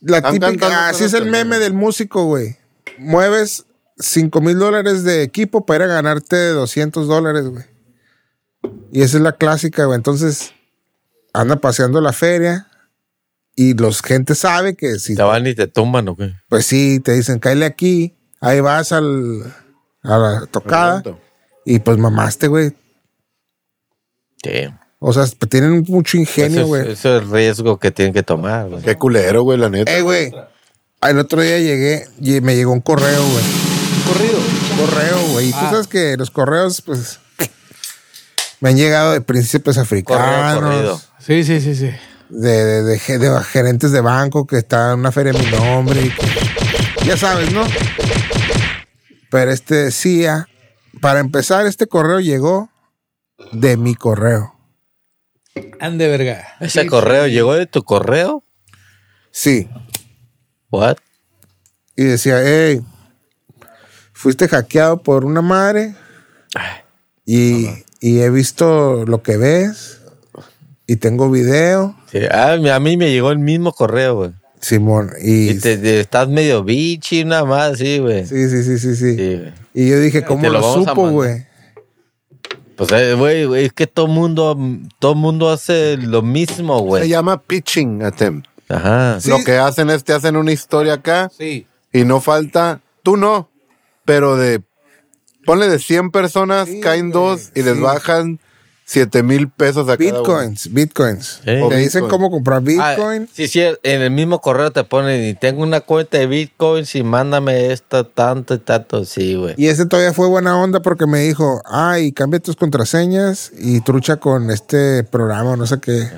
[SPEAKER 4] La
[SPEAKER 1] Están cantando
[SPEAKER 4] típica. Así es el
[SPEAKER 1] cosas
[SPEAKER 4] meme
[SPEAKER 1] que-
[SPEAKER 4] del músico, güey. Mueves 5 mil dólares de equipo para ir a ganarte 200 dólares, güey. Y esa es la clásica, güey. Entonces, anda paseando la feria y los gente sabe que si.
[SPEAKER 3] te van y te tumban, ¿o qué?
[SPEAKER 4] Pues sí, te dicen, cáele aquí. Ahí vas al, a la tocada.
[SPEAKER 1] Perfecto.
[SPEAKER 4] Y pues mamaste, güey.
[SPEAKER 3] Sí.
[SPEAKER 4] O sea, tienen mucho
[SPEAKER 3] Eso
[SPEAKER 4] ingenio,
[SPEAKER 3] es,
[SPEAKER 4] güey.
[SPEAKER 3] eso es el riesgo que tienen que tomar, güey.
[SPEAKER 1] Qué culero, güey, la neta.
[SPEAKER 4] Eh, güey. El otro día llegué y me llegó un correo, güey.
[SPEAKER 2] corrido.
[SPEAKER 4] Un correo, güey. Y tú sabes que los correos, pues. Me han llegado de príncipes
[SPEAKER 3] Corrido,
[SPEAKER 4] africanos.
[SPEAKER 3] corrido.
[SPEAKER 2] Sí, sí, sí, sí.
[SPEAKER 4] De, de- de ge- de gerentes de banco que está en una feria de mi nombre. y que- ya sabes, ¿no? Pero este decía. Para empezar, este correo llegó de mi correo.
[SPEAKER 2] Ande verga.
[SPEAKER 3] Ese correo llegó de tu correo.
[SPEAKER 4] Sí.
[SPEAKER 3] What?
[SPEAKER 4] y decía, hey, fuiste hackeado por una madre y, y he visto lo que ves y tengo video,
[SPEAKER 3] Sí, ah, a mí me llegó el mismo correo, güey.
[SPEAKER 4] Simón. Y,
[SPEAKER 3] Y te, te- estás medio bichi, nada más, sí, güey. Sí,
[SPEAKER 4] sí, sí, sí, sí, sí.
[SPEAKER 3] güey.
[SPEAKER 4] Y yo dije, ¿cómo
[SPEAKER 3] te lo
[SPEAKER 4] lo,
[SPEAKER 3] vamos a
[SPEAKER 4] supo,
[SPEAKER 3] mandar".
[SPEAKER 4] güey?
[SPEAKER 3] Pues, eh, güey, güey, es que todo mundo, todo mundo hace lo mismo,
[SPEAKER 1] Se
[SPEAKER 3] güey.
[SPEAKER 1] llama pitching attempt.
[SPEAKER 3] Ajá.
[SPEAKER 1] Lo que hacen es te hacen una historia acá
[SPEAKER 2] Sí.
[SPEAKER 1] y no falta, tú no, pero de, ponle de 100 personas, caen dos y les bajan 7 mil pesos a cada uno.
[SPEAKER 4] Bitcoins, bitcoins.
[SPEAKER 3] Eh.
[SPEAKER 4] Te dicen
[SPEAKER 1] Bitcoin.
[SPEAKER 4] cómo comprar bitcoin.
[SPEAKER 3] Ah, sí, sí, en el mismo correo te ponen, y tengo una cuenta de bitcoins y mándame esta tanto y tanto, sí, güey.
[SPEAKER 4] Y este todavía fue buena onda porque me dijo, ay, cambia tus contraseñas y trucha con este programa, no sé qué.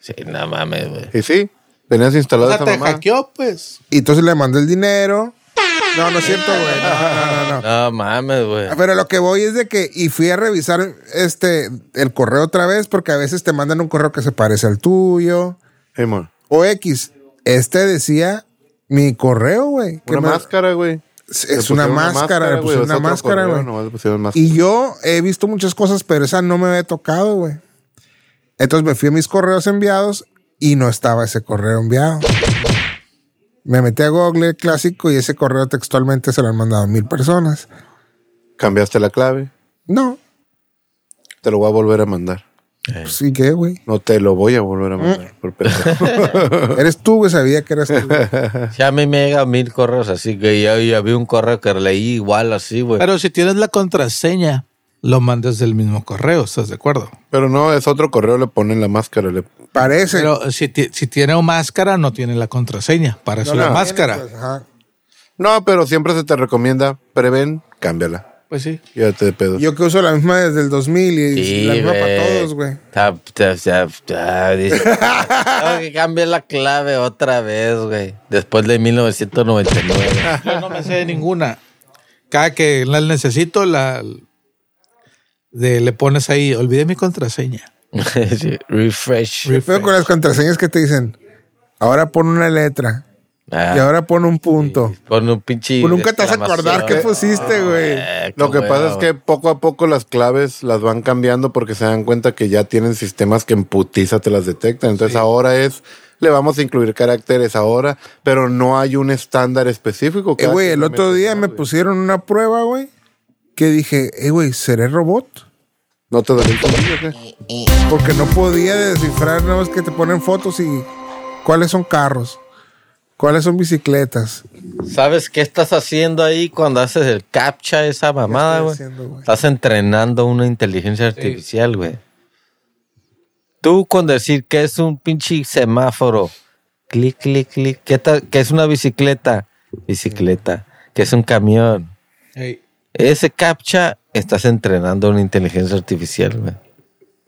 [SPEAKER 3] Sí, no mames, güey.
[SPEAKER 1] Y sí, tenías
[SPEAKER 2] O
[SPEAKER 1] instalado
[SPEAKER 2] sea, te
[SPEAKER 1] esa mamá.
[SPEAKER 2] hackeó, pues.
[SPEAKER 4] Y entonces le mandé el dinero. No, no es cierto, güey. No, no, no, no.
[SPEAKER 3] No mames, güey.
[SPEAKER 4] Ah, Pero lo que voy es de que, y fui a revisar este, el correo otra vez, porque a veces te mandan un correo que se parece al tuyo,
[SPEAKER 1] Simón,
[SPEAKER 4] o X. Este decía mi correo, güey. que
[SPEAKER 1] Una
[SPEAKER 4] me-
[SPEAKER 1] máscara, güey.
[SPEAKER 4] Es,
[SPEAKER 1] Le
[SPEAKER 4] es una
[SPEAKER 1] pusieron
[SPEAKER 4] máscara, le
[SPEAKER 1] güey,
[SPEAKER 4] pusieron
[SPEAKER 1] es
[SPEAKER 4] una
[SPEAKER 1] otro
[SPEAKER 4] máscara,
[SPEAKER 1] correo,
[SPEAKER 4] güey.
[SPEAKER 1] nomás le pusieron máscara.
[SPEAKER 4] Y yo he visto muchas cosas, pero esa no me había tocado, güey. Entonces me fui a mis correos enviados y no estaba ese correo enviado. Me metí a Google clásico y ese correo textualmente se lo han mandado a mil personas.
[SPEAKER 1] Cambiaste la clave,
[SPEAKER 4] No,
[SPEAKER 1] te lo voy a volver a mandar.
[SPEAKER 4] pues sí que, güey.
[SPEAKER 1] No te lo voy a volver
[SPEAKER 4] Mm.
[SPEAKER 1] a mandar, por pendejo.
[SPEAKER 4] Eres tú, güey, sabía que eras tú. güey.
[SPEAKER 3] Sí, a mí me llegan mil correos, así que ya, ya vi un correo que leí igual, así, güey.
[SPEAKER 2] Pero si tienes la contraseña, lo mandas del mismo correo, ¿estás de acuerdo?
[SPEAKER 1] Pero no, es otro correo, le ponen la máscara. le-
[SPEAKER 4] Parece.
[SPEAKER 2] Pero si, ti- si tiene máscara, no tiene la contraseña. Para eso
[SPEAKER 4] No,
[SPEAKER 2] la
[SPEAKER 4] no.
[SPEAKER 2] máscara.
[SPEAKER 4] Pues, ajá.
[SPEAKER 1] No, pero siempre se te recomienda, prevén, cámbiala.
[SPEAKER 2] Pues sí.
[SPEAKER 1] Fíjate de pedo.
[SPEAKER 4] Yo que uso la misma desde el 2000 y
[SPEAKER 3] Sí,
[SPEAKER 4] la misma
[SPEAKER 3] güey.
[SPEAKER 4] para todos, güey.
[SPEAKER 3] Ta- ta- ta- ta- dice, Tengo que cambiar la clave otra vez, güey. Después de 1999.
[SPEAKER 2] Yo no me sé de ninguna. Cada que la necesito, la de- le pones ahí, olvidé mi contraseña.
[SPEAKER 3] Sí, Refresh.
[SPEAKER 4] Qué feo con las contraseñas que te dicen. Ahora pon una letra.
[SPEAKER 3] Ah,
[SPEAKER 4] Y ahora pon un punto.
[SPEAKER 3] Con un pinche.
[SPEAKER 4] Pues nunca te vas a
[SPEAKER 3] exclamación.
[SPEAKER 4] acordar qué pusiste, güey.
[SPEAKER 3] Eh,
[SPEAKER 1] Lo que
[SPEAKER 3] qué
[SPEAKER 1] pasa es
[SPEAKER 3] hueva,
[SPEAKER 1] que poco a poco las claves las van cambiando porque se dan cuenta que ya tienen sistemas que en putiza te las detectan. Entonces ahora es, le vamos a incluir caracteres ahora, pero no hay un estándar específico.
[SPEAKER 4] Eh,
[SPEAKER 1] Cada
[SPEAKER 4] güey,
[SPEAKER 1] quien
[SPEAKER 4] el
[SPEAKER 1] le
[SPEAKER 4] otro
[SPEAKER 1] mete,
[SPEAKER 4] día
[SPEAKER 1] ¿no,
[SPEAKER 4] me
[SPEAKER 1] güey?
[SPEAKER 4] pusieron una prueba, güey, que dije, eh, güey, ¿seré robot?
[SPEAKER 1] No te dolió el tobillo, o qué?
[SPEAKER 4] Porque no podía descifrar, no es que te ponen fotos y cuáles son carros, cuáles son bicicletas.
[SPEAKER 3] ¿Sabes qué estás haciendo ahí cuando haces el captcha esa mamada, güey?
[SPEAKER 4] haciendo, güey.
[SPEAKER 3] Estás entrenando una inteligencia artificial, güey. Tú con decir que es un pinche semáforo, clic, clic, clic, que, ta- que es una bicicleta, bicicleta, que es un camión.
[SPEAKER 2] Ey,
[SPEAKER 3] Ese captcha estás entrenando una inteligencia artificial, güey.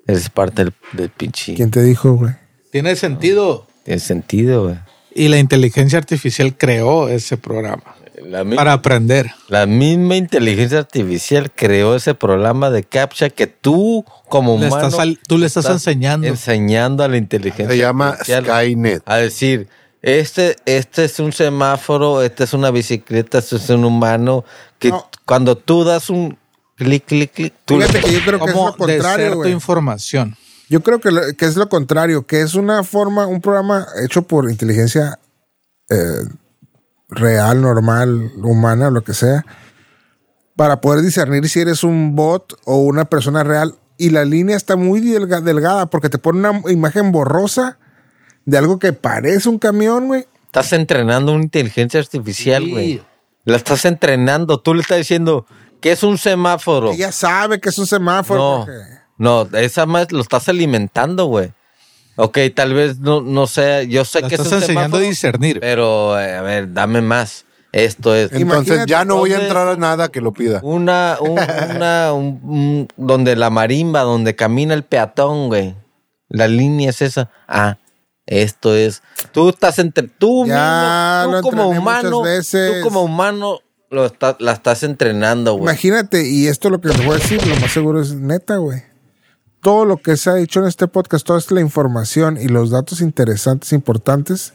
[SPEAKER 3] Es parte del, del pinche.
[SPEAKER 4] ¿Quién te dijo, güey?
[SPEAKER 2] Tiene sentido.
[SPEAKER 3] Tiene sentido, güey.
[SPEAKER 2] Y la inteligencia artificial creó ese programa
[SPEAKER 3] La mi-
[SPEAKER 2] para aprender.
[SPEAKER 3] La misma inteligencia artificial creó ese programa de captcha que tú como
[SPEAKER 2] Le
[SPEAKER 3] humano
[SPEAKER 2] estás al- tú le estás enseñando.
[SPEAKER 3] enseñando a la inteligencia.
[SPEAKER 1] Se llama
[SPEAKER 3] artificial
[SPEAKER 1] Skynet.
[SPEAKER 3] A decir, este, este es un semáforo, esta es una bicicleta, este es un humano que
[SPEAKER 4] No.
[SPEAKER 3] cuando tú das un clic, clic, clic, tú
[SPEAKER 4] Fíjate que yo creo que es
[SPEAKER 2] Como
[SPEAKER 4] lo
[SPEAKER 2] deserto
[SPEAKER 4] contrario, güey.
[SPEAKER 2] información.
[SPEAKER 4] Yo creo que, lo- que es lo contrario, que es una forma, un programa hecho por inteligencia eh, real, normal, humana, lo que sea, para poder discernir si eres un bot o una persona real. Y la línea está muy delga- delgada porque te pone una imagen borrosa de algo que parece un camión, güey.
[SPEAKER 3] estás entrenando una inteligencia artificial,
[SPEAKER 2] Sí.
[SPEAKER 3] güey. La estás entrenando, tú le estás diciendo que es un semáforo.
[SPEAKER 4] Ella sabe que es un semáforo.
[SPEAKER 3] No,
[SPEAKER 4] porque-
[SPEAKER 3] no, esa más lo estás alimentando, güey. Ok, tal vez no, no sé, yo sé
[SPEAKER 2] La
[SPEAKER 3] que es
[SPEAKER 2] estás
[SPEAKER 3] un
[SPEAKER 2] enseñando a
[SPEAKER 3] semáforo,
[SPEAKER 2] discernir.
[SPEAKER 3] Pero, eh, a ver, dame más. Esto es
[SPEAKER 1] Entonces
[SPEAKER 4] Imagínate,
[SPEAKER 1] ya no voy a
[SPEAKER 3] entonces-
[SPEAKER 1] entrar a nada que lo pida.
[SPEAKER 4] Uh,
[SPEAKER 3] una, un- una, un- un- donde la marimba, donde camina el peatón, güey. La línea es esa. Ah, esto es. Tú estás entre tú
[SPEAKER 4] Ya
[SPEAKER 3] mismo,
[SPEAKER 4] lo
[SPEAKER 3] tú como
[SPEAKER 4] entrené muchas
[SPEAKER 3] humano,
[SPEAKER 4] veces.
[SPEAKER 3] tú como humano lo está- la estás entrenando, güey.
[SPEAKER 4] Imagínate, y esto lo que les voy a decir, lo más seguro es neta, güey. Todo lo que se ha dicho en este podcast, toda la información y los datos interesantes, importantes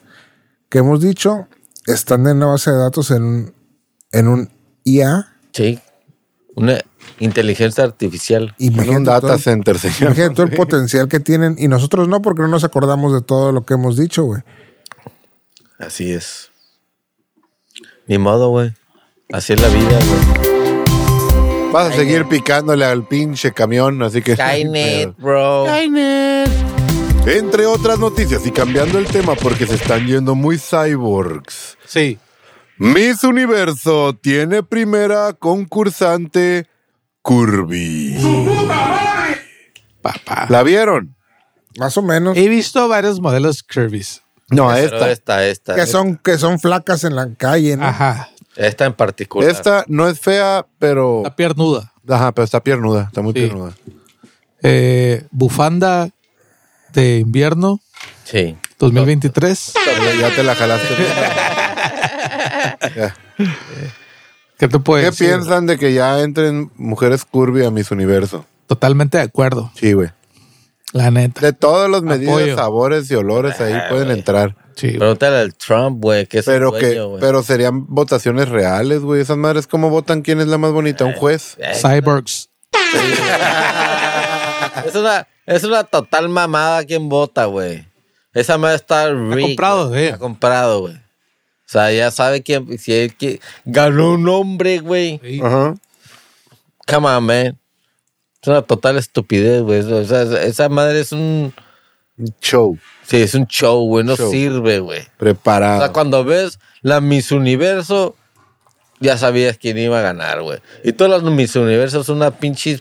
[SPEAKER 4] que hemos dicho, están en una base de datos en, en un IA.
[SPEAKER 3] Sí, una inteligencia artificial.
[SPEAKER 1] En
[SPEAKER 4] Imagínate,
[SPEAKER 1] un
[SPEAKER 4] todo,
[SPEAKER 1] data
[SPEAKER 4] el-
[SPEAKER 1] center, señor.
[SPEAKER 4] imagínate todo el potencial que tienen, y nosotros no, porque no nos acordamos de todo lo que hemos dicho, güey.
[SPEAKER 3] Así es. Ni modo, güey. Así es la vida, güey.
[SPEAKER 1] Vas a seguir picándole al pinche camión, así que...
[SPEAKER 3] Skynet, bro.
[SPEAKER 1] Entre otras noticias y cambiando el tema porque se están yendo muy cyborgs.
[SPEAKER 2] Sí.
[SPEAKER 1] Miss Universo tiene primera concursante Curvy.
[SPEAKER 2] Papá.
[SPEAKER 1] ¿La vieron?
[SPEAKER 4] Más o menos.
[SPEAKER 2] He visto varios modelos Kirby's.
[SPEAKER 1] No, a
[SPEAKER 3] Pero
[SPEAKER 1] esta.
[SPEAKER 3] esta, esta.
[SPEAKER 4] Que son, que son flacas en la calle, ¿no?
[SPEAKER 2] Ajá.
[SPEAKER 3] Esta en particular.
[SPEAKER 1] Esta no es fea, pero.
[SPEAKER 2] La piernuda.
[SPEAKER 1] Ajá, pero está piernuda. Está muy
[SPEAKER 2] Sí.
[SPEAKER 1] piernuda.
[SPEAKER 2] Eh, bufanda de invierno
[SPEAKER 3] Sí.
[SPEAKER 2] 2023.
[SPEAKER 1] Ya, ya te la jalaste. Ya.
[SPEAKER 2] ¿Qué te puedo
[SPEAKER 1] ¿Qué
[SPEAKER 2] decir?
[SPEAKER 1] piensan de que ya entren mujeres curvy a Miss Universo?
[SPEAKER 2] Totalmente de acuerdo.
[SPEAKER 1] Sí, güey.
[SPEAKER 2] La neta.
[SPEAKER 1] De todos los medidas,
[SPEAKER 2] Apoyo.
[SPEAKER 1] sabores y olores ahí pueden entrar.
[SPEAKER 2] Sí.
[SPEAKER 3] Pregúntale al Trump, güey, que es el
[SPEAKER 1] Pero
[SPEAKER 3] dueño,
[SPEAKER 1] que,
[SPEAKER 3] güey.
[SPEAKER 1] pero serían votaciones reales, güey. Esas madres, ¿cómo votan quién es la más bonita? ¿Un juez?
[SPEAKER 3] Eh,
[SPEAKER 2] Cyborgs.
[SPEAKER 3] es, una, es una total mamada quien vota, güey. Esa madre está rica.
[SPEAKER 2] comprado, sí.
[SPEAKER 3] Ha comprado, güey. O sea, ya sabe quién. Si él que ganó un hombre, güey.
[SPEAKER 2] Sí.
[SPEAKER 1] Ajá.
[SPEAKER 3] Come on, man. Es una total estupidez, güey. O sea, esa madre es un.
[SPEAKER 1] Show.
[SPEAKER 3] Sí, es un show, güey. No
[SPEAKER 1] Show.
[SPEAKER 3] sirve, güey. O
[SPEAKER 1] Preparado.
[SPEAKER 3] sea, cuando ves la Miss Universo, ya sabías quién iba a ganar, güey. Y todas las Miss Universo son una pinche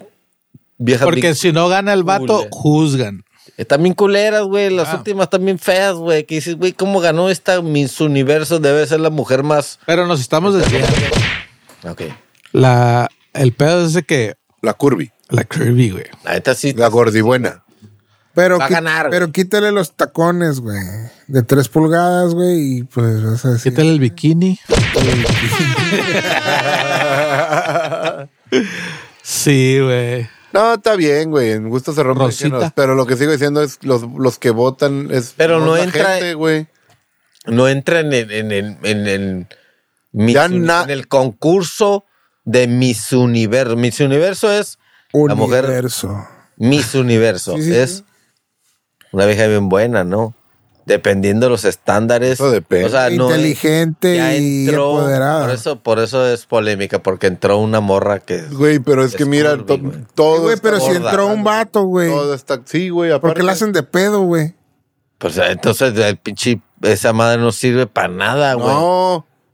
[SPEAKER 3] vieja.
[SPEAKER 2] Porque si no gana el vato,
[SPEAKER 3] Hule.
[SPEAKER 2] juzgan.
[SPEAKER 3] Están bien culeras, güey. Las
[SPEAKER 1] Ah.
[SPEAKER 3] últimas están bien feas, güey. Que dices, güey, ¿cómo ganó esta Miss Universo? Debe ser la mujer más.
[SPEAKER 2] Pero nos estamos desviando.
[SPEAKER 3] Ok.
[SPEAKER 2] La, el pedo es de que
[SPEAKER 1] La curvy.
[SPEAKER 2] la Kirby, güey.
[SPEAKER 3] La neta sí.
[SPEAKER 1] La gordibuena.
[SPEAKER 4] Pero,
[SPEAKER 3] Va a
[SPEAKER 4] qui-
[SPEAKER 3] ganar, güey.
[SPEAKER 4] pero quítale los tacones, güey. De tres pulgadas, güey. Y pues vas a decir.
[SPEAKER 2] Quítale el bikini. sí, güey.
[SPEAKER 1] No, está bien, güey. En gusto se rompen
[SPEAKER 2] Rosita.
[SPEAKER 1] géneros, Pero lo que sigo diciendo es los, los que votan es.
[SPEAKER 3] Pero no
[SPEAKER 1] la
[SPEAKER 3] entra-
[SPEAKER 1] gente, güey.
[SPEAKER 3] No entra en el. En el, en el, Miss
[SPEAKER 1] Ya
[SPEAKER 3] Uni-
[SPEAKER 1] na-
[SPEAKER 3] en el concurso de Miss Universo. Miss Universo es. La mujer.
[SPEAKER 4] Universo.
[SPEAKER 3] Miss Universo.
[SPEAKER 4] Sí, sí,
[SPEAKER 3] es
[SPEAKER 4] sí.
[SPEAKER 3] una vieja bien buena, ¿no? Dependiendo de los estándares.
[SPEAKER 1] Eso depende.
[SPEAKER 3] O sea, no es-
[SPEAKER 4] Inteligente
[SPEAKER 3] ya
[SPEAKER 4] y
[SPEAKER 3] entró-
[SPEAKER 4] empoderada.
[SPEAKER 3] Por eso, por eso es polémica, porque entró una morra que.
[SPEAKER 1] Güey, pero es, que
[SPEAKER 3] Es
[SPEAKER 1] mira,
[SPEAKER 3] curvy,
[SPEAKER 1] to-
[SPEAKER 3] güey.
[SPEAKER 1] todo.
[SPEAKER 4] Sí, güey,
[SPEAKER 1] está
[SPEAKER 4] pero si
[SPEAKER 3] gorda,
[SPEAKER 4] entró un vato, güey.
[SPEAKER 1] Todo está. Sí, güey.
[SPEAKER 4] ¿Por qué
[SPEAKER 1] Aparte,
[SPEAKER 4] la hacen de pedo, güey?
[SPEAKER 3] Pues entonces el pinche esa madre no sirve para nada, güey. No,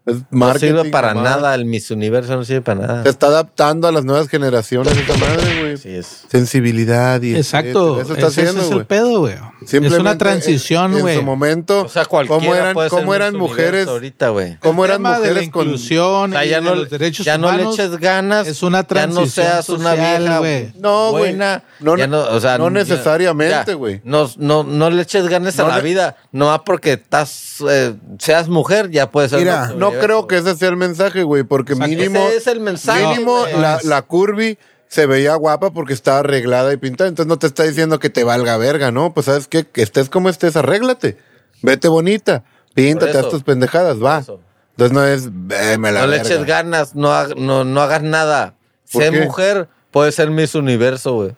[SPEAKER 1] No. Es marketing.
[SPEAKER 3] sirve para
[SPEAKER 1] nomás.
[SPEAKER 3] nada, el Miss Universo no sirve para
[SPEAKER 1] Se
[SPEAKER 3] nada.
[SPEAKER 1] está adaptando a las nuevas generaciones esta madre, güey.
[SPEAKER 3] Así es.
[SPEAKER 1] Sensibilidad y
[SPEAKER 2] Exacto.
[SPEAKER 1] etcétera. Eso está
[SPEAKER 2] Ese- ese
[SPEAKER 1] haciendo,
[SPEAKER 2] es
[SPEAKER 1] güey.
[SPEAKER 2] el pedo, güey. Es
[SPEAKER 1] Simplemente
[SPEAKER 2] una transición,
[SPEAKER 1] en- En
[SPEAKER 2] güey.
[SPEAKER 1] su momento,
[SPEAKER 3] O sea, cualquiera
[SPEAKER 1] ¿cómo eran,
[SPEAKER 3] puede ser
[SPEAKER 1] cómo
[SPEAKER 3] Miss
[SPEAKER 1] eran
[SPEAKER 3] Universo
[SPEAKER 1] mujeres?
[SPEAKER 3] ahorita, güey.
[SPEAKER 1] ¿Cómo eran
[SPEAKER 2] tema de la
[SPEAKER 1] mujeres con
[SPEAKER 2] inclusión
[SPEAKER 3] O sea,
[SPEAKER 2] y
[SPEAKER 3] ya
[SPEAKER 2] de
[SPEAKER 3] no,
[SPEAKER 2] los derechos
[SPEAKER 3] ya no le
[SPEAKER 2] humanos?
[SPEAKER 3] eches ganas.
[SPEAKER 2] es una
[SPEAKER 3] Ya no
[SPEAKER 2] transición
[SPEAKER 3] seas una
[SPEAKER 2] social,
[SPEAKER 3] vieja
[SPEAKER 2] güey.
[SPEAKER 1] No, güey.
[SPEAKER 3] buena,
[SPEAKER 1] No
[SPEAKER 3] ya
[SPEAKER 1] ne-
[SPEAKER 3] no, o sea,
[SPEAKER 1] no
[SPEAKER 3] ya-
[SPEAKER 1] necesariamente,
[SPEAKER 3] ya,
[SPEAKER 1] güey.
[SPEAKER 3] No, no, no le eches ganas a
[SPEAKER 1] No
[SPEAKER 3] la
[SPEAKER 1] le-
[SPEAKER 3] vida. No ah, porque estás, eh, seas mujer, ya puedes ser.
[SPEAKER 4] Mira,
[SPEAKER 3] Miss
[SPEAKER 1] No
[SPEAKER 3] Universo,
[SPEAKER 1] creo que ese sea el mensaje, güey, porque
[SPEAKER 2] Exacto.
[SPEAKER 1] mínimo.
[SPEAKER 3] Ese es el mensaje,
[SPEAKER 1] Mínimo,
[SPEAKER 3] güey.
[SPEAKER 1] la, la curvy se veía guapa porque estaba arreglada y pintada. Entonces no te está diciendo que te valga verga, ¿no? Pues sabes qué? que estés como estés, arréglate. Vete bonita. Píntate,
[SPEAKER 3] Por eso.
[SPEAKER 1] haz tus pendejadas, va.
[SPEAKER 3] eso.
[SPEAKER 1] Entonces no es, "Veme la
[SPEAKER 3] No le
[SPEAKER 1] verga".
[SPEAKER 3] eches ganas, no, ha- no, no hagas nada.
[SPEAKER 1] ¿Por
[SPEAKER 3] Sé
[SPEAKER 1] qué?
[SPEAKER 3] mujer, puede ser Miss Universo, güey.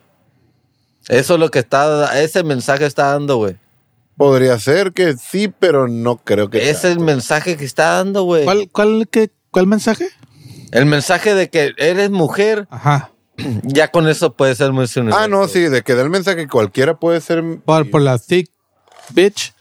[SPEAKER 3] Eso es lo que está, ese mensaje está dando, güey.
[SPEAKER 1] Podría ser que sí, pero no creo que.
[SPEAKER 3] Ese es el mensaje que está dando, güey.
[SPEAKER 2] ¿Cuál, cuál, qué, ¿Cuál mensaje?
[SPEAKER 3] El mensaje de que eres mujer,
[SPEAKER 2] Ajá.
[SPEAKER 3] ya con eso puede ser Miss Universo.
[SPEAKER 1] Ah, no, sí, de que da el mensaje que cualquiera puede ser.
[SPEAKER 2] Por, por la thick bitch.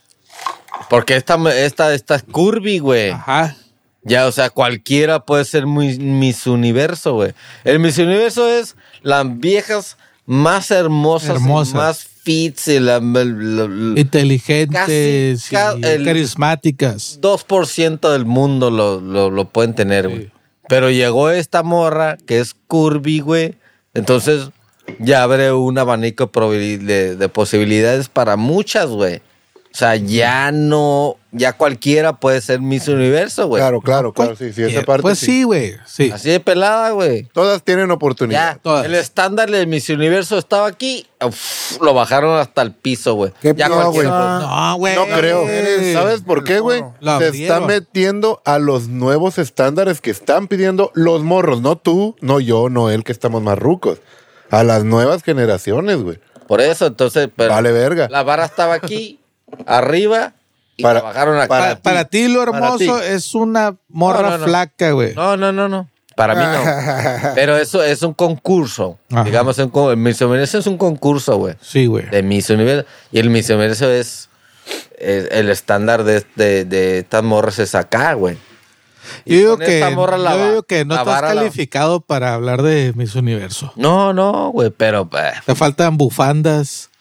[SPEAKER 3] Porque esta, esta, esta es curvy, güey.
[SPEAKER 1] Ah.
[SPEAKER 2] Ajá.
[SPEAKER 3] Ya, o sea, cualquiera puede ser muy- Miss Universo, güey. El Miss Universo es las viejas más hermosas, y
[SPEAKER 2] Hermosas.
[SPEAKER 3] más fits y la- la- la-
[SPEAKER 2] Inteligentes
[SPEAKER 3] Casi ca-
[SPEAKER 2] y
[SPEAKER 3] el-
[SPEAKER 2] carismáticas.
[SPEAKER 3] 2% del mundo lo, lo- lo pueden tener, güey. Pero llegó esta morra que es curvy, güey. Entonces ya abre un abanico de probabil- de, de posibilidades para muchas, güey. O sea, ya no, ya cualquiera puede ser Miss Universo, güey.
[SPEAKER 1] Claro, claro, claro, sí, sí, esa parte.
[SPEAKER 2] pues sí, güey. Sí.
[SPEAKER 3] Así de pelada, güey.
[SPEAKER 1] Todas tienen
[SPEAKER 3] Ya,
[SPEAKER 1] oportunidad.
[SPEAKER 2] Todas.
[SPEAKER 3] el estándar de Miss Universo estaba aquí, uf, lo bajaron hasta el piso, güey.
[SPEAKER 4] ¿Qué
[SPEAKER 3] Ya
[SPEAKER 4] pedo,
[SPEAKER 3] cualquiera
[SPEAKER 4] güey?
[SPEAKER 3] puede-
[SPEAKER 2] Ah, No, güey.
[SPEAKER 1] No creo.
[SPEAKER 4] Eres-
[SPEAKER 1] ¿Sabes por qué, güey?
[SPEAKER 2] La
[SPEAKER 1] Se está
[SPEAKER 2] abrieron.
[SPEAKER 1] metiendo a los nuevos estándares que están pidiendo los morros. No tú, no yo, no él, que estamos más rucos. A las nuevas generaciones, güey.
[SPEAKER 3] Por eso, entonces, pero
[SPEAKER 1] Vale verga.
[SPEAKER 3] la vara estaba aquí, arriba, y
[SPEAKER 1] Para-
[SPEAKER 3] la bajaron acá.
[SPEAKER 2] Para, para ti lo
[SPEAKER 3] Para
[SPEAKER 2] hermoso
[SPEAKER 3] ti.
[SPEAKER 2] es una morra
[SPEAKER 3] No, no, no.
[SPEAKER 2] flaca, güey.
[SPEAKER 3] No, no, no, no. Para mí no. Pero eso es un concurso.
[SPEAKER 2] Ajá.
[SPEAKER 3] Digamos, un, con- el Miss Universo es un concurso, güey.
[SPEAKER 2] Sí, güey.
[SPEAKER 3] De Miss Universo. Y el Miss Universo es, es el estándar de, de, de estas morras es acá, güey.
[SPEAKER 2] Yo digo,
[SPEAKER 3] con
[SPEAKER 2] que,
[SPEAKER 3] esta morra la
[SPEAKER 2] yo
[SPEAKER 3] va-
[SPEAKER 2] digo que no
[SPEAKER 3] la
[SPEAKER 2] estás
[SPEAKER 3] vara la-
[SPEAKER 2] calificado para hablar de Miss Universo.
[SPEAKER 3] No, no, güey, pero... eh,
[SPEAKER 2] Te faltan bufandas.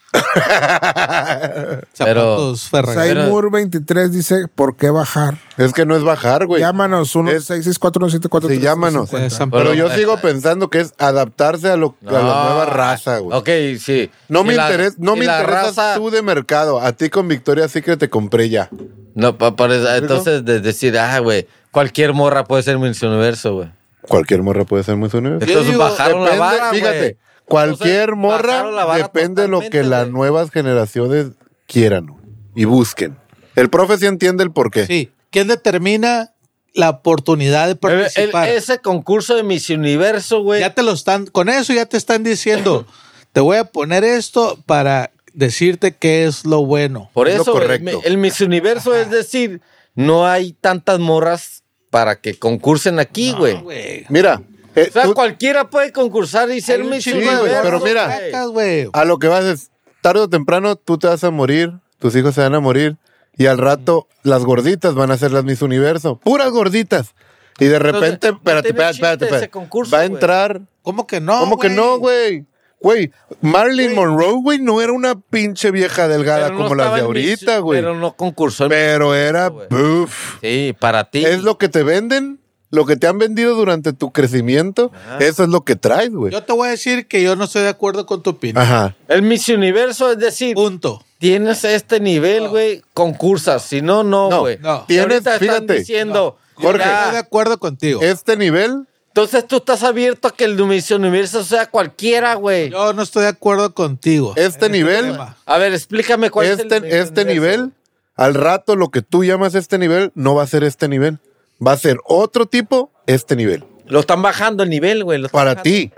[SPEAKER 2] zapatos Ferragamo.
[SPEAKER 4] Saimur 23 dice, ¿por qué bajar?
[SPEAKER 1] Es que no es bajar, güey.
[SPEAKER 4] Llámanos
[SPEAKER 1] Es-
[SPEAKER 4] 1-664-1743.
[SPEAKER 1] Sí, llámanos.
[SPEAKER 2] Eh, San
[SPEAKER 1] Pero
[SPEAKER 2] Pedro.
[SPEAKER 1] yo sigo pensando que es adaptarse a, lo, a la
[SPEAKER 3] No.
[SPEAKER 1] nueva raza, güey.
[SPEAKER 3] Ok, sí.
[SPEAKER 1] No
[SPEAKER 3] Y
[SPEAKER 1] me,
[SPEAKER 3] la-
[SPEAKER 1] interesa, no
[SPEAKER 3] y
[SPEAKER 1] me
[SPEAKER 3] la
[SPEAKER 1] interesas
[SPEAKER 3] raza-
[SPEAKER 1] tú de mercado. A ti con Victoria Secret te compré ya.
[SPEAKER 3] No, pa- por eso, entonces de decir, ah, güey, cualquier morra puede ser Miss Universo, güey.
[SPEAKER 1] Cualquier morra puede ser muy universo.
[SPEAKER 3] Entonces
[SPEAKER 2] digo,
[SPEAKER 3] bajaron la
[SPEAKER 1] Depende,
[SPEAKER 3] vara,
[SPEAKER 1] fíjate,
[SPEAKER 3] güey.
[SPEAKER 1] cualquier
[SPEAKER 3] Entonces, bajaron
[SPEAKER 1] morra
[SPEAKER 3] la vara
[SPEAKER 1] depende de lo que
[SPEAKER 3] totalmente,
[SPEAKER 1] las
[SPEAKER 3] güey.
[SPEAKER 1] nuevas generaciones quieran güey, y busquen. El profe sí entiende el porqué.
[SPEAKER 2] Sí. ¿Quién determina la oportunidad de
[SPEAKER 3] El- el-
[SPEAKER 2] participar?
[SPEAKER 3] ese concurso de Miss Universo, güey.
[SPEAKER 2] ya te lo están, con eso ya te están diciendo, te voy a poner esto para decirte qué es lo bueno.
[SPEAKER 3] Por
[SPEAKER 1] Es lo
[SPEAKER 3] eso, güey,
[SPEAKER 1] correcto.
[SPEAKER 3] el Miss Universo es decir, no hay tantas morras para que concursen aquí, güey.
[SPEAKER 2] Güey.
[SPEAKER 1] Mira, eh,
[SPEAKER 3] o sea,
[SPEAKER 1] tú-
[SPEAKER 3] cualquiera puede concursar y ser
[SPEAKER 2] Hay un
[SPEAKER 3] Miss
[SPEAKER 2] chingo de
[SPEAKER 1] Sí, güey,
[SPEAKER 3] Universo.
[SPEAKER 1] pero mira,
[SPEAKER 3] güey.
[SPEAKER 2] vacas, güey.
[SPEAKER 1] a lo que vas es, tarde o temprano tú te vas a morir, tus hijos se van a morir y al rato las gorditas van a ser las Miss Universo. Puras gorditas. Y de repente,
[SPEAKER 3] no
[SPEAKER 1] espérate,
[SPEAKER 3] tiene
[SPEAKER 1] espérate,
[SPEAKER 3] chiste
[SPEAKER 1] espérate,
[SPEAKER 3] ese
[SPEAKER 1] espérate.
[SPEAKER 3] concurso,
[SPEAKER 1] va a
[SPEAKER 3] güey.
[SPEAKER 1] entrar
[SPEAKER 2] ¿Cómo que no?
[SPEAKER 1] ¿Cómo que no, güey? Güey, Marilyn Monroe, güey, no era una pinche vieja delgada
[SPEAKER 3] Pero no
[SPEAKER 1] como las
[SPEAKER 3] estaba
[SPEAKER 1] de
[SPEAKER 3] en Miss-
[SPEAKER 1] ahorita, güey.
[SPEAKER 3] Pero
[SPEAKER 1] Pero,
[SPEAKER 3] no concursó en
[SPEAKER 1] era
[SPEAKER 3] güey.
[SPEAKER 1] buff.
[SPEAKER 3] Sí, para ti.
[SPEAKER 1] Es lo que te venden, lo que te han vendido durante tu crecimiento, eso es lo que traes, güey.
[SPEAKER 2] Yo te voy a decir que yo no estoy de acuerdo con tu opinión.
[SPEAKER 1] Ajá.
[SPEAKER 3] El Miss Universo, es
[SPEAKER 1] Ah.
[SPEAKER 3] decir,
[SPEAKER 2] Punto.
[SPEAKER 3] tienes este nivel, güey, concursas. Si no, no,
[SPEAKER 1] No,
[SPEAKER 3] güey.
[SPEAKER 2] no.
[SPEAKER 3] Y
[SPEAKER 1] Tienes-
[SPEAKER 3] ahorita están
[SPEAKER 1] fíjate.
[SPEAKER 3] diciendo,
[SPEAKER 1] Jorge.
[SPEAKER 2] Yo no
[SPEAKER 3] ya.
[SPEAKER 2] estoy de acuerdo contigo.
[SPEAKER 1] Este nivel,
[SPEAKER 3] entonces tú estás abierto a que el Miss Universo sea cualquiera, güey.
[SPEAKER 2] Yo no estoy de acuerdo contigo.
[SPEAKER 1] este nivel,
[SPEAKER 2] tema.
[SPEAKER 3] A ver, explícame cuál es el Miss
[SPEAKER 1] este, este
[SPEAKER 3] Universo.
[SPEAKER 1] nivel, al rato lo que tú llamas este nivel, no va a ser este nivel. Va a ser otro tipo, este nivel.
[SPEAKER 3] Lo están bajando el nivel, güey. lo están
[SPEAKER 1] Para
[SPEAKER 3] bajando.
[SPEAKER 1] ti.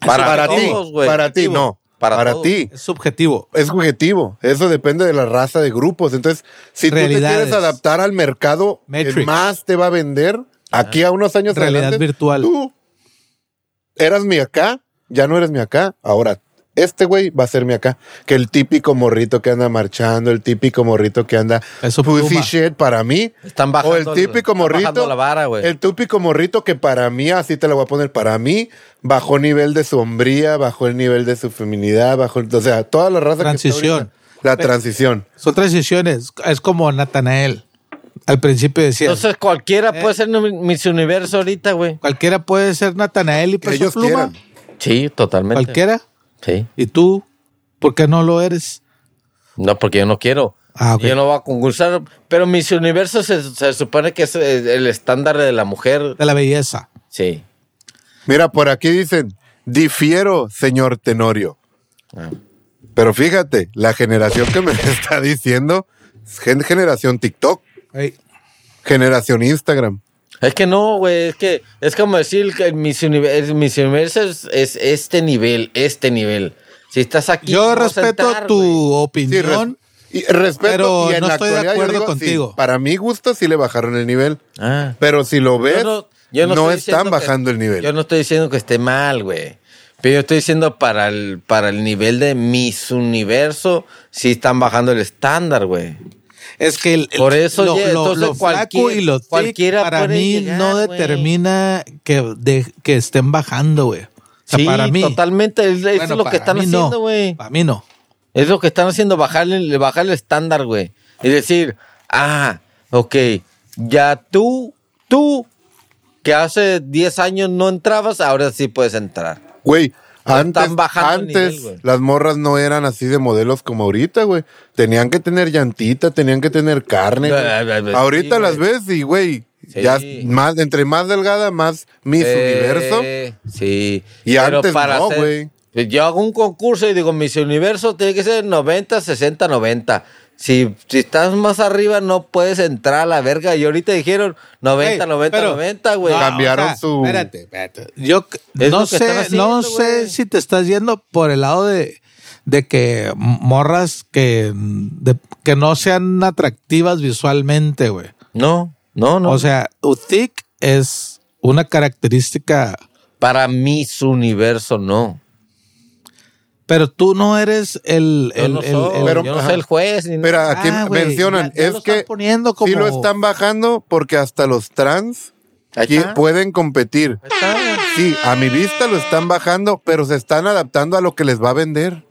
[SPEAKER 1] Para,
[SPEAKER 3] para
[SPEAKER 1] para ti.
[SPEAKER 3] todos, güey.
[SPEAKER 1] Para ti, no.
[SPEAKER 3] Para
[SPEAKER 1] Para,
[SPEAKER 3] todos.
[SPEAKER 1] ti.
[SPEAKER 2] Es subjetivo.
[SPEAKER 1] Es subjetivo. Eso depende de la raza de grupos. Entonces, si tú te
[SPEAKER 2] Realidades.
[SPEAKER 1] quieres adaptar al mercado, que
[SPEAKER 2] Matrix.
[SPEAKER 1] más te va a vender aquí a unos años
[SPEAKER 2] Ah. Realidad
[SPEAKER 1] adelante,
[SPEAKER 2] virtual.
[SPEAKER 1] Tú eras mi acá, ya no eres mi acá. Ahora, este güey va a ser mi acá. Que el típico morrito que anda marchando, el típico morrito que anda
[SPEAKER 2] Eso
[SPEAKER 1] pussy
[SPEAKER 2] pluma.
[SPEAKER 1] shit para mí.
[SPEAKER 3] Están bajando
[SPEAKER 1] O el típico
[SPEAKER 3] están bajando
[SPEAKER 1] morrito.
[SPEAKER 3] la vara, güey.
[SPEAKER 1] el típico morrito que para mí, así te la voy a poner, para mí, bajó nivel de sombría, bajó el nivel de su feminidad, bajó, o sea, toda la raza que está
[SPEAKER 2] Transición.
[SPEAKER 1] ahorita. la transición.
[SPEAKER 2] Son transiciones. Es como Natanael. Al principio decía,
[SPEAKER 3] Entonces cualquiera puede ser un Miss Universo ahorita, güey.
[SPEAKER 2] cualquiera puede ser Natanael y
[SPEAKER 1] Que
[SPEAKER 2] peso
[SPEAKER 1] ellos
[SPEAKER 2] pluma.
[SPEAKER 1] quieran.
[SPEAKER 3] Sí, totalmente.
[SPEAKER 2] Cualquiera.
[SPEAKER 3] Sí.
[SPEAKER 2] ¿Y tú? ¿Por qué no lo eres?
[SPEAKER 3] No, porque yo no quiero.
[SPEAKER 2] Ah, ok.
[SPEAKER 3] Yo no voy a concursar. Pero Miss Universo se, se supone que es eh, el estándar de la mujer.
[SPEAKER 2] De la belleza.
[SPEAKER 3] Sí.
[SPEAKER 1] Mira, por aquí dicen, difiero, señor Tenorio.
[SPEAKER 3] Ah.
[SPEAKER 1] Pero fíjate, la generación que me está diciendo es gen- generación TikTok,
[SPEAKER 2] Ey,
[SPEAKER 1] generación Instagram.
[SPEAKER 3] Es que no, güey. Es que es como decir que el Miss, Univer- el Miss Universo es, es este nivel, este nivel. Si estás aquí.
[SPEAKER 2] Yo
[SPEAKER 3] vamos a
[SPEAKER 2] respeto
[SPEAKER 3] entrar,
[SPEAKER 2] tu
[SPEAKER 3] güey.
[SPEAKER 1] Sí, res-
[SPEAKER 2] opinión.
[SPEAKER 1] y respeto
[SPEAKER 2] pero
[SPEAKER 1] y en
[SPEAKER 2] no
[SPEAKER 1] la
[SPEAKER 2] estoy de
[SPEAKER 1] actualidad yo
[SPEAKER 2] acuerdo
[SPEAKER 1] digo, sí,
[SPEAKER 2] contigo.
[SPEAKER 1] para mi gusto sí le bajaron el nivel.
[SPEAKER 3] Ah.
[SPEAKER 1] Pero si lo ves,
[SPEAKER 3] Yo
[SPEAKER 1] no,
[SPEAKER 3] yo estoy diciendo
[SPEAKER 1] están
[SPEAKER 3] que-
[SPEAKER 1] bajando el nivel.
[SPEAKER 3] Yo no estoy diciendo que esté mal, güey. Pero yo estoy diciendo para el, para el nivel de Miss Universo, sí están bajando el estándar, güey.
[SPEAKER 2] Es que el, el-
[SPEAKER 3] Por eso,
[SPEAKER 2] lo, lo-
[SPEAKER 3] ya, entonces,
[SPEAKER 2] lo flaco
[SPEAKER 3] cualquier-
[SPEAKER 2] y lo thick
[SPEAKER 3] cualquiera
[SPEAKER 2] para
[SPEAKER 3] puede
[SPEAKER 2] mí
[SPEAKER 3] llegar,
[SPEAKER 2] no
[SPEAKER 3] güey.
[SPEAKER 2] determina que, de- que estén bajando, güey. O sea,
[SPEAKER 3] sí,
[SPEAKER 2] para mí.
[SPEAKER 3] totalmente. Es, es
[SPEAKER 2] Bueno,
[SPEAKER 3] lo
[SPEAKER 2] para
[SPEAKER 3] que están
[SPEAKER 2] mí no.
[SPEAKER 3] haciendo, güey.
[SPEAKER 2] Para mí no.
[SPEAKER 3] Es lo que están haciendo, bajar el, bajar el estándar, güey. Y decir, ah, ok, ya tú, tú, que hace 10 años no entrabas, ahora sí puedes entrar.
[SPEAKER 1] Güey,
[SPEAKER 3] Están
[SPEAKER 1] antes,
[SPEAKER 3] bajando el
[SPEAKER 1] antes
[SPEAKER 3] nivel, güey.
[SPEAKER 1] las morras no eran así de modelos como ahorita, güey. Tenían que tener llantita, tenían que tener carne. güey.
[SPEAKER 3] Bla, bla, bla,
[SPEAKER 1] ahorita
[SPEAKER 3] Ah, sí,
[SPEAKER 1] las
[SPEAKER 3] güey.
[SPEAKER 1] ves y, güey,
[SPEAKER 3] Sí.
[SPEAKER 1] ya más, entre más delgada, más Miss Universo.
[SPEAKER 3] Eh, Sí.
[SPEAKER 1] Y antes no,
[SPEAKER 3] hacer-
[SPEAKER 1] güey.
[SPEAKER 3] Yo hago un concurso y digo, Miss Universo tiene que ser 90, 60, 90. Si, si estás más arriba, no puedes entrar a la verga. Y ahorita dijeron 90,
[SPEAKER 2] Ey,
[SPEAKER 3] 90,
[SPEAKER 2] pero-
[SPEAKER 3] 90, güey.
[SPEAKER 2] No,
[SPEAKER 1] Cambiaron
[SPEAKER 2] o sea,
[SPEAKER 1] su-
[SPEAKER 2] Espérate, espérate. Yo c-
[SPEAKER 3] Es lo
[SPEAKER 2] no
[SPEAKER 3] que están
[SPEAKER 2] sé,
[SPEAKER 3] haciendo,
[SPEAKER 2] no
[SPEAKER 3] güey.
[SPEAKER 2] sé si te estás yendo por el lado de, de que morras que, de- que no sean atractivas visualmente, güey.
[SPEAKER 3] No, no, no.
[SPEAKER 2] O sea, thick es una característica,
[SPEAKER 3] para Miss Universo, no.
[SPEAKER 2] pero tú no eres el,
[SPEAKER 3] Yo
[SPEAKER 2] el-
[SPEAKER 3] no
[SPEAKER 2] el-
[SPEAKER 3] soy,
[SPEAKER 2] el-
[SPEAKER 1] pero-
[SPEAKER 3] yo no
[SPEAKER 1] ajá.
[SPEAKER 3] soy el juez. Ni nada.
[SPEAKER 1] Mira, aquí
[SPEAKER 2] Ah, güey,
[SPEAKER 1] mencionan,
[SPEAKER 2] ya- ya
[SPEAKER 1] es
[SPEAKER 2] lo
[SPEAKER 1] que
[SPEAKER 2] están poniendo como-
[SPEAKER 1] sí lo están bajando porque hasta los trans
[SPEAKER 3] Ahí
[SPEAKER 1] qui-
[SPEAKER 3] está.
[SPEAKER 1] pueden competir.
[SPEAKER 3] Ahí está.
[SPEAKER 1] Sí, a mi vista lo están bajando, pero se están adaptando a lo que les va a vender.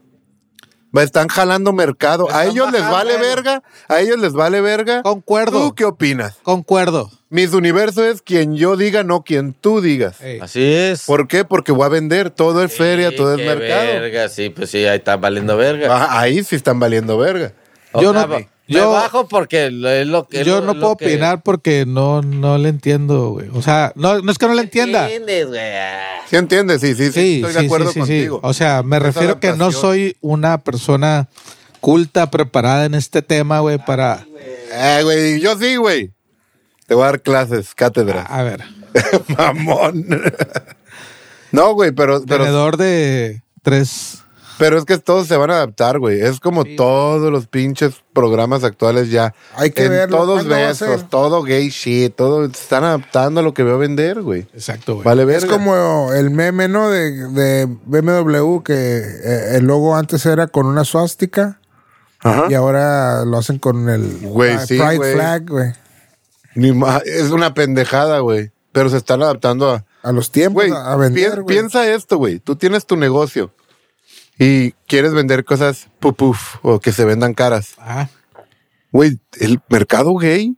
[SPEAKER 1] Va- Están jalando mercado. a
[SPEAKER 2] Están
[SPEAKER 1] ellos les
[SPEAKER 2] bajando,
[SPEAKER 1] vale
[SPEAKER 2] bueno.
[SPEAKER 1] verga. A ellos les vale verga.
[SPEAKER 2] Concuerdo.
[SPEAKER 1] ¿Tú qué opinas?
[SPEAKER 2] concuerdo.
[SPEAKER 1] Mis universo es quien yo diga, no quien tú digas.
[SPEAKER 2] Ey.
[SPEAKER 3] Así es.
[SPEAKER 1] ¿Por qué? Porque voy a vender. Todo es feria,
[SPEAKER 3] Sí,
[SPEAKER 1] todo es
[SPEAKER 3] qué
[SPEAKER 1] mercado.
[SPEAKER 3] Verga, sí, pues sí, ahí está valiendo verga.
[SPEAKER 1] Ah, ahí sí están valiendo verga.
[SPEAKER 3] O
[SPEAKER 2] Yo
[SPEAKER 3] sea,
[SPEAKER 2] no-
[SPEAKER 3] me
[SPEAKER 2] yo-
[SPEAKER 3] bajo porque lo- es lo que. es
[SPEAKER 2] Yo
[SPEAKER 3] lo-
[SPEAKER 2] no
[SPEAKER 3] lo
[SPEAKER 2] puedo
[SPEAKER 3] que-
[SPEAKER 2] opinar porque no, no le entiendo, güey. O sea, no, no es que no le entienda.
[SPEAKER 3] Entiendes, güey.
[SPEAKER 1] ¿Sí entiendes? Sí, sí, sí.
[SPEAKER 2] Sí,
[SPEAKER 1] estoy
[SPEAKER 2] sí,
[SPEAKER 1] de acuerdo
[SPEAKER 2] sí, sí, sí.
[SPEAKER 1] contigo.
[SPEAKER 2] O sea, me
[SPEAKER 1] Esa
[SPEAKER 2] refiero que no
[SPEAKER 1] adaptación.
[SPEAKER 2] soy una persona culta, preparada en este tema, güey, para...
[SPEAKER 1] Eh, güey, yo sí, güey. Te voy a dar clases, cátedra.
[SPEAKER 2] A ver,
[SPEAKER 1] Mamón. no, güey, pero, pero,
[SPEAKER 2] tenedor de tres...
[SPEAKER 1] pero es que todos se van a adaptar, güey. Es como todos los pinches programas actuales ya.
[SPEAKER 4] Hay que
[SPEAKER 1] En
[SPEAKER 4] verlo.
[SPEAKER 1] Todos
[SPEAKER 4] ¿Cuándo va a ser?
[SPEAKER 1] besos, todo gay shit, todo. se Están adaptando a lo que veo vender, güey.
[SPEAKER 2] Exacto, güey.
[SPEAKER 1] Vale,
[SPEAKER 4] Es
[SPEAKER 1] verga.
[SPEAKER 4] como el meme, ¿no? De, de BMW, que eh, el logo antes era con una suástica
[SPEAKER 1] Ajá.
[SPEAKER 4] y ahora lo hacen con el
[SPEAKER 1] ¿Ah? Güey,
[SPEAKER 4] ah,
[SPEAKER 1] sí,
[SPEAKER 4] Pride
[SPEAKER 1] güey.
[SPEAKER 4] Flag, güey.
[SPEAKER 1] Ni ma- Es una pendejada, güey. Pero se están adaptando a.
[SPEAKER 4] a los tiempos,
[SPEAKER 1] Güey,
[SPEAKER 4] a a
[SPEAKER 1] pi-
[SPEAKER 4] vender, güey.
[SPEAKER 1] piensa esto, güey. Tú tienes tu negocio y quieres vender cosas pupuf o que se vendan caras.
[SPEAKER 2] Ah,
[SPEAKER 1] Güey, el mercado gay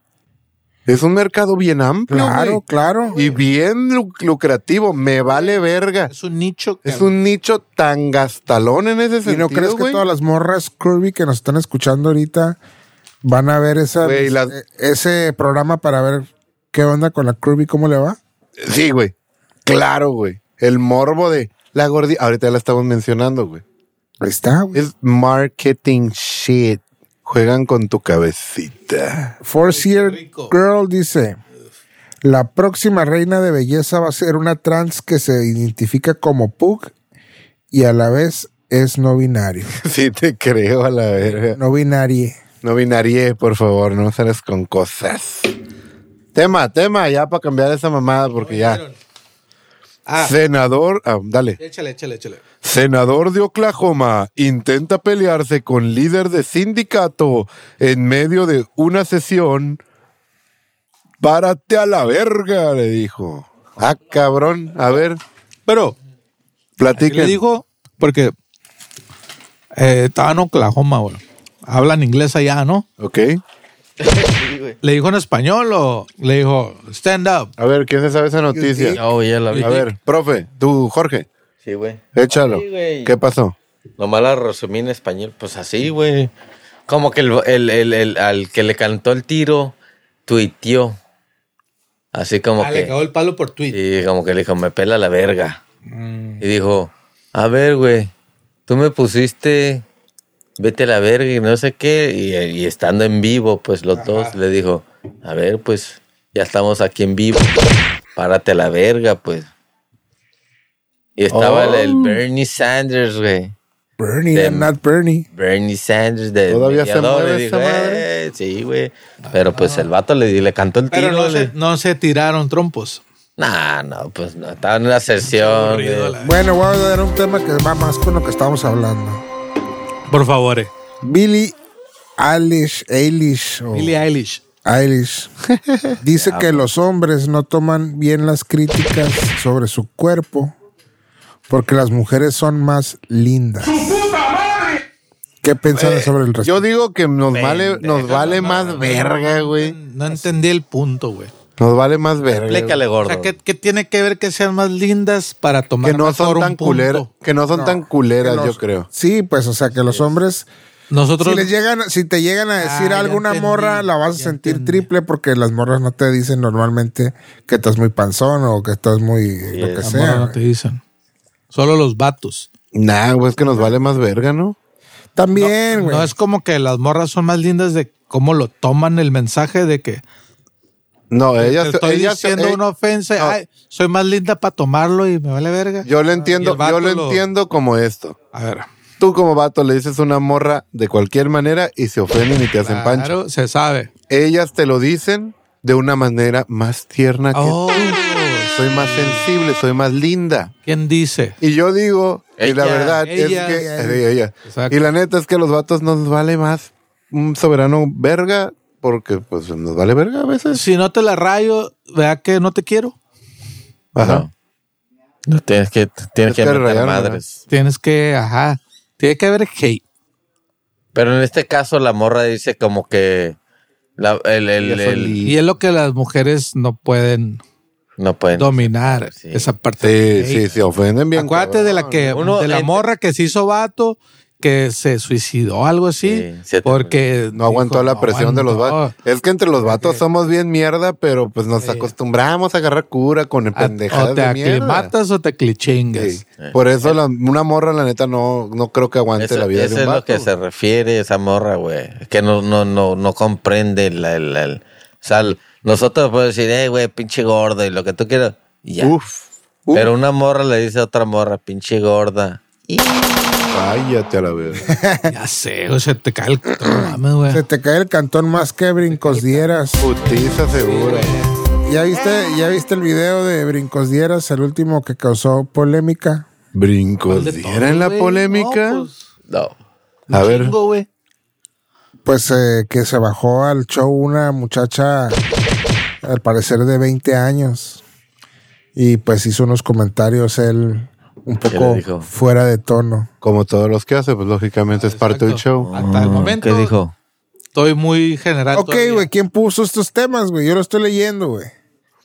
[SPEAKER 1] es un mercado bien amplio,
[SPEAKER 4] Claro,
[SPEAKER 1] güey.
[SPEAKER 4] claro.
[SPEAKER 1] Y bien lu- lucrativo. Me vale verga.
[SPEAKER 2] es un nicho.
[SPEAKER 1] Es
[SPEAKER 2] cabrón.
[SPEAKER 1] un nicho tan gastalón en ese sentido,
[SPEAKER 4] ¿Y no crees que
[SPEAKER 1] güey?
[SPEAKER 4] todas las morras curvy que nos están escuchando ahorita van a ver esa,
[SPEAKER 1] Güey, las-
[SPEAKER 4] e- ese programa para ver qué onda con la curvy, cómo le va?
[SPEAKER 1] Sí, güey. Claro, güey. El morbo de la gordita. Ahorita ya la estamos mencionando, güey.
[SPEAKER 4] Ahí está, güey.
[SPEAKER 1] Es marketing shit. Juegan con tu cabecita.
[SPEAKER 4] Four Seer
[SPEAKER 2] rico.
[SPEAKER 4] Girl dice: La próxima reina de belleza va a ser una trans que se identifica como Pug y a la vez es no binario.
[SPEAKER 1] Sí, te creo a la verga.
[SPEAKER 4] No binarie.
[SPEAKER 1] No binarié, por favor, no sales con cosas. Tema, tema, ya para cambiar esa mamada, porque ya.
[SPEAKER 2] Ah,
[SPEAKER 1] Senador, ah, dale.
[SPEAKER 2] échale, échale, échale.
[SPEAKER 1] Senador de Oklahoma intenta pelearse con líder de sindicato en medio de una sesión. Párate a la verga, le dijo. Ah, cabrón, a ver,
[SPEAKER 2] Pero le
[SPEAKER 1] platiquen.
[SPEAKER 2] digo, porque eh, estaba en Oklahoma, güey. Hablan inglés allá, ¿no?
[SPEAKER 1] Ok,
[SPEAKER 2] ¿Le dijo en español o le dijo stand up?
[SPEAKER 1] a ver, ¿quién se sabe esa noticia?
[SPEAKER 3] No, Oh, ya la vi.
[SPEAKER 1] A ver, profe, tú, Jorge,
[SPEAKER 3] Sí, güey.
[SPEAKER 1] échalo.
[SPEAKER 3] Sí, güey.
[SPEAKER 1] ¿Qué pasó?
[SPEAKER 3] Nomás la resumí en español. Pues así, güey. Como que el, el- el- el- al que le cantó el tiro, tuiteó. Así como
[SPEAKER 2] Ah,
[SPEAKER 3] que.
[SPEAKER 2] le cagó el palo por tweet.
[SPEAKER 3] Y como que le dijo, me pela la verga. Y dijo, a ver, güey, tú me pusiste, vete a la verga y no sé qué. Y, y estando en vivo, pues los dos le dijo, a ver, pues ya estamos aquí en vivo, párate a la verga, pues. Y estaba el, el Bernie Sanders, güey.
[SPEAKER 4] Bernie,
[SPEAKER 3] Dem-
[SPEAKER 4] not Bernie.
[SPEAKER 3] Bernie Sanders de
[SPEAKER 1] ¿Todavía se mueve
[SPEAKER 3] le
[SPEAKER 1] esa
[SPEAKER 3] dijo,
[SPEAKER 1] madre?
[SPEAKER 3] "Eh, sí, güey. Pero pues el vato le, le cantó el
[SPEAKER 2] Pero
[SPEAKER 3] tiro.
[SPEAKER 2] no
[SPEAKER 3] le-
[SPEAKER 2] se, no se tiraron trompos.
[SPEAKER 3] Nah, no, pues no, estaba en una sesión.
[SPEAKER 2] Aburrido,
[SPEAKER 3] güey.
[SPEAKER 2] la-
[SPEAKER 4] Bueno, voy a dar un tema que va más con lo que estábamos hablando.
[SPEAKER 2] Por favor, eh.
[SPEAKER 4] Billy Eilish, Eilish, o
[SPEAKER 2] Billie Eilish.
[SPEAKER 4] Eilish dice que los hombres no toman bien las críticas sobre su cuerpo porque las mujeres son más lindas. ¿Qué piensan sobre el
[SPEAKER 1] Eh, Yo
[SPEAKER 4] resto?
[SPEAKER 1] digo que nos vale, nos vale más verga, güey.
[SPEAKER 2] No entendí el punto, güey.
[SPEAKER 1] Nos vale más verga. güey.
[SPEAKER 3] Explícale,
[SPEAKER 2] O
[SPEAKER 3] gordo.
[SPEAKER 2] sea, ¿qué, qué tiene que ver que sean más lindas para tomar
[SPEAKER 1] Que no
[SPEAKER 2] mejor
[SPEAKER 1] son
[SPEAKER 2] un
[SPEAKER 1] tan
[SPEAKER 2] punto?
[SPEAKER 1] culeras, que no son tan culeras,
[SPEAKER 4] Los-
[SPEAKER 1] yo creo.
[SPEAKER 4] Sí, pues, o sea, que los hombres,
[SPEAKER 2] Nosotros
[SPEAKER 4] si les llegan, si te llegan a decir
[SPEAKER 2] Ah, ya
[SPEAKER 4] alguna
[SPEAKER 2] entendí,
[SPEAKER 4] morra, la vas a
[SPEAKER 2] ya
[SPEAKER 4] sentir
[SPEAKER 2] entendí.
[SPEAKER 4] triple porque las morras no te dicen normalmente que estás muy panzón o que estás muy lo que
[SPEAKER 2] Amor,
[SPEAKER 4] sea.
[SPEAKER 2] no te dicen. Solo los vatos.
[SPEAKER 1] Nah, güey, es que nos vale más verga, ¿no?
[SPEAKER 4] También, güey.
[SPEAKER 2] No es como que las morras son más lindas de cómo lo toman el mensaje de que
[SPEAKER 1] No,
[SPEAKER 2] te
[SPEAKER 1] ellas
[SPEAKER 2] estoy
[SPEAKER 1] ellas-
[SPEAKER 2] diciendo
[SPEAKER 1] ey,
[SPEAKER 2] una ofensa.
[SPEAKER 1] no.
[SPEAKER 2] Ay, soy más linda para tomarlo y me vale verga.
[SPEAKER 1] Yo lo
[SPEAKER 2] Y
[SPEAKER 1] entiendo,
[SPEAKER 2] el
[SPEAKER 1] yo
[SPEAKER 2] vato
[SPEAKER 1] lo,
[SPEAKER 2] lo-
[SPEAKER 1] entiendo como esto.
[SPEAKER 2] A ver.
[SPEAKER 1] Tú como vato le dices una morra de cualquier manera y se ofenden y te hacen pancho.
[SPEAKER 2] Claro, se sabe.
[SPEAKER 1] Ellas te lo dicen de una manera más tierna que
[SPEAKER 2] Oh,
[SPEAKER 1] soy más sensible, soy más linda.
[SPEAKER 2] ¿Quién dice?
[SPEAKER 1] Y yo digo, y la
[SPEAKER 3] Ella,
[SPEAKER 1] verdad es
[SPEAKER 2] ella.
[SPEAKER 1] que. sí, ella.
[SPEAKER 2] Exacto.
[SPEAKER 1] Y la neta es que a los vatos nos vale más un soberano verga, porque pues nos vale verga a veces.
[SPEAKER 2] Si no te la rayo, vea que no te quiero.
[SPEAKER 1] Ajá.
[SPEAKER 3] No. No, tienes que, tienes
[SPEAKER 1] Tienes
[SPEAKER 3] que,
[SPEAKER 1] que
[SPEAKER 3] meter
[SPEAKER 1] rayarlo,
[SPEAKER 3] madres.
[SPEAKER 2] Tienes que, ajá. Tiene que haber hate.
[SPEAKER 3] Pero en este caso la morra dice como que la- el, el-
[SPEAKER 1] Ella
[SPEAKER 3] el-
[SPEAKER 1] solita.
[SPEAKER 2] Y es lo que las mujeres no pueden
[SPEAKER 3] no pueden.
[SPEAKER 2] dominar.
[SPEAKER 3] sí.
[SPEAKER 2] Esa parte.
[SPEAKER 1] Sí,
[SPEAKER 2] del hate.
[SPEAKER 1] sí, se ofenden bien.
[SPEAKER 2] Acuérdate
[SPEAKER 1] cabrón.
[SPEAKER 2] de la que
[SPEAKER 3] Uno
[SPEAKER 2] de la
[SPEAKER 3] ente-
[SPEAKER 2] morra que se hizo vato, que se suicidó algo así,
[SPEAKER 3] Sí, se-
[SPEAKER 2] porque
[SPEAKER 1] No aguantó
[SPEAKER 2] dijo,
[SPEAKER 1] la
[SPEAKER 2] "No
[SPEAKER 1] presión de los
[SPEAKER 2] aguantó".
[SPEAKER 1] vatos. Es que entre los vatos somos bien mierda, pero pues nos acostumbramos a agarrar cura con el
[SPEAKER 2] A-
[SPEAKER 1] pendejadas
[SPEAKER 2] o te
[SPEAKER 1] de mierda.
[SPEAKER 2] aclimatas o te clichingas.
[SPEAKER 1] Sí. Por eso la- una morra, la neta, no, no creo que aguante
[SPEAKER 3] Eso,
[SPEAKER 1] la vida de
[SPEAKER 3] eso
[SPEAKER 1] un
[SPEAKER 3] es
[SPEAKER 1] vato.
[SPEAKER 3] lo que se refiere esa morra, güey. Que no, no, no, no comprende la, la- la- o sea, el- nosotros podemos decir, eh, güey, pinche gordo y lo que tú quieras. y ya.
[SPEAKER 1] Uf. uf,
[SPEAKER 3] Pero una morra le dice a otra morra, pinche gorda.
[SPEAKER 1] Cállate a la vez.
[SPEAKER 2] Ya sé, o sea, te cae el no mames, güey.
[SPEAKER 4] Se te cae el cantón más que brincos dieras.
[SPEAKER 1] Putiza seguro.
[SPEAKER 4] ¿Ya viste, ya viste el video de Brincos Dieras, el último que causó polémica?
[SPEAKER 1] Brincos.
[SPEAKER 2] De
[SPEAKER 1] diera en
[SPEAKER 2] todo,
[SPEAKER 1] la
[SPEAKER 2] güey.
[SPEAKER 1] polémica?
[SPEAKER 2] No, pues,
[SPEAKER 3] No.
[SPEAKER 2] un
[SPEAKER 1] A ver.
[SPEAKER 2] chingo, güey.
[SPEAKER 4] Pues eh, que se bajó al show una muchacha, al parecer de 20 años, Y pues hizo unos comentarios él un
[SPEAKER 3] le
[SPEAKER 4] poco
[SPEAKER 3] dijo?
[SPEAKER 4] fuera de tono.
[SPEAKER 1] Como todos los que hace, pues lógicamente es parte del
[SPEAKER 2] Exacto.
[SPEAKER 1] show.
[SPEAKER 2] Hasta el
[SPEAKER 3] Ah,
[SPEAKER 2] momento.
[SPEAKER 3] ¿Qué dijo?
[SPEAKER 2] Estoy muy
[SPEAKER 1] Ah,
[SPEAKER 2] general.
[SPEAKER 4] Ok,
[SPEAKER 2] todavía.
[SPEAKER 4] güey, ¿quién puso estos temas, güey? Yo lo estoy leyendo, güey.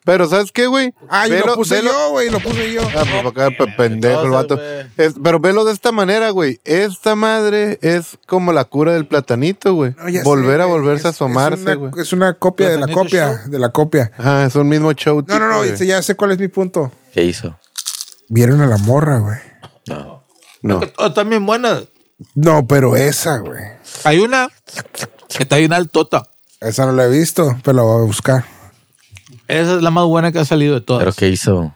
[SPEAKER 1] Pero ¿sabes qué, güey?
[SPEAKER 4] Ah, yo
[SPEAKER 1] Velo-
[SPEAKER 4] lo puse
[SPEAKER 1] velo-
[SPEAKER 4] yo, güey, lo puse yo.
[SPEAKER 1] Ah, pues acá pe- pendejo el vato.
[SPEAKER 3] Entonces,
[SPEAKER 1] Es- pero velo de esta manera, güey. Esta madre es como la cura del platanito, güey.
[SPEAKER 4] No, ya sé,
[SPEAKER 1] Volver a
[SPEAKER 4] güey,
[SPEAKER 1] volverse a
[SPEAKER 4] es- es una-
[SPEAKER 1] asomarse, güey.
[SPEAKER 4] Es una copia de la
[SPEAKER 2] Platanito
[SPEAKER 4] copia,
[SPEAKER 2] Show.
[SPEAKER 4] de la copia.
[SPEAKER 1] Ajá, es un mismo show. tipo,
[SPEAKER 4] No, no, no,
[SPEAKER 1] güey.
[SPEAKER 4] ya sé cuál es mi punto.
[SPEAKER 3] ¿Qué hizo?
[SPEAKER 4] Vieron a la morra, güey.
[SPEAKER 3] No.
[SPEAKER 1] No.
[SPEAKER 2] Oh, también buena.
[SPEAKER 4] No, pero esa, güey.
[SPEAKER 2] Hay una que está bien altota.
[SPEAKER 4] Esa no la he visto, pero la voy a buscar.
[SPEAKER 2] Esa es la más buena que ha salido de
[SPEAKER 3] ¿Pero
[SPEAKER 2] todas.
[SPEAKER 3] qué hizo?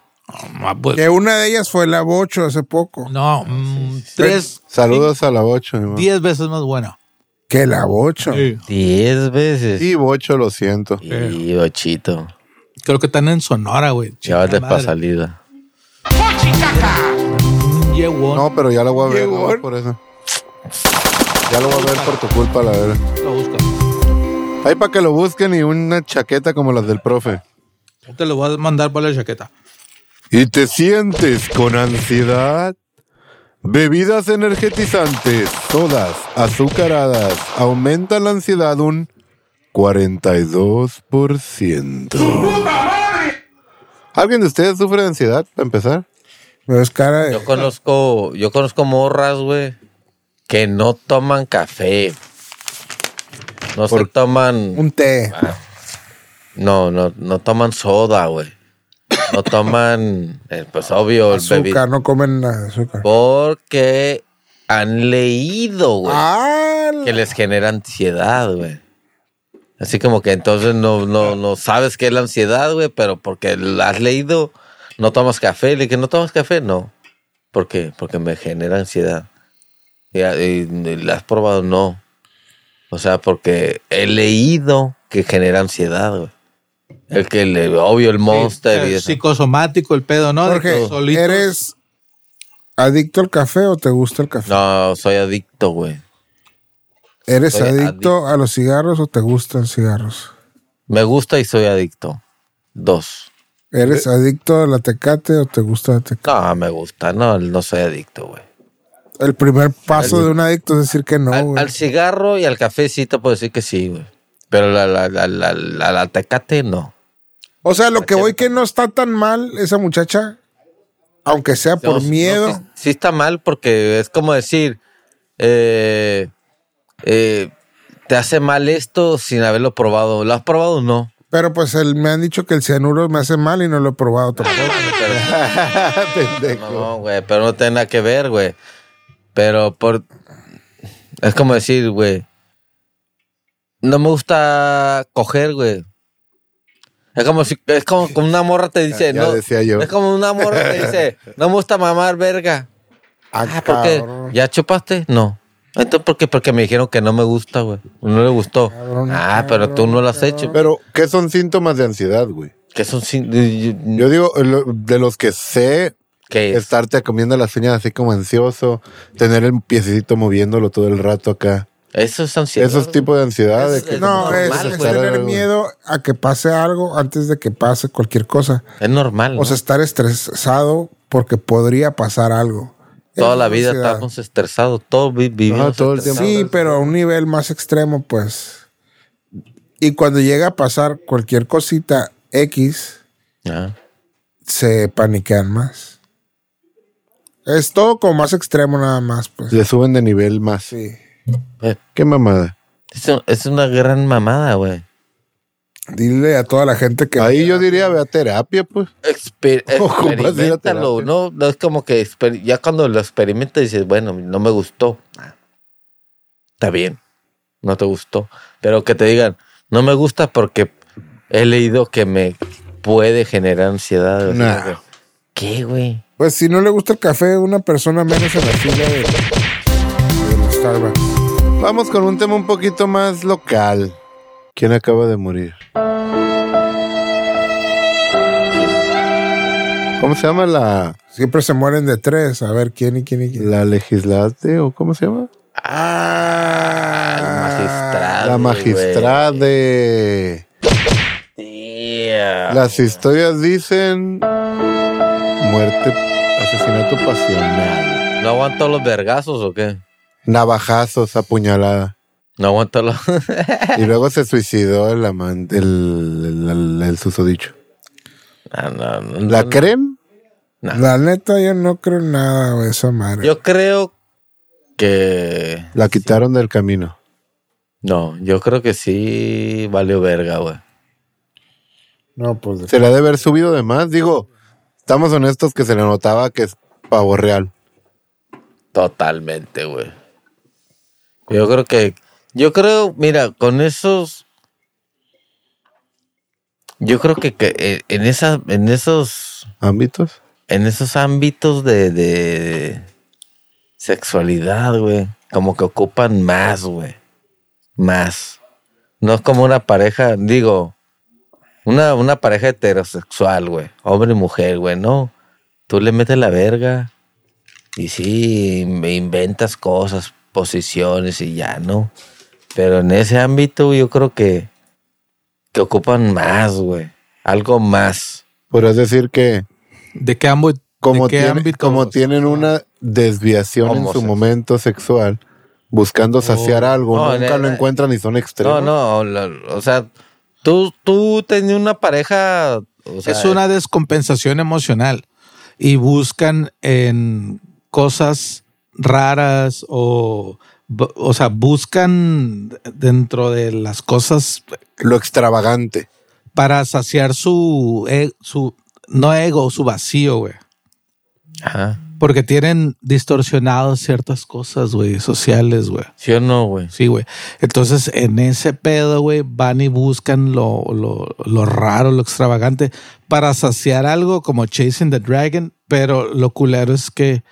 [SPEAKER 2] Ah, pues,
[SPEAKER 4] Que una de ellas fue la Bocho hace poco.
[SPEAKER 2] no, mm, tres,
[SPEAKER 1] Saludos a la Bocho. mi amor.
[SPEAKER 2] diez veces más buena.
[SPEAKER 4] Que la Bocho.
[SPEAKER 3] Diez veces.
[SPEAKER 1] Y Bocho, lo siento.
[SPEAKER 4] Eh,
[SPEAKER 3] Y ochito.
[SPEAKER 2] Creo que están en Sonora, güey.
[SPEAKER 3] Ya
[SPEAKER 2] Chingada
[SPEAKER 3] de pa'
[SPEAKER 2] madre.
[SPEAKER 3] salida.
[SPEAKER 2] Llegó.
[SPEAKER 1] No, pero ya lo voy a ver,
[SPEAKER 4] Llegó.
[SPEAKER 1] no, por eso. Ya lo voy a ver por tu culpa, la verdad.
[SPEAKER 2] Lo busca.
[SPEAKER 1] Ahí para que lo busquen y una chaqueta como las del profe.
[SPEAKER 2] Yo Te lo voy a mandar por la chaqueta.
[SPEAKER 1] ¿Y te sientes con ansiedad? Bebidas energetizantes, sodas, azucaradas, aumentan la ansiedad un 42%. ¿Alguien de ustedes sufre de ansiedad, para empezar?
[SPEAKER 4] Me ves cara de-
[SPEAKER 3] Yo conozco, yo conozco morras, güey, que no toman café. No se toman,
[SPEAKER 4] un té.
[SPEAKER 3] Ah, no, no, no toman soda, güey. No toman, eh, pues obvio, el
[SPEAKER 4] azúcar,
[SPEAKER 3] bebida.
[SPEAKER 4] no comen nada de azúcar.
[SPEAKER 3] Porque han leído, Oh, güey,
[SPEAKER 4] Ah, la-
[SPEAKER 3] que les genera ansiedad, güey. Así como que entonces no, no, no sabes qué es la ansiedad, güey, pero porque la has leído, no tomas café. Le dije, ¿no tomas café? No. ¿Por qué? Porque me genera ansiedad. Y, y- y la has probado, no. O sea, porque he leído que genera ansiedad, güey. El que le, obvio, el monster
[SPEAKER 2] Sí,
[SPEAKER 3] y
[SPEAKER 2] eh,
[SPEAKER 3] eso.
[SPEAKER 2] psicosomático el pedo, ¿no? De
[SPEAKER 4] Jorge,
[SPEAKER 2] que solito-
[SPEAKER 4] ¿eres adicto al café o te gusta el café?
[SPEAKER 3] No, soy adicto, güey.
[SPEAKER 4] ¿Eres
[SPEAKER 3] soy
[SPEAKER 4] adicto,
[SPEAKER 3] adicto.
[SPEAKER 4] a los cigarros o te gustan cigarros?
[SPEAKER 3] Me gusta y soy adicto. Dos.
[SPEAKER 4] ¿Eres
[SPEAKER 3] Eh.
[SPEAKER 4] adicto a la tecate o te gusta la tecate?
[SPEAKER 3] No, me gusta. No, no soy adicto, güey.
[SPEAKER 4] El primer paso de un adicto es decir que no,
[SPEAKER 3] al,
[SPEAKER 4] güey.
[SPEAKER 3] al cigarro y al café sí te puedo decir que sí, güey. Pero la, la, la, la, la- la tecate no.
[SPEAKER 4] O sea, lo que voy que no está tan mal esa muchacha, aunque sea por
[SPEAKER 3] No,
[SPEAKER 4] miedo.
[SPEAKER 3] no, sí, sí está mal porque es como decir, eh, eh, te hace mal esto sin haberlo probado. ¿Lo has probado o no?
[SPEAKER 4] Pero pues el- me han dicho que el cianuro me hace mal y no lo he
[SPEAKER 3] Ah,
[SPEAKER 4] probado tampoco.
[SPEAKER 1] Pendejo.
[SPEAKER 3] No, güey, pero no tiene nada que ver, güey. Pero por... Es como decir, güey. No me gusta coger, güey. Es como si... Es como, como una morra te dice...
[SPEAKER 1] Ya- ya
[SPEAKER 3] no,
[SPEAKER 1] decía yo.
[SPEAKER 3] Es como una morra te dice... No me gusta mamar verga.
[SPEAKER 4] Ah,
[SPEAKER 3] Ah, ¿por qué?
[SPEAKER 4] cabrón.
[SPEAKER 3] ¿Ya chupaste? No. Entonces, ¿por qué? Porque me dijeron que no me gusta, güey. No le gustó.
[SPEAKER 4] Cabrón,
[SPEAKER 3] ah, pero tú no lo has hecho.
[SPEAKER 1] Pero, ¿qué son síntomas de ansiedad, güey?
[SPEAKER 3] Que son sin...
[SPEAKER 1] Yo digo, lo- de los que sé,
[SPEAKER 3] ¿Qué es?
[SPEAKER 1] estarte comiendo las uñas así como ansioso, tener el piecito moviéndolo todo el rato acá.
[SPEAKER 3] Eso es ansiedad.
[SPEAKER 1] Esos tipos de ansiedad. de que-
[SPEAKER 4] No, es,
[SPEAKER 3] normal,
[SPEAKER 4] es
[SPEAKER 3] güey.
[SPEAKER 4] tener miedo a que pase algo antes de que pase cualquier cosa.
[SPEAKER 3] Es normal.
[SPEAKER 4] O sea, estar estresado porque podría pasar algo.
[SPEAKER 3] Toda
[SPEAKER 4] Es
[SPEAKER 3] la vida
[SPEAKER 4] ansiedad.
[SPEAKER 3] estábamos estresados, todos vi- vivimos.
[SPEAKER 1] pues, Ah, todo el
[SPEAKER 3] estresados.
[SPEAKER 4] Sí, pero a un nivel más extremo, pues. Y cuando llega a pasar cualquier cosita X,
[SPEAKER 3] Ah,
[SPEAKER 4] se paniquean más. Es todo como más extremo nada más, pues.
[SPEAKER 1] Le suben de nivel más.
[SPEAKER 4] Sí.
[SPEAKER 1] Qué mamada.
[SPEAKER 3] Es, un- es una gran mamada, güey.
[SPEAKER 4] Dile a toda la gente que...
[SPEAKER 1] Ahí yo diría, ve a terapia, pues.
[SPEAKER 3] Exper-
[SPEAKER 1] Ocupas ir a
[SPEAKER 3] experimentalo,
[SPEAKER 1] terapia.
[SPEAKER 3] ¿no? No es como que exper- ya cuando lo experimentas dices, bueno, no me gustó. Ah, Está bien, no te gustó. Pero que te digan, no me gusta porque he leído que me puede generar ansiedad. O sea,
[SPEAKER 1] Nah.
[SPEAKER 3] güey, ¿Qué, güey?
[SPEAKER 4] Pues si no le gusta el café, una persona menos en la fila de, del Starbucks.
[SPEAKER 1] Vamos con un tema un poquito más local. ¿Quién acaba de morir? ¿Cómo se llama la,
[SPEAKER 4] Siempre se mueren de tres. A ver, ¿quién y quién y quién?
[SPEAKER 1] la legislate o cómo se llama?
[SPEAKER 3] Ah, el magistrado.
[SPEAKER 1] la
[SPEAKER 3] güey.
[SPEAKER 1] magistrade.
[SPEAKER 3] Sí,
[SPEAKER 1] Las historias dicen muerte, asesinato pasional,
[SPEAKER 3] ¿No aguantó los vergazos o qué?
[SPEAKER 1] navajazos, apuñalada.
[SPEAKER 3] No aguantó los...
[SPEAKER 1] Y luego se suicidó el amante, el, el, el- el susodicho.
[SPEAKER 3] Ah, no, no,
[SPEAKER 1] ¿La
[SPEAKER 3] no.
[SPEAKER 1] creen?
[SPEAKER 4] La neta, yo no creo en nada, güey, esa madre.
[SPEAKER 3] Yo creo que...
[SPEAKER 1] La quitaron del camino.
[SPEAKER 3] No, yo creo que sí valió verga, güey.
[SPEAKER 4] No, pues.
[SPEAKER 1] Se le ha de haber subido de más. Digo, estamos honestos que se le notaba que es pavo real.
[SPEAKER 3] Totalmente, güey. Yo creo que. Yo creo, mira, con esos. Yo creo que, que, eh, en esa, en esos.
[SPEAKER 1] ¿Ámbitos?
[SPEAKER 3] En esos ámbitos de, de sexualidad, güey. Como que ocupan más, güey. Más. No es como una pareja, digo, una, una pareja heterosexual, güey. Hombre y mujer, güey. No. Tú le metes la verga. Y sí, me inventas cosas, posiciones y ya, ¿no? Pero en ese ámbito yo creo que, que ocupan más, güey. Algo más.
[SPEAKER 1] Podrías decir que
[SPEAKER 2] ¿De qué, ambo-
[SPEAKER 1] como,
[SPEAKER 2] de qué
[SPEAKER 1] tiene-
[SPEAKER 2] ámbito?
[SPEAKER 1] como tienen una desviación en su
[SPEAKER 3] Homosexual. Oh.
[SPEAKER 1] momento sexual, buscando saciar algo,
[SPEAKER 3] No,
[SPEAKER 1] nunca
[SPEAKER 3] de-
[SPEAKER 1] lo encuentran y son
[SPEAKER 3] No,
[SPEAKER 1] extremos.
[SPEAKER 3] no, la- o sea, tú, tú tenías una pareja. o sea,
[SPEAKER 2] es una descompensación emocional y buscan en cosas raras o, bu- o sea, buscan dentro de las cosas
[SPEAKER 1] Lo extravagante.
[SPEAKER 2] para saciar su, e- su no ego, su vacío, güey.
[SPEAKER 3] Ajá.
[SPEAKER 2] Porque tienen distorsionadas ciertas cosas, güey, sociales, güey.
[SPEAKER 3] ¿Sí o no, güey?
[SPEAKER 2] Sí, güey. Entonces, en ese pedo, güey, van y buscan lo, lo, lo raro, lo extravagante, para saciar algo como Chasing the Dragon, pero lo culero es que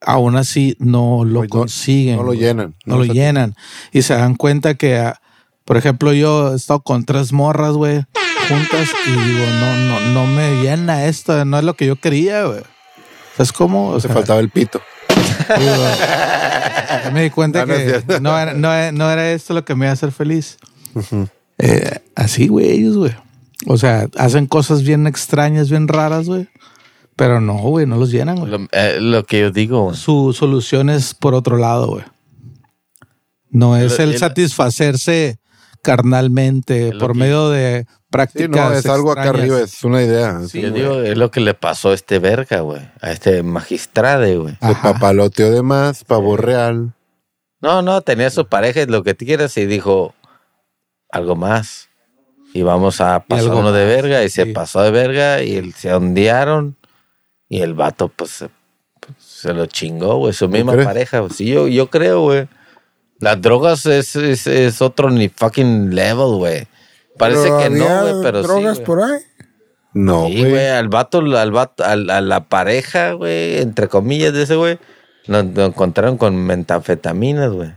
[SPEAKER 2] aún así no lo
[SPEAKER 1] Pues no-
[SPEAKER 2] consiguen.
[SPEAKER 1] no lo
[SPEAKER 2] güey.
[SPEAKER 1] llenan.
[SPEAKER 2] No,
[SPEAKER 1] No
[SPEAKER 2] lo
[SPEAKER 1] lo
[SPEAKER 2] llenan. Y se dan cuenta que, ah, por ejemplo, yo he estado con tres morras, güey, juntas, y digo, no, no, no me llena esto, no es lo que yo quería, güey. ¿Sabes cómo? O
[SPEAKER 1] Se
[SPEAKER 2] sea,
[SPEAKER 1] faltaba el pito.
[SPEAKER 2] Digo, ya me di cuenta
[SPEAKER 1] No, no es
[SPEAKER 2] que
[SPEAKER 1] cierto.
[SPEAKER 2] no era, no era- no era esto lo que me iba a hacer feliz. Eh, así, güey, ellos, güey. O sea, hacen cosas bien extrañas, bien raras, güey. Pero no, güey, no los llenan, güey.
[SPEAKER 3] Lo, eh, lo que yo digo, güey.
[SPEAKER 2] Su solución es por otro lado, güey. No es
[SPEAKER 3] Lo
[SPEAKER 2] el
[SPEAKER 3] llena-
[SPEAKER 2] satisfacerse carnalmente
[SPEAKER 3] lo
[SPEAKER 2] por
[SPEAKER 3] que-
[SPEAKER 2] medio de prácticas.
[SPEAKER 1] Sí, no, es algo acá
[SPEAKER 2] extrañas.
[SPEAKER 1] arriba, es una idea.
[SPEAKER 2] Sí,
[SPEAKER 3] yo
[SPEAKER 2] güey.
[SPEAKER 3] digo, es lo que le pasó a este verga, güey. A este magistrade, güey.
[SPEAKER 1] Se papaloteó de más, pavo real.
[SPEAKER 3] No, no, tenía su pareja, y lo que tú quieras, y dijo algo más. Y vamos a
[SPEAKER 2] algo
[SPEAKER 3] pasarnos de
[SPEAKER 2] más,
[SPEAKER 3] verga, y se
[SPEAKER 2] sí.
[SPEAKER 3] pasó de verga, y el- se ondearon, y el vato, pues, se, pues, se lo chingó, güey, su misma
[SPEAKER 1] crees?
[SPEAKER 3] pareja. güey. Sí, yo, yo creo, güey. Las drogas es, es, es otro ni fucking level, güey. Parece que no,
[SPEAKER 4] había
[SPEAKER 3] güey, pero sí.
[SPEAKER 4] drogas
[SPEAKER 3] güey.
[SPEAKER 4] por ahí?
[SPEAKER 1] No,
[SPEAKER 3] Sí,
[SPEAKER 1] güey.
[SPEAKER 3] güey, al vato, al vato, al- a la pareja, güey, entre comillas de ese güey, lo, lo encontraron con metanfetaminas, güey.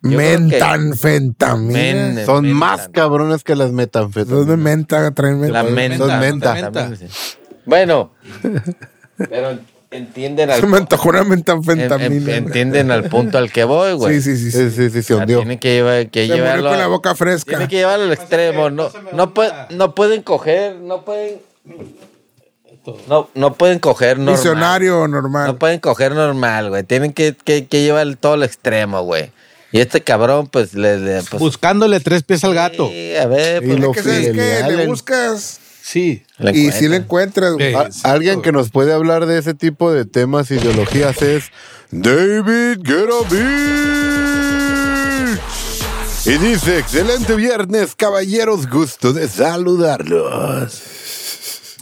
[SPEAKER 3] Yo creo que-
[SPEAKER 4] Mentanfentamina.
[SPEAKER 3] Men-
[SPEAKER 1] Son
[SPEAKER 3] menta.
[SPEAKER 1] más cabrones que las metanfetaminas.
[SPEAKER 4] Dos de menta, tres
[SPEAKER 3] La
[SPEAKER 4] menta.
[SPEAKER 3] menta.
[SPEAKER 1] Son menta.
[SPEAKER 3] Metanfetaminas, sí. Bueno, pero entienden al,
[SPEAKER 4] Se me antojó una
[SPEAKER 3] en- en-
[SPEAKER 4] mentanfentamina. güey.
[SPEAKER 3] entienden al punto al que voy, güey.
[SPEAKER 4] Sí, sí, sí. sí.
[SPEAKER 1] Sí, sí, sí, se
[SPEAKER 3] O sea,
[SPEAKER 1] hundió.
[SPEAKER 3] tienen que, llevar, que
[SPEAKER 4] Se murió
[SPEAKER 3] llevarlo
[SPEAKER 4] con la
[SPEAKER 3] a-
[SPEAKER 4] boca fresca.
[SPEAKER 3] Tiene que llevarlo al extremo. No, no, pue- no pueden coger, no pueden. No, no pueden coger normal.
[SPEAKER 4] Visionario normal.
[SPEAKER 3] No pueden coger normal, güey. Tienen que, que, que llevar el- todo al extremo, güey. Y este cabrón, pues, le. le pues,
[SPEAKER 2] Buscándole tres pies al gato.
[SPEAKER 3] sí, a ver,
[SPEAKER 1] Y
[SPEAKER 3] pues,
[SPEAKER 1] lo
[SPEAKER 4] que sabes que le
[SPEAKER 1] filialen.
[SPEAKER 4] buscas
[SPEAKER 2] Sí.
[SPEAKER 3] la
[SPEAKER 4] y si
[SPEAKER 3] encuentra.
[SPEAKER 4] le encuentras, güey.
[SPEAKER 2] Sí.
[SPEAKER 1] A- Ah, Alguien que nos puede hablar de ese tipo de temas, ideologías es David Gerovich. Y dice, excelente viernes, caballeros, gusto de saludarlos.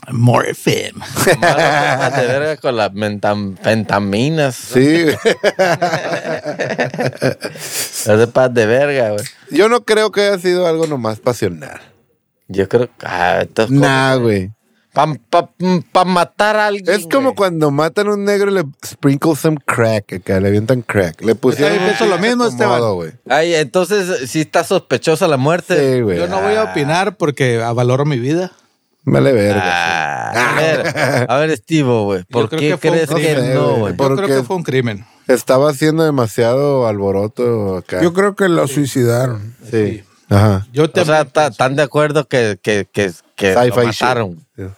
[SPEAKER 2] Morfem.
[SPEAKER 3] Malo que andas de verga con las mentam- fentaminas.
[SPEAKER 1] Sí,
[SPEAKER 3] Las de paz de verga, güey.
[SPEAKER 1] yo no creo que haya sido algo nomás pasional.
[SPEAKER 3] Yo creo que. Ah, esto es como-
[SPEAKER 1] Nah, güey.
[SPEAKER 3] Pa, pa- pa matar a alguien.
[SPEAKER 1] Es como
[SPEAKER 3] güey.
[SPEAKER 1] cuando matan a un negro y le sprinkle some crack acá, le avientan crack. Le pusieron
[SPEAKER 2] Yo también pienso lo mismo, Esteban.
[SPEAKER 1] acomodo, güey.
[SPEAKER 3] Ay, entonces, si está sospechosa la muerte.
[SPEAKER 1] Sí, güey.
[SPEAKER 2] Yo no voy a opinar porque valoro mi vida.
[SPEAKER 1] Vale verga.
[SPEAKER 3] Ah, a ver, a ver, Estivo, güey. ¿Por
[SPEAKER 2] creo
[SPEAKER 3] qué
[SPEAKER 2] que fue un
[SPEAKER 3] crees que
[SPEAKER 1] crimen,
[SPEAKER 3] no,
[SPEAKER 1] güey.
[SPEAKER 3] güey?
[SPEAKER 2] Yo
[SPEAKER 1] Porque-
[SPEAKER 2] creo que fue un crimen.
[SPEAKER 1] Estaba haciendo demasiado alboroto acá.
[SPEAKER 4] Yo creo que lo suicidaron.
[SPEAKER 1] sí. Ajá.
[SPEAKER 2] Yo te
[SPEAKER 3] O sea, ta- están de acuerdo que, que, que, que lo
[SPEAKER 1] Sci-fi shit.
[SPEAKER 3] mataron.
[SPEAKER 1] Yeah.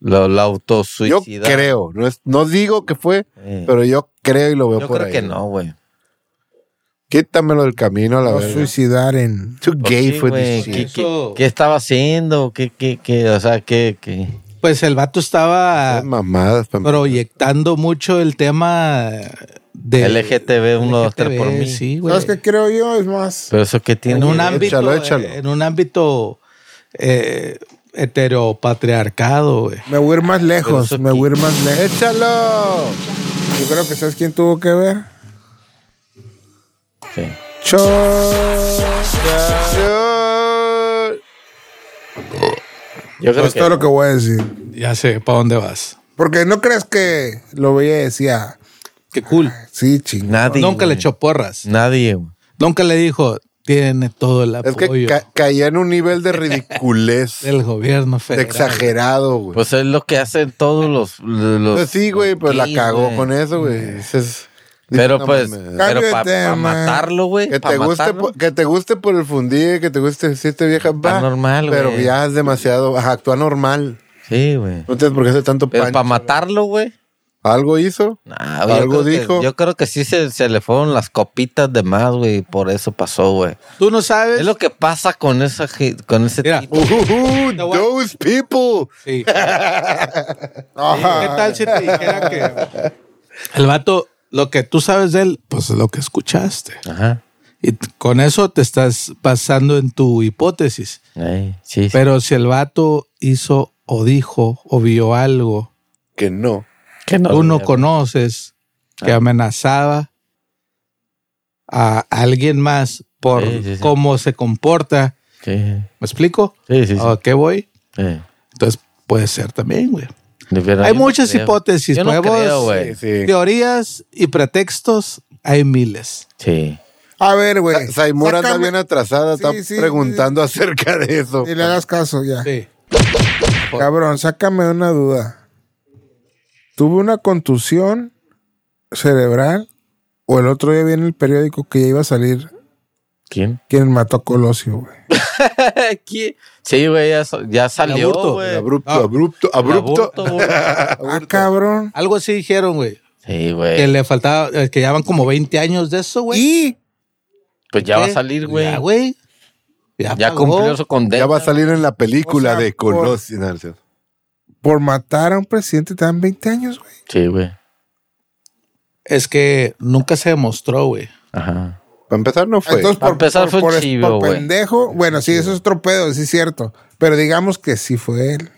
[SPEAKER 3] Lo, lo
[SPEAKER 1] Yo
[SPEAKER 3] autosuicidaron.
[SPEAKER 1] creo, no, es- no digo que fue,
[SPEAKER 3] Sí.
[SPEAKER 1] pero yo creo y lo veo
[SPEAKER 3] Mm. Yo
[SPEAKER 1] por
[SPEAKER 3] creo
[SPEAKER 1] ahí.
[SPEAKER 3] que no, güey.
[SPEAKER 1] Quítamelo del camino, la
[SPEAKER 4] O
[SPEAKER 1] verdad.
[SPEAKER 4] suicidar en.
[SPEAKER 1] Too
[SPEAKER 3] Pues
[SPEAKER 1] gay
[SPEAKER 3] sí,
[SPEAKER 1] for
[SPEAKER 3] güey.
[SPEAKER 1] this
[SPEAKER 3] ¿Qué,
[SPEAKER 1] shit.
[SPEAKER 2] Eso-
[SPEAKER 3] qué, qué estaba haciendo? ¿Qué, qué, qué? O sea, ¿qué? qué?
[SPEAKER 2] pues el vato estaba
[SPEAKER 1] Esas Mamadas, pa-
[SPEAKER 2] proyectando mucho el tema de
[SPEAKER 3] LGTB, uno, dos, tres por mí.
[SPEAKER 2] Sí, güey.
[SPEAKER 4] ¿Sabes qué creo yo? Es más.
[SPEAKER 3] Pero eso que tiene.
[SPEAKER 2] en un
[SPEAKER 1] Échalo,
[SPEAKER 2] ámbito
[SPEAKER 1] échalo.
[SPEAKER 2] eh, en un ámbito eh, heteropatriarcado, güey.
[SPEAKER 4] Me voy a ir más lejos.
[SPEAKER 3] eso
[SPEAKER 4] Me voy a ir más lejos.
[SPEAKER 1] ¡Échalo!
[SPEAKER 4] Yo creo que sabes quién tuvo que ver.
[SPEAKER 3] Sí.
[SPEAKER 4] Cho.
[SPEAKER 1] Yo-
[SPEAKER 3] Yo
[SPEAKER 1] Pues
[SPEAKER 3] creo
[SPEAKER 4] Es
[SPEAKER 3] que
[SPEAKER 4] Pues todo lo que voy a decir.
[SPEAKER 2] Ya sé para dónde vas.
[SPEAKER 4] Porque no crees que lo veía y decía,
[SPEAKER 2] Qué cool.
[SPEAKER 4] sí, chingada.
[SPEAKER 3] nadie.
[SPEAKER 2] Nunca le
[SPEAKER 3] güey.
[SPEAKER 2] echó porras.
[SPEAKER 3] Nadie. güey.
[SPEAKER 2] Nunca le dijo, tiene todo el
[SPEAKER 1] Es que
[SPEAKER 2] apoyo
[SPEAKER 1] ca- caía en un nivel de ridiculez, de
[SPEAKER 2] del gobierno federal.
[SPEAKER 1] exagerado, güey.
[SPEAKER 3] Pues es lo que hacen todos los. los
[SPEAKER 1] Pues sí, güey, pues la
[SPEAKER 3] gays,
[SPEAKER 1] cagó
[SPEAKER 3] güey.
[SPEAKER 1] con eso,
[SPEAKER 4] Eh.
[SPEAKER 1] güey. Dices-
[SPEAKER 3] Pero
[SPEAKER 1] no
[SPEAKER 3] pues,
[SPEAKER 1] mames.
[SPEAKER 4] Cambio de
[SPEAKER 3] pero para
[SPEAKER 4] tema.
[SPEAKER 3] matarlo, güey.
[SPEAKER 1] Que
[SPEAKER 3] pa'
[SPEAKER 1] te, guste pues.
[SPEAKER 3] matarlo.
[SPEAKER 1] por, que te guste por el fundí, que te guste siete viejas,
[SPEAKER 3] Está
[SPEAKER 1] va.
[SPEAKER 3] normal,
[SPEAKER 1] Pero
[SPEAKER 3] güey.
[SPEAKER 1] ya es demasiado. Ajá, actúa normal.
[SPEAKER 3] Sí, güey.
[SPEAKER 1] No tienes por qué hacer tanto
[SPEAKER 3] Pero
[SPEAKER 1] pan.
[SPEAKER 3] para matarlo, güey.
[SPEAKER 1] ¿Algo hizo?
[SPEAKER 3] Nah, güey, yo
[SPEAKER 1] ¿Algo
[SPEAKER 3] creo que-
[SPEAKER 1] dijo?
[SPEAKER 3] yo creo que sí se, se le fueron las copitas de más, güey. y Por eso pasó, güey.
[SPEAKER 2] Tú no sabes.
[SPEAKER 3] Es lo que pasa con, esa, ge- con ese
[SPEAKER 2] Mira,
[SPEAKER 1] Uh,
[SPEAKER 3] tipo.
[SPEAKER 1] Ujujú,
[SPEAKER 2] Te voy a-
[SPEAKER 1] those people.
[SPEAKER 2] Sí. ¿Qué tal si te dijera que el vato, lo que tú sabes de él, pues es lo que escuchaste.
[SPEAKER 3] Ajá.
[SPEAKER 2] Y t- con eso te estás basando en tu hipótesis.
[SPEAKER 3] Ahí, sí, sí.
[SPEAKER 2] Pero si el vato hizo o dijo o vio algo
[SPEAKER 1] Que no.
[SPEAKER 3] Que no Ah.
[SPEAKER 2] tú no
[SPEAKER 3] le-
[SPEAKER 2] conoces que amenazaba a alguien más por
[SPEAKER 3] Sí, sí, sí.
[SPEAKER 2] cómo se comporta,
[SPEAKER 3] Sí,
[SPEAKER 2] ¿me explico?
[SPEAKER 3] sí, sí. sí,
[SPEAKER 2] ¿A qué voy?
[SPEAKER 3] sí.
[SPEAKER 2] Entonces puede ser también, güey.
[SPEAKER 3] De verdad,
[SPEAKER 2] Hay
[SPEAKER 3] yo no
[SPEAKER 2] muchas
[SPEAKER 3] creo.
[SPEAKER 2] hipótesis,
[SPEAKER 3] Yo no
[SPEAKER 2] nuevos-
[SPEAKER 3] creo, güey.
[SPEAKER 1] Sí, sí.
[SPEAKER 2] Teorías y pretextos hay miles.
[SPEAKER 3] Sí.
[SPEAKER 4] A ver, güey.
[SPEAKER 1] Saimura anda
[SPEAKER 4] sácame-
[SPEAKER 1] bien atrasada,
[SPEAKER 4] Sí,
[SPEAKER 1] está
[SPEAKER 4] sí,
[SPEAKER 1] preguntando acerca de eso.
[SPEAKER 4] Y le hagas caso ya. Cabrón, sácame una duda. ¿Tuve una contusión cerebral? ¿O el otro día vi en el periódico que ya iba a salir
[SPEAKER 3] ¿Quién?
[SPEAKER 4] quien mató a Colosio, güey?
[SPEAKER 3] ¿Quién? Sí, güey, ya, sa- ya salió,
[SPEAKER 2] aborto,
[SPEAKER 3] güey.
[SPEAKER 1] Abrupto,
[SPEAKER 2] Ah.
[SPEAKER 1] abrupto,
[SPEAKER 3] El
[SPEAKER 1] abrupto.
[SPEAKER 3] aborto, güey.
[SPEAKER 4] Ah, cabrón.
[SPEAKER 2] Algo así dijeron, güey.
[SPEAKER 3] Sí,
[SPEAKER 2] Que
[SPEAKER 3] güey.
[SPEAKER 2] le faltaba, eh, que ya van como 20 años de eso, güey. Eh,
[SPEAKER 4] Y
[SPEAKER 3] Pues ya va a salir, güey.
[SPEAKER 2] Ya, güey. Ya,
[SPEAKER 3] Ya
[SPEAKER 2] pagó.
[SPEAKER 3] cumplió su condena.
[SPEAKER 1] Ya va a salir en la película
[SPEAKER 4] O sea,
[SPEAKER 1] de
[SPEAKER 4] por-
[SPEAKER 1] Colosio. No, no es cierto.
[SPEAKER 4] por matar a un presidente te dan 20 años, güey.
[SPEAKER 3] Sí, güey.
[SPEAKER 2] Es que nunca se demostró, güey.
[SPEAKER 3] Ajá.
[SPEAKER 1] Para empezar, no fue.
[SPEAKER 4] Entonces,
[SPEAKER 3] Para empezar, fue un
[SPEAKER 4] por,
[SPEAKER 3] chivo,
[SPEAKER 4] por
[SPEAKER 3] güey.
[SPEAKER 4] pendejo. Bueno, sí, eso es otro pedo, sí es cierto. Pero digamos que sí fue él.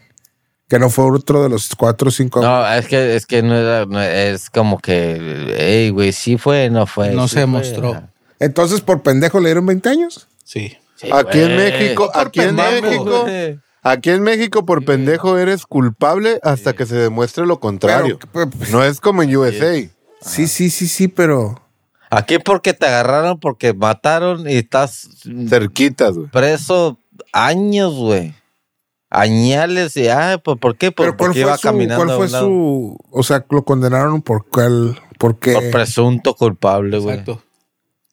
[SPEAKER 4] Que no fue otro de los cuatro o cinco.
[SPEAKER 3] No, es que, es que no era, no- es como que, ey, güey, sí fue, no fue.
[SPEAKER 2] No
[SPEAKER 3] Pues
[SPEAKER 2] se
[SPEAKER 3] sí fue.
[SPEAKER 2] demostró.
[SPEAKER 4] Entonces, por pendejo le dieron 20 años.
[SPEAKER 2] Sí.
[SPEAKER 3] Sí,
[SPEAKER 1] aquí en
[SPEAKER 3] güey.
[SPEAKER 1] México,
[SPEAKER 2] por
[SPEAKER 1] aquí en
[SPEAKER 2] pendejo,
[SPEAKER 1] México,
[SPEAKER 3] güey.
[SPEAKER 1] aquí en México por pendejo eres culpable hasta que se demuestre lo contrario.
[SPEAKER 4] Pero- pero-
[SPEAKER 1] No es como en USA.
[SPEAKER 4] Sí, sí, sí, sí, pero.
[SPEAKER 3] Aquí porque te agarraron, porque mataron y estás
[SPEAKER 1] Cerquitas, güey.
[SPEAKER 3] preso años, güey. Añales y, ah, pues, ¿por qué? Por-
[SPEAKER 4] pero ¿cuál
[SPEAKER 3] porque
[SPEAKER 4] fue,
[SPEAKER 3] iba
[SPEAKER 4] su,
[SPEAKER 3] caminando
[SPEAKER 4] cuál
[SPEAKER 3] a
[SPEAKER 4] fue
[SPEAKER 3] un lado.
[SPEAKER 4] su. O sea, lo condenaron por cuál. ¿Por qué?
[SPEAKER 3] Por presunto culpable, güey.
[SPEAKER 2] Exacto.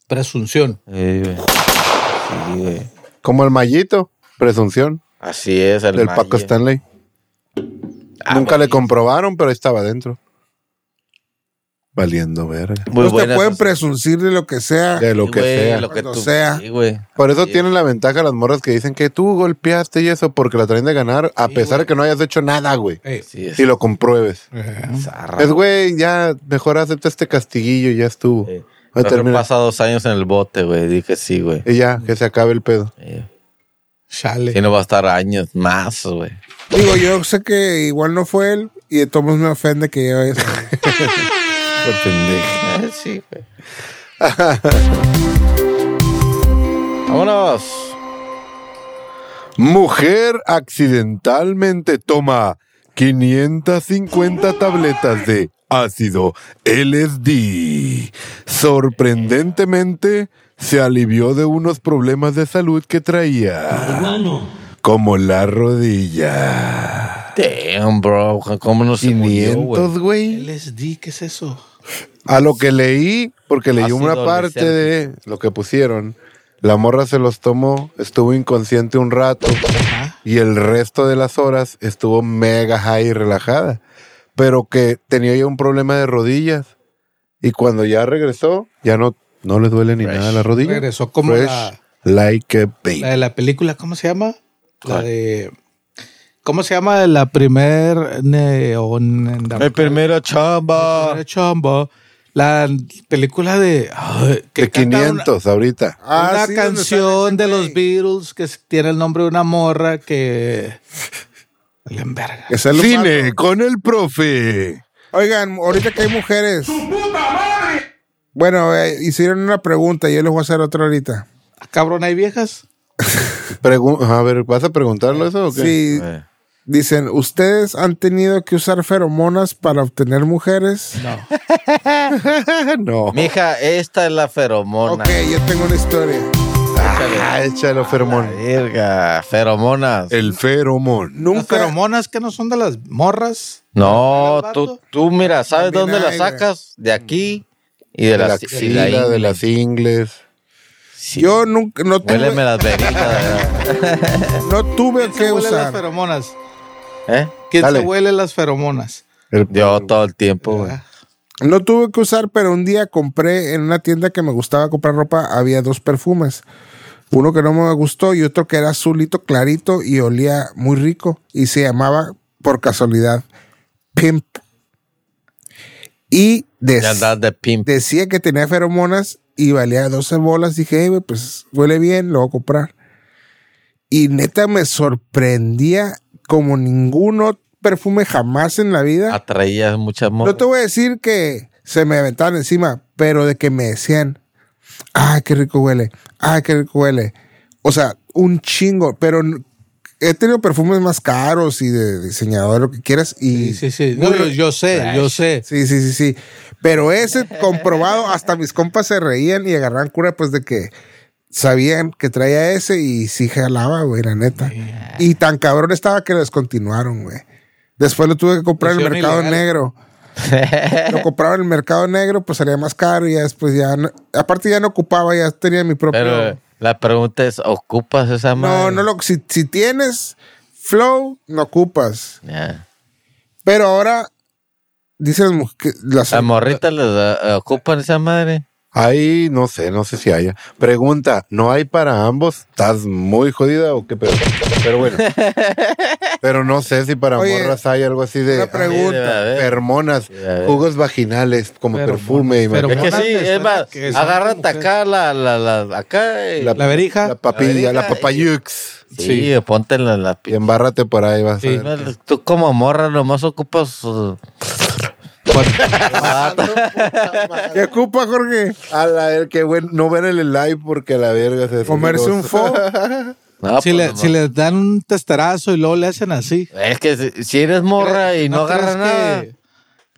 [SPEAKER 2] Presunción.
[SPEAKER 3] Sí, güey. Sí, güey.
[SPEAKER 1] Como el mallito, presunción
[SPEAKER 3] Así es, el
[SPEAKER 1] del
[SPEAKER 3] Maye.
[SPEAKER 1] Paco Stanley.
[SPEAKER 3] Ah,
[SPEAKER 1] Nunca le
[SPEAKER 3] güey.
[SPEAKER 1] comprobaron, pero ahí estaba adentro. Valiendo verga.
[SPEAKER 3] Muy
[SPEAKER 4] Pues te
[SPEAKER 3] buenas
[SPEAKER 4] pueden
[SPEAKER 3] esas-
[SPEAKER 4] presuncir de lo que sea.
[SPEAKER 1] De lo
[SPEAKER 3] Sí,
[SPEAKER 1] que
[SPEAKER 3] güey,
[SPEAKER 1] sea.
[SPEAKER 3] Lo que
[SPEAKER 4] Cuando
[SPEAKER 3] tú,
[SPEAKER 4] sea.
[SPEAKER 3] Sí, güey.
[SPEAKER 1] Por eso
[SPEAKER 3] Sí.
[SPEAKER 1] tienen la ventaja las morras que dicen que tú golpeaste y eso porque la traen de ganar a pesar de que no hayas hecho nada, güey.
[SPEAKER 2] Ey.
[SPEAKER 3] Sí, es
[SPEAKER 1] Si lo compruebes.
[SPEAKER 3] zarra.
[SPEAKER 1] Es güey, ya mejor acepta este castiguillo y ya estuvo.
[SPEAKER 3] Sí.
[SPEAKER 1] Ahí
[SPEAKER 3] Creo que
[SPEAKER 1] termina.
[SPEAKER 3] pasa dos años en el bote, güey. Dije sí, güey.
[SPEAKER 1] Y ya, que se acabe el pedo.
[SPEAKER 3] Sí.
[SPEAKER 2] Chale.
[SPEAKER 3] Sí, no va a estar años más, güey.
[SPEAKER 4] Digo, yo sé que igual no fue él. Y de todos modos me ofende que yo eso.
[SPEAKER 1] Por pendejo.
[SPEAKER 3] Eh, Sí, güey. Vámonos.
[SPEAKER 1] Mujer accidentalmente toma 550 tabletas de ácido LSD. Sorprendentemente, se alivió de unos problemas de salud que traía,
[SPEAKER 5] Hermano,
[SPEAKER 1] como la rodilla.
[SPEAKER 3] Damn, bro. ¿Cómo no se murió, güey?
[SPEAKER 1] 500, güey.
[SPEAKER 2] LSD, ¿qué es eso?
[SPEAKER 1] A lo que leí, porque leí
[SPEAKER 3] Ácido
[SPEAKER 1] una parte de lo que pusieron, La morra se los tomó, estuvo inconsciente un rato y el resto de las horas estuvo mega high y relajada. Pero que tenía ya un problema de rodillas y cuando ya regresó, ya no, no le duele ni nada la rodilla.
[SPEAKER 2] Regresó como
[SPEAKER 1] Fresh
[SPEAKER 2] la-
[SPEAKER 1] like a baby.
[SPEAKER 2] La de la película, ¿cómo se llama? La de. ¿Cómo se llama la primer neon?
[SPEAKER 3] El primero chamba.
[SPEAKER 4] Ah.
[SPEAKER 2] Primer chombo. La película de. ay, que
[SPEAKER 1] de
[SPEAKER 2] canta una-
[SPEAKER 1] 500 ahorita.
[SPEAKER 4] Ah,
[SPEAKER 2] una
[SPEAKER 4] sí, donde sale
[SPEAKER 2] canción
[SPEAKER 4] ese
[SPEAKER 2] de
[SPEAKER 4] güey.
[SPEAKER 2] los Beatles que s- tiene el nombre de una morra que. Le enverga.
[SPEAKER 4] Que sea lo
[SPEAKER 1] Cine
[SPEAKER 4] malo.
[SPEAKER 1] con el profe.
[SPEAKER 4] Oigan, ahorita que hay mujeres. Bueno, eh, hicieron una pregunta, yo les voy a hacer otra ahorita.
[SPEAKER 2] Ah, Cabrón, hay viejas.
[SPEAKER 1] Pregu- a ver, ¿vas a preguntarlo eso o qué?
[SPEAKER 4] Sí,
[SPEAKER 3] Eh.
[SPEAKER 4] dicen, ¿ustedes han tenido que usar feromonas para obtener mujeres?
[SPEAKER 2] No.
[SPEAKER 1] No.
[SPEAKER 3] Mija, esta es la feromona.
[SPEAKER 4] Ok, yo tengo una historia.
[SPEAKER 1] Ah, échalo,
[SPEAKER 3] La
[SPEAKER 1] feromón.
[SPEAKER 3] verga, feromonas.
[SPEAKER 1] El feromón.
[SPEAKER 2] Las
[SPEAKER 4] Nunca.
[SPEAKER 2] feromonas que no son de las morras.
[SPEAKER 3] No,
[SPEAKER 2] ¿El
[SPEAKER 3] tú,
[SPEAKER 2] vato?
[SPEAKER 3] tú mira, ¿sabes
[SPEAKER 4] También
[SPEAKER 3] dónde la
[SPEAKER 4] hay,
[SPEAKER 3] sacas? De aquí y de,
[SPEAKER 1] De la
[SPEAKER 3] las
[SPEAKER 1] axila, de las ingles.
[SPEAKER 4] Yo nunca, no
[SPEAKER 3] Huéleme
[SPEAKER 4] tuve,
[SPEAKER 3] las velitas, ¿verdad?
[SPEAKER 4] no tuve
[SPEAKER 2] ¿Quién
[SPEAKER 4] que
[SPEAKER 2] se huele las
[SPEAKER 4] usar.
[SPEAKER 2] feromonas?
[SPEAKER 3] ¿Eh?
[SPEAKER 2] ¿Quién
[SPEAKER 1] Dale.
[SPEAKER 2] se huele las feromonas?
[SPEAKER 1] El-
[SPEAKER 3] Yo todo el
[SPEAKER 4] Oh,
[SPEAKER 3] tiempo, güey.
[SPEAKER 2] Ah,
[SPEAKER 4] No tuve que usar, pero un día compré en una tienda que me gustaba comprar ropa, había dos perfumes. Uno que no me gustó y otro que era azulito clarito y olía muy rico y se llamaba, por casualidad, Pimp. Y des-
[SPEAKER 3] Ya andas de pimp.
[SPEAKER 4] decía que tenía feromonas y valía 12 bolas. Dije, "Ey, güey, pues huele bien, lo voy a comprar. Y neta me sorprendía como ningún otro perfume jamás en la vida.
[SPEAKER 3] Atraías muchas
[SPEAKER 4] No te
[SPEAKER 3] morras.
[SPEAKER 4] voy a decir que se me aventaron encima, pero de que me decían, ay, qué rico huele, ay, qué rico huele. O sea, un chingo, pero n- he tenido perfumes más caros y de diseñador, lo que quieras. Y
[SPEAKER 2] Sí, sí, sí.
[SPEAKER 4] muy
[SPEAKER 2] No, yo,
[SPEAKER 4] re-
[SPEAKER 2] yo sé, yo sé.
[SPEAKER 4] Sí, sí, sí, sí. Pero ese comprobado, hasta mis compas se reían y agarraban cura, pues de que sabían que traía ese y sí jalaba, güey, la neta. Y tan cabrón estaba que lo descontinuaron, güey. Después lo tuve que comprar en el
[SPEAKER 2] Hicieron
[SPEAKER 4] mercado
[SPEAKER 2] ilegal.
[SPEAKER 4] negro. lo compraba en el mercado negro, pues salía más caro y ya después ya. no- aparte, ya no ocupaba, ya tenía mi propio.
[SPEAKER 3] Pero la pregunta es, ¿ocupas esa
[SPEAKER 4] no,
[SPEAKER 3] madre?
[SPEAKER 4] no lo. Si, si tienes flow, no ocupas.
[SPEAKER 3] Ya.
[SPEAKER 4] Pero ahora. Dicen las mu- que las,
[SPEAKER 3] ¿Las morritas les eh, ocupan esa madre?
[SPEAKER 1] Ahí no sé, no sé si haya. Pregunta, ¿no hay para ambos? ¿Estás muy jodida o qué pedo? Pero bueno. Pero no sé si para
[SPEAKER 4] Oye,
[SPEAKER 1] morras hay algo así de
[SPEAKER 4] una pregunta.
[SPEAKER 3] Sí, debe haber.
[SPEAKER 1] Fermonas,
[SPEAKER 3] Debe haber.
[SPEAKER 1] jugos vaginales como
[SPEAKER 2] Fermonas,
[SPEAKER 1] perfume. y
[SPEAKER 2] fermonas.
[SPEAKER 3] ¿eh? Es que
[SPEAKER 2] Morras
[SPEAKER 3] sí,
[SPEAKER 2] que
[SPEAKER 3] es
[SPEAKER 2] suena
[SPEAKER 3] más,
[SPEAKER 2] que son como
[SPEAKER 3] agárrate
[SPEAKER 2] que-
[SPEAKER 3] acá la, la, la, acá. eh.
[SPEAKER 2] La verija.
[SPEAKER 1] La papilla,
[SPEAKER 3] La verija
[SPEAKER 1] la papayux.
[SPEAKER 3] sí, ponte la, la
[SPEAKER 1] Y embárrate por ahí, vas
[SPEAKER 2] Sí.
[SPEAKER 1] a ver.
[SPEAKER 3] No, Tú como morra nomás ocupas... uh,
[SPEAKER 4] ¿Qué ocupa, Jorge?
[SPEAKER 1] A la ver, qué bueno. No ven el live porque a la verga se
[SPEAKER 4] Comerse un fo. Ah,
[SPEAKER 3] no,
[SPEAKER 2] si,
[SPEAKER 3] pues,
[SPEAKER 2] le,
[SPEAKER 3] nomás.
[SPEAKER 2] si les dan un testarazo y luego le hacen así.
[SPEAKER 3] Es que si- si eres
[SPEAKER 4] Ah,
[SPEAKER 3] morra y no, agarras
[SPEAKER 2] crees
[SPEAKER 3] nada.
[SPEAKER 2] que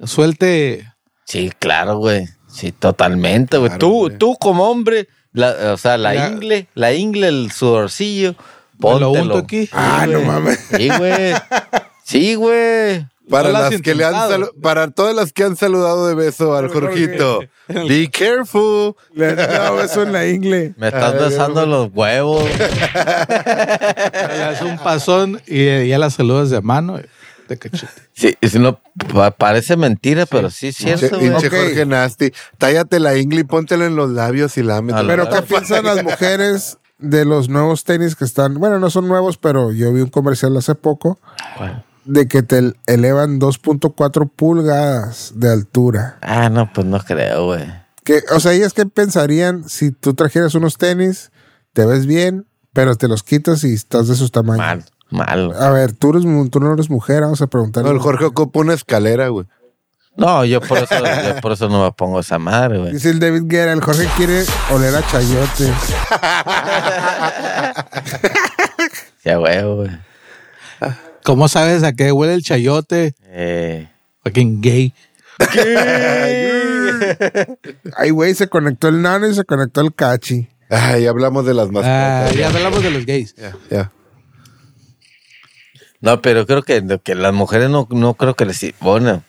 [SPEAKER 2] Suelte.
[SPEAKER 3] Sí, claro, güey. Sí, totalmente, güey.
[SPEAKER 1] Claro,
[SPEAKER 3] tú,
[SPEAKER 1] güey.
[SPEAKER 3] tú como hombre, la- o sea, la
[SPEAKER 2] Mira.
[SPEAKER 3] ingle, la ingle, el sudorcillo,
[SPEAKER 2] me
[SPEAKER 3] póntelo.
[SPEAKER 2] Lo unto aquí.
[SPEAKER 4] Ah, no mames.
[SPEAKER 3] Sí, güey. Sí, güey.
[SPEAKER 1] Para
[SPEAKER 2] No la has
[SPEAKER 1] las que le han
[SPEAKER 2] intentado.
[SPEAKER 1] salu- para todas las que han saludado de beso al Jorgito. Be careful.
[SPEAKER 4] Le han dado beso en la ingle.
[SPEAKER 3] Me estás besando los huevos.
[SPEAKER 2] Le hace un pasón y eh, ya la saludas de mano. eh, De cachete.
[SPEAKER 3] Sí, si no, pa- parece mentira, pero sí es
[SPEAKER 1] Che-
[SPEAKER 3] cierto, güey.
[SPEAKER 1] Pinche
[SPEAKER 4] Ok.
[SPEAKER 1] Jorge Nasty. Tállate la ingle y póntela en los labios y la
[SPEAKER 3] A la
[SPEAKER 4] Pero, ¿qué
[SPEAKER 3] Claro.
[SPEAKER 4] piensan las mujeres de los nuevos tenis que están? Bueno, no son nuevos, pero yo vi un comercial hace poco de que te elevan 2.4 pulgadas de altura.
[SPEAKER 3] Ah, no, pues no creo, güey.
[SPEAKER 4] Que, o sea, ellas qué pensarían si tú trajeras unos tenis, te ves bien, pero te los quitas y estás de esos tamaños.
[SPEAKER 3] Mal, mal. güey.
[SPEAKER 4] A ver, tú, eres, mu- tú no eres mujer, vamos a preguntarle.
[SPEAKER 1] No, el Jorge ocupa una escalera, güey.
[SPEAKER 3] No, yo por eso, yo por eso no me pongo esa madre, güey.
[SPEAKER 4] Dice el David Guerra, el Jorge quiere oler a chayote.
[SPEAKER 3] Ya, güey, güey.
[SPEAKER 2] ¿Cómo sabes a qué huele el chayote?
[SPEAKER 3] Eh,
[SPEAKER 2] Fucking gay.
[SPEAKER 4] Ay, güey, se conectó el nano y se conectó el cachi.
[SPEAKER 1] Ay, hablamos de las
[SPEAKER 2] Ah,
[SPEAKER 1] mascotas.
[SPEAKER 2] ya hablamos de los gays.
[SPEAKER 1] ya, ya.
[SPEAKER 3] no, pero creo que, que las mujeres no, no creo que les... Bueno,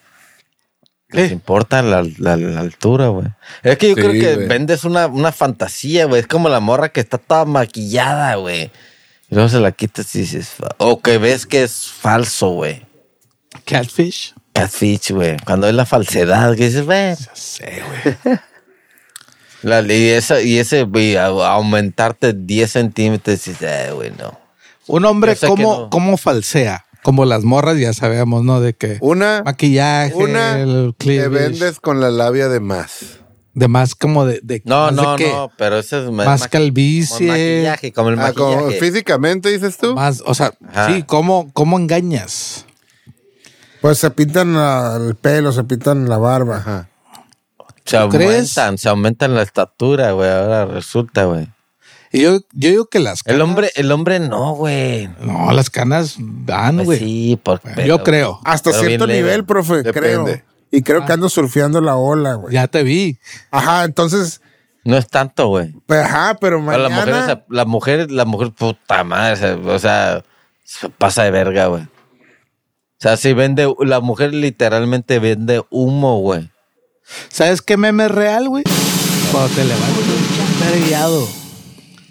[SPEAKER 3] Les
[SPEAKER 2] Eh.
[SPEAKER 3] importa la, la- la altura, güey. Es que yo
[SPEAKER 1] Sí,
[SPEAKER 3] creo que
[SPEAKER 1] güey.
[SPEAKER 3] vendes una, una fantasía, güey. Es como la morra que está toda maquillada, güey. Y luego se la quitas y dices, fa- o que ves que es falso, güey.
[SPEAKER 2] Catfish.
[SPEAKER 3] Catfish, güey. Cuando es la falsedad, que dices, güey.
[SPEAKER 2] Sí, güey.
[SPEAKER 3] La, y, esa, y ese, güey, a- aumentarte 10 centímetros, dices, eh, güey, no.
[SPEAKER 2] Un hombre,
[SPEAKER 3] Yo sé que
[SPEAKER 2] ¿cómo,
[SPEAKER 3] no.
[SPEAKER 2] cómo falsea? Como las morras, ya sabemos, ¿no? De que
[SPEAKER 1] Una,
[SPEAKER 2] maquillaje,
[SPEAKER 1] una
[SPEAKER 2] el
[SPEAKER 1] te
[SPEAKER 2] cleavage,
[SPEAKER 1] vendes con la labia de más.
[SPEAKER 2] de más como de... de-
[SPEAKER 3] No,
[SPEAKER 2] más de
[SPEAKER 3] no,
[SPEAKER 2] que-
[SPEAKER 3] no, pero ese es ma-
[SPEAKER 2] más
[SPEAKER 3] maqui-
[SPEAKER 2] calvicie.
[SPEAKER 3] Como maquillaje, como el
[SPEAKER 1] Ah, como
[SPEAKER 3] maquillaje.
[SPEAKER 1] físicamente dices tú.
[SPEAKER 2] Más, o sea,
[SPEAKER 3] Ajá.
[SPEAKER 2] sí, ¿cómo, ¿cómo engañas?
[SPEAKER 4] Pues se pintan la- el pelo, se pintan la barba.
[SPEAKER 3] se
[SPEAKER 2] ¿Tú crees?
[SPEAKER 3] aumentan, se aumentan la estatura, güey. Ahora resulta, güey.
[SPEAKER 2] Y yo, yo digo que las
[SPEAKER 3] El
[SPEAKER 2] canas-
[SPEAKER 3] hombre, el hombre no, güey.
[SPEAKER 2] No, las canas van,
[SPEAKER 3] Pues
[SPEAKER 2] güey.
[SPEAKER 3] sí, por pedo,
[SPEAKER 2] yo
[SPEAKER 3] güey.
[SPEAKER 2] creo.
[SPEAKER 1] Ah,
[SPEAKER 4] Hasta
[SPEAKER 3] Pero
[SPEAKER 4] cierto
[SPEAKER 3] bien leve.
[SPEAKER 4] nivel, profe, creo.
[SPEAKER 1] Depende.
[SPEAKER 4] Y creo que ando surfeando la ola, güey.
[SPEAKER 2] Ya te vi.
[SPEAKER 4] Ajá, entonces,
[SPEAKER 3] No es tanto, güey.
[SPEAKER 4] pues, ajá, pero
[SPEAKER 3] Pero
[SPEAKER 4] mañana...
[SPEAKER 3] Las mujeres, se- las mujeres, las mujeres, puta madre, se- o sea, se pasa de verga, güey. O sea, si vende, la mujer literalmente vende humo, güey.
[SPEAKER 2] ¿Sabes qué meme es real, güey? Cuando te levantas un vergueado.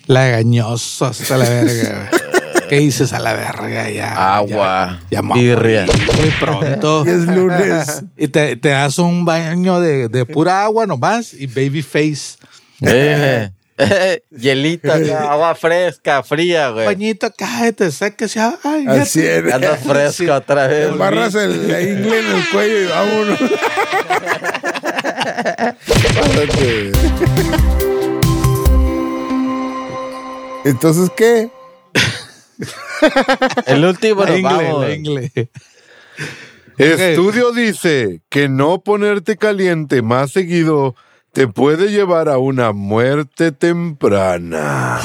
[SPEAKER 2] Lagañoso hasta la verga, güey. ¿Qué dices a la verga Ah, ya?
[SPEAKER 3] Agua,
[SPEAKER 2] Ya, ya me voy a
[SPEAKER 3] birria.
[SPEAKER 2] morir Muy pronto.
[SPEAKER 4] Es lunes.
[SPEAKER 2] Y te, te das un baño de, de pura agua nomás y baby face.
[SPEAKER 3] Eh, eh, hielito, acá, agua fresca, fría, güey.
[SPEAKER 2] Bañito acá, y te secas y ay, ya
[SPEAKER 4] Al
[SPEAKER 2] te-
[SPEAKER 4] cien.
[SPEAKER 3] Anda fresco otra vez.
[SPEAKER 4] Barras el la ingle en el cuello y vámonos.
[SPEAKER 1] Pásate.
[SPEAKER 4] Entonces, ¿qué?
[SPEAKER 3] El último
[SPEAKER 2] La
[SPEAKER 3] nos
[SPEAKER 2] ingle,
[SPEAKER 3] vamos.
[SPEAKER 2] la ingle.
[SPEAKER 1] Estudio dice que no ponerte caliente más seguido te puede llevar a una muerte temprana.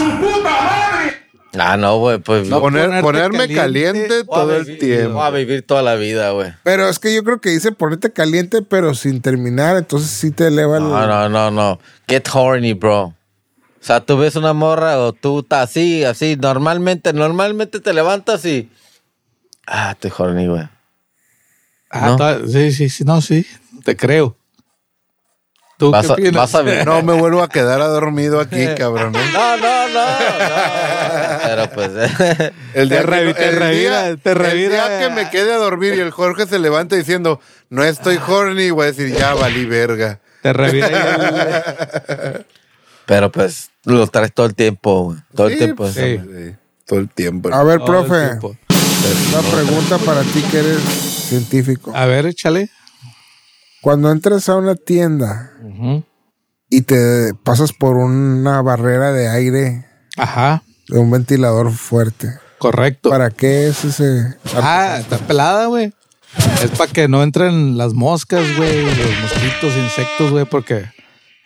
[SPEAKER 3] Ah, no, güey, pues.
[SPEAKER 2] No,
[SPEAKER 1] Poner-
[SPEAKER 2] ponerte
[SPEAKER 1] ponerme
[SPEAKER 2] caliente
[SPEAKER 1] caliente,
[SPEAKER 3] voy a
[SPEAKER 1] todo el
[SPEAKER 3] vivir-
[SPEAKER 1] tiempo.
[SPEAKER 3] voy a vivir toda la vida, güey.
[SPEAKER 4] Pero es que yo creo que dice ponerte caliente, pero sin terminar. Entonces sí te eleva el...
[SPEAKER 3] No, no, no, no. Get horny, bro. O sea, tú ves una morra o tú estás así, así. Normalmente, normalmente te levantas y. Ah, estoy horny, güey.
[SPEAKER 2] Ah,
[SPEAKER 3] ¿No?
[SPEAKER 2] ta- sí, sí, sí, no, sí, te creo. ¿Tú
[SPEAKER 3] Vas
[SPEAKER 2] qué
[SPEAKER 3] a-
[SPEAKER 2] opinas?
[SPEAKER 3] vas a ver.
[SPEAKER 1] No me vuelvo a quedar dormido aquí, cabrón. ¿eh?
[SPEAKER 3] No, no, no. no. Pero pues.
[SPEAKER 1] El
[SPEAKER 2] Te
[SPEAKER 1] día, que,
[SPEAKER 2] revi- te
[SPEAKER 1] el
[SPEAKER 2] revira,
[SPEAKER 1] día-
[SPEAKER 2] te revira.
[SPEAKER 1] el día que me quede a dormir y el Jorge se levanta diciendo, no estoy horny, voy a decir, ya valí verga.
[SPEAKER 2] Te revira ahí
[SPEAKER 3] pero pues lo traes todo el tiempo, güey. Todo el
[SPEAKER 1] Sí,
[SPEAKER 3] tiempo.
[SPEAKER 1] pues, sí, Todo el tiempo.
[SPEAKER 4] A ver,
[SPEAKER 2] el- todo el
[SPEAKER 4] profe,
[SPEAKER 2] tiempo.
[SPEAKER 4] una pregunta para ti que eres científico.
[SPEAKER 2] A ver, échale.
[SPEAKER 4] Cuando entras a una tienda y te pasas por una barrera de aire
[SPEAKER 2] Ajá,
[SPEAKER 4] de un ventilador fuerte,
[SPEAKER 2] correcto.
[SPEAKER 4] ¿para qué es ese?
[SPEAKER 3] pues,
[SPEAKER 2] Ah, está pelada, güey. Es para que no entren las moscas, güey, los mosquitos, insectos, güey, porque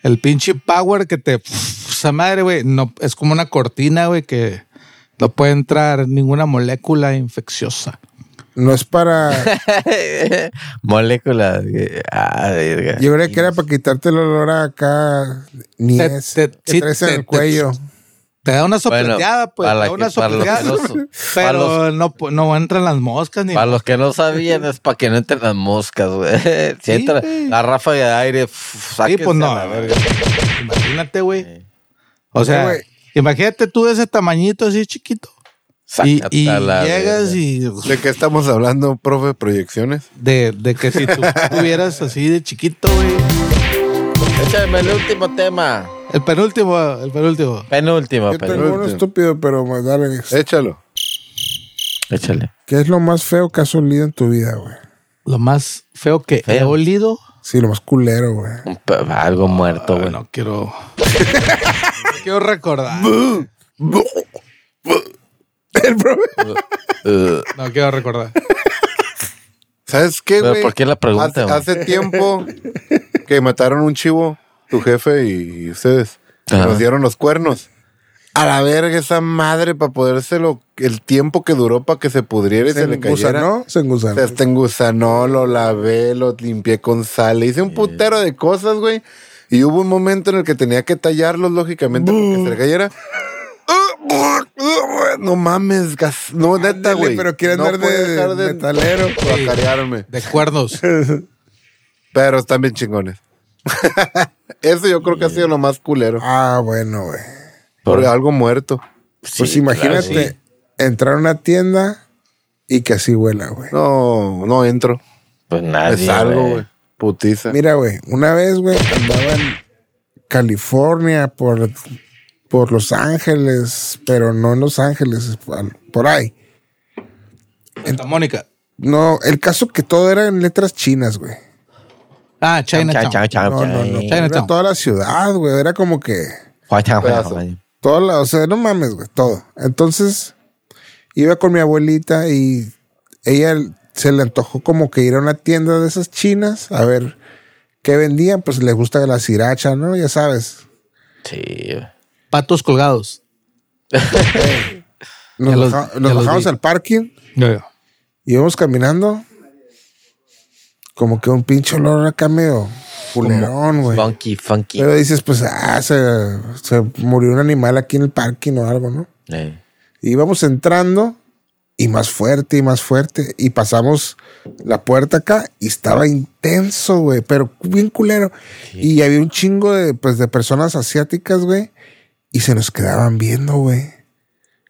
[SPEAKER 2] el pinche power que te... Esa madre, güey, no, es como una cortina, güey, que no puede entrar ninguna molécula infecciosa.
[SPEAKER 4] No es para...
[SPEAKER 3] Moléculas. güey. Ah, verga.
[SPEAKER 4] Yo creía que era para quitarte el olor a acá, ni
[SPEAKER 2] Te-
[SPEAKER 4] es,
[SPEAKER 2] te-
[SPEAKER 4] que
[SPEAKER 2] sí,
[SPEAKER 4] traes
[SPEAKER 2] te-
[SPEAKER 4] en el
[SPEAKER 2] te-
[SPEAKER 4] cuello.
[SPEAKER 2] Te da una
[SPEAKER 3] Bueno,
[SPEAKER 2] sopleteada, pues.
[SPEAKER 3] para
[SPEAKER 2] Te da
[SPEAKER 3] que-
[SPEAKER 2] una
[SPEAKER 3] para los que
[SPEAKER 2] sopleteada.
[SPEAKER 3] no son- para
[SPEAKER 2] pero
[SPEAKER 3] los-
[SPEAKER 2] no, pu- no entran las moscas ni.
[SPEAKER 3] Para los que no sabían, es para que no entren las moscas, güey. Si entra
[SPEAKER 2] güey.
[SPEAKER 3] la ráfaga de aire,
[SPEAKER 2] Sí,
[SPEAKER 3] sáquense
[SPEAKER 2] pues no.
[SPEAKER 3] a la verga.
[SPEAKER 2] Imagínate, güey. O sea,
[SPEAKER 4] güey.
[SPEAKER 2] imagínate tú de ese tamañito así chiquito. Y,
[SPEAKER 3] Sácate
[SPEAKER 2] y
[SPEAKER 3] a la
[SPEAKER 2] llegas
[SPEAKER 3] verga.
[SPEAKER 2] y.
[SPEAKER 1] ¿De qué estamos hablando, profe? ¿Proyecciones?
[SPEAKER 2] De, de que si tú tuvieras así de chiquito, güey.
[SPEAKER 3] Échame el último tema.
[SPEAKER 2] El penúltimo, el penúltimo.
[SPEAKER 3] Penúltimo,
[SPEAKER 4] Yo tengo
[SPEAKER 3] penúltimo.
[SPEAKER 4] uno estúpido, pero me- dale.
[SPEAKER 1] Échalo.
[SPEAKER 3] Échale.
[SPEAKER 4] ¿Qué es lo más feo que has olido en tu vida, güey?
[SPEAKER 2] Lo más feo que he
[SPEAKER 3] Feo.
[SPEAKER 2] olido.
[SPEAKER 4] Sí, lo más culero, güey.
[SPEAKER 3] Un pe- algo muerto, güey.
[SPEAKER 2] No quiero. no quiero recordar.
[SPEAKER 3] Uh,
[SPEAKER 2] No quiero recordar.
[SPEAKER 1] ¿Sabes qué,
[SPEAKER 3] Pero,
[SPEAKER 1] güey?
[SPEAKER 3] ¿por qué la pregunta, güey?
[SPEAKER 1] Hace, hace tiempo que mataron un chivo, tu jefe y ustedes.
[SPEAKER 3] Ajá.
[SPEAKER 1] Nos dieron los cuernos. A la verga esa madre para podérselo... El tiempo que duró para que se pudriera y se, le cayera.
[SPEAKER 4] engusanó, se engusanó.
[SPEAKER 1] Se hasta engusanó, lo lavé, lo limpié con sal, le hice un putero de cosas, güey. Y hubo un momento en el que tenía que tallarlos, lógicamente, porque se le cayera. No mames, gas. No, neta,
[SPEAKER 4] Ándale,
[SPEAKER 1] güey.
[SPEAKER 4] pero quiere
[SPEAKER 1] no
[SPEAKER 4] andar
[SPEAKER 1] puede
[SPEAKER 4] de
[SPEAKER 1] dejar
[SPEAKER 4] metalero.
[SPEAKER 1] guacarearme.
[SPEAKER 2] De cuernos.
[SPEAKER 1] Pero están bien chingones. Eso yo creo que ha sido lo más culero.
[SPEAKER 4] Ah, bueno, güey.
[SPEAKER 1] Por algo muerto.
[SPEAKER 4] pues imagínate entrar a una tienda y que así huela, güey.
[SPEAKER 1] No, no entro.
[SPEAKER 3] Pues
[SPEAKER 1] Es
[SPEAKER 3] nadie.
[SPEAKER 1] algo,
[SPEAKER 3] güey.
[SPEAKER 1] güey. Putiza.
[SPEAKER 4] Mira, güey, una vez, güey, andaba en California por, por Los Ángeles, pero no en Los Ángeles, por- por ahí.
[SPEAKER 2] Santa Mónica.
[SPEAKER 4] No, el caso que todo era en letras chinas, güey.
[SPEAKER 2] Ah, Chinatown.
[SPEAKER 3] Chao, chao, chao,
[SPEAKER 4] No, no, no.
[SPEAKER 3] chao.
[SPEAKER 4] Era
[SPEAKER 2] Chinatown.
[SPEAKER 4] toda la ciudad, güey. Era como que
[SPEAKER 3] Juan, Juan, Juan,
[SPEAKER 1] Pedazo.
[SPEAKER 3] Juan.
[SPEAKER 4] Todo, la- o sea, no mames, güey, todo. Entonces, iba con mi abuelita y ella se le antojó como que ir a una tienda de esas chinas a ver qué vendían. Pues le gusta la siracha, ¿no? Ya sabes.
[SPEAKER 3] Sí, güey.
[SPEAKER 2] Patos colgados.
[SPEAKER 4] Nos,
[SPEAKER 2] Ya los-
[SPEAKER 4] baja-
[SPEAKER 2] ya
[SPEAKER 4] nos
[SPEAKER 2] los
[SPEAKER 4] bajamos
[SPEAKER 2] vi.
[SPEAKER 4] al parking y íbamos caminando. Como que un pinche olor acá medio culerón, güey.
[SPEAKER 3] Funky, funky.
[SPEAKER 4] Pero dices, pues, ah, se, se murió un animal aquí en el parking o algo, ¿no?
[SPEAKER 3] Eh.
[SPEAKER 4] íbamos entrando y más fuerte y más fuerte. Y pasamos la puerta acá y estaba intenso, güey, pero bien culero. Y había un chingo de, pues, de personas asiáticas, güey, y se nos quedaban viendo, güey,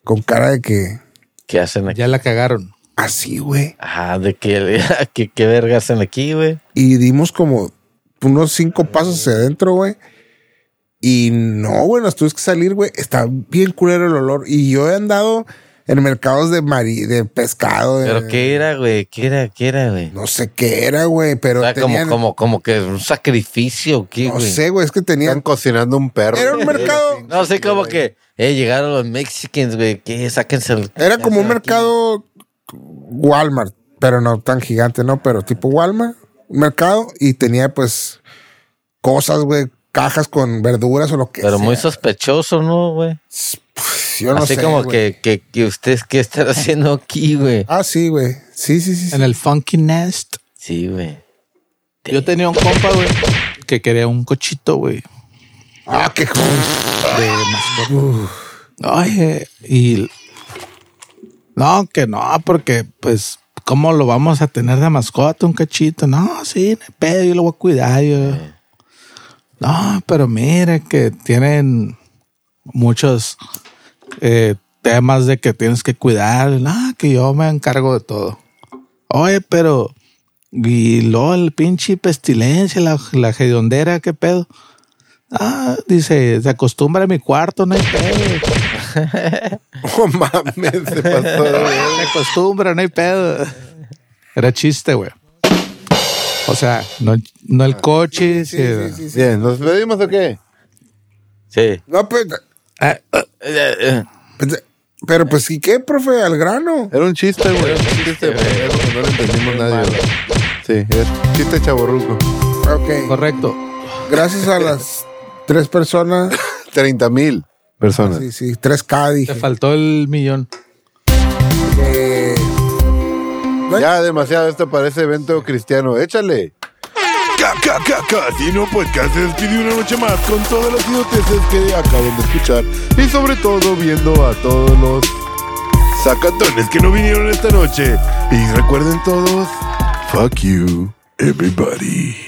[SPEAKER 4] con cara de que
[SPEAKER 3] ¿Qué hacen aquí?
[SPEAKER 2] Ya la cagaron.
[SPEAKER 4] así, güey.
[SPEAKER 3] Ajá, de que, que- qué verga hacen aquí, güey.
[SPEAKER 4] Y dimos como unos cinco pasos hacia adentro, güey. Y no, güey, nos tuvimos que salir, güey. Está bien culero el olor. Y yo he andado en mercados de mari de pescado. de-
[SPEAKER 3] Pero qué era, güey, qué era, qué era, güey.
[SPEAKER 4] Eh. No sé qué era, güey, pero
[SPEAKER 3] O sea, como,
[SPEAKER 4] tenían-
[SPEAKER 3] como, como que un sacrificio, ¿qué,
[SPEAKER 4] no
[SPEAKER 3] güey?
[SPEAKER 4] sé, güey, es que
[SPEAKER 1] Están
[SPEAKER 4] tenían
[SPEAKER 1] cocinando un perro.
[SPEAKER 4] Era un mercado-
[SPEAKER 3] No sé, como que eh, llegaron los mexicans, güey, que sáquense el-
[SPEAKER 4] era como
[SPEAKER 3] sáquense aquí.
[SPEAKER 4] un mercado Walmart, pero no tan gigante, no, pero tipo Walmart, un mercado y tenía pues cosas, güey, cajas con verduras o lo que
[SPEAKER 3] Pero
[SPEAKER 4] sea.
[SPEAKER 3] muy sospechoso, ¿no, güey?
[SPEAKER 4] Yo no
[SPEAKER 3] Así
[SPEAKER 4] sé,
[SPEAKER 3] como
[SPEAKER 4] güey.
[SPEAKER 3] que, que, que ustedes qué están haciendo aquí, güey.
[SPEAKER 4] Ah, sí, güey. Sí, sí, sí. sí.
[SPEAKER 2] En el Funky Nest.
[SPEAKER 3] Sí, güey.
[SPEAKER 2] Yo tenía un compa, güey, que quería un cochito, güey.
[SPEAKER 4] Ah, qué
[SPEAKER 2] Ay, eh, y. No, que no, porque, pues, ¿cómo lo vamos a tener de mascota un cachito? No, sí, no hay pedo, yo lo voy a cuidar. yo- No, pero mire que tienen muchos eh, temas de que tienes que cuidar. No, que yo me encargo de todo. Oye, pero. Y luego el pinche pestilencia, la, la hediondera, ¿qué pedo? Ah, dice, se acostumbra a mi cuarto, no hay pedo.
[SPEAKER 1] No mames, se pasó. de verga.
[SPEAKER 2] Se acostumbra, no hay pedo. Era chiste, güey. O sea, no, no el coche. sí,
[SPEAKER 1] Bien, ¿nos pedimos o qué?
[SPEAKER 3] Sí.
[SPEAKER 4] No, pues,
[SPEAKER 2] Ah, ah,
[SPEAKER 3] Eh, eh.
[SPEAKER 4] pues, pero pues ¿y qué, profe? Al grano.
[SPEAKER 1] Era un chiste, güey. Era un chiste, güey. Eso que no lo entendimos nadie, güey. Sí, es chiste chaborruco.
[SPEAKER 4] Ok.
[SPEAKER 2] correcto.
[SPEAKER 4] Gracias a las tres personas.
[SPEAKER 1] 30 mil personas.
[SPEAKER 4] Ah, Sí, sí, 3K
[SPEAKER 2] Te
[SPEAKER 4] dije.
[SPEAKER 2] faltó el millón.
[SPEAKER 4] Eh,
[SPEAKER 1] Ya demasiado, esto parece evento cristiano. Échale.
[SPEAKER 6] Casino Podcast se despidió una noche más con todas las idioteces que acaban de escuchar y sobre todo viendo a todos los sacatones que no vinieron esta noche. Y recuerden todos, fuck you, everybody.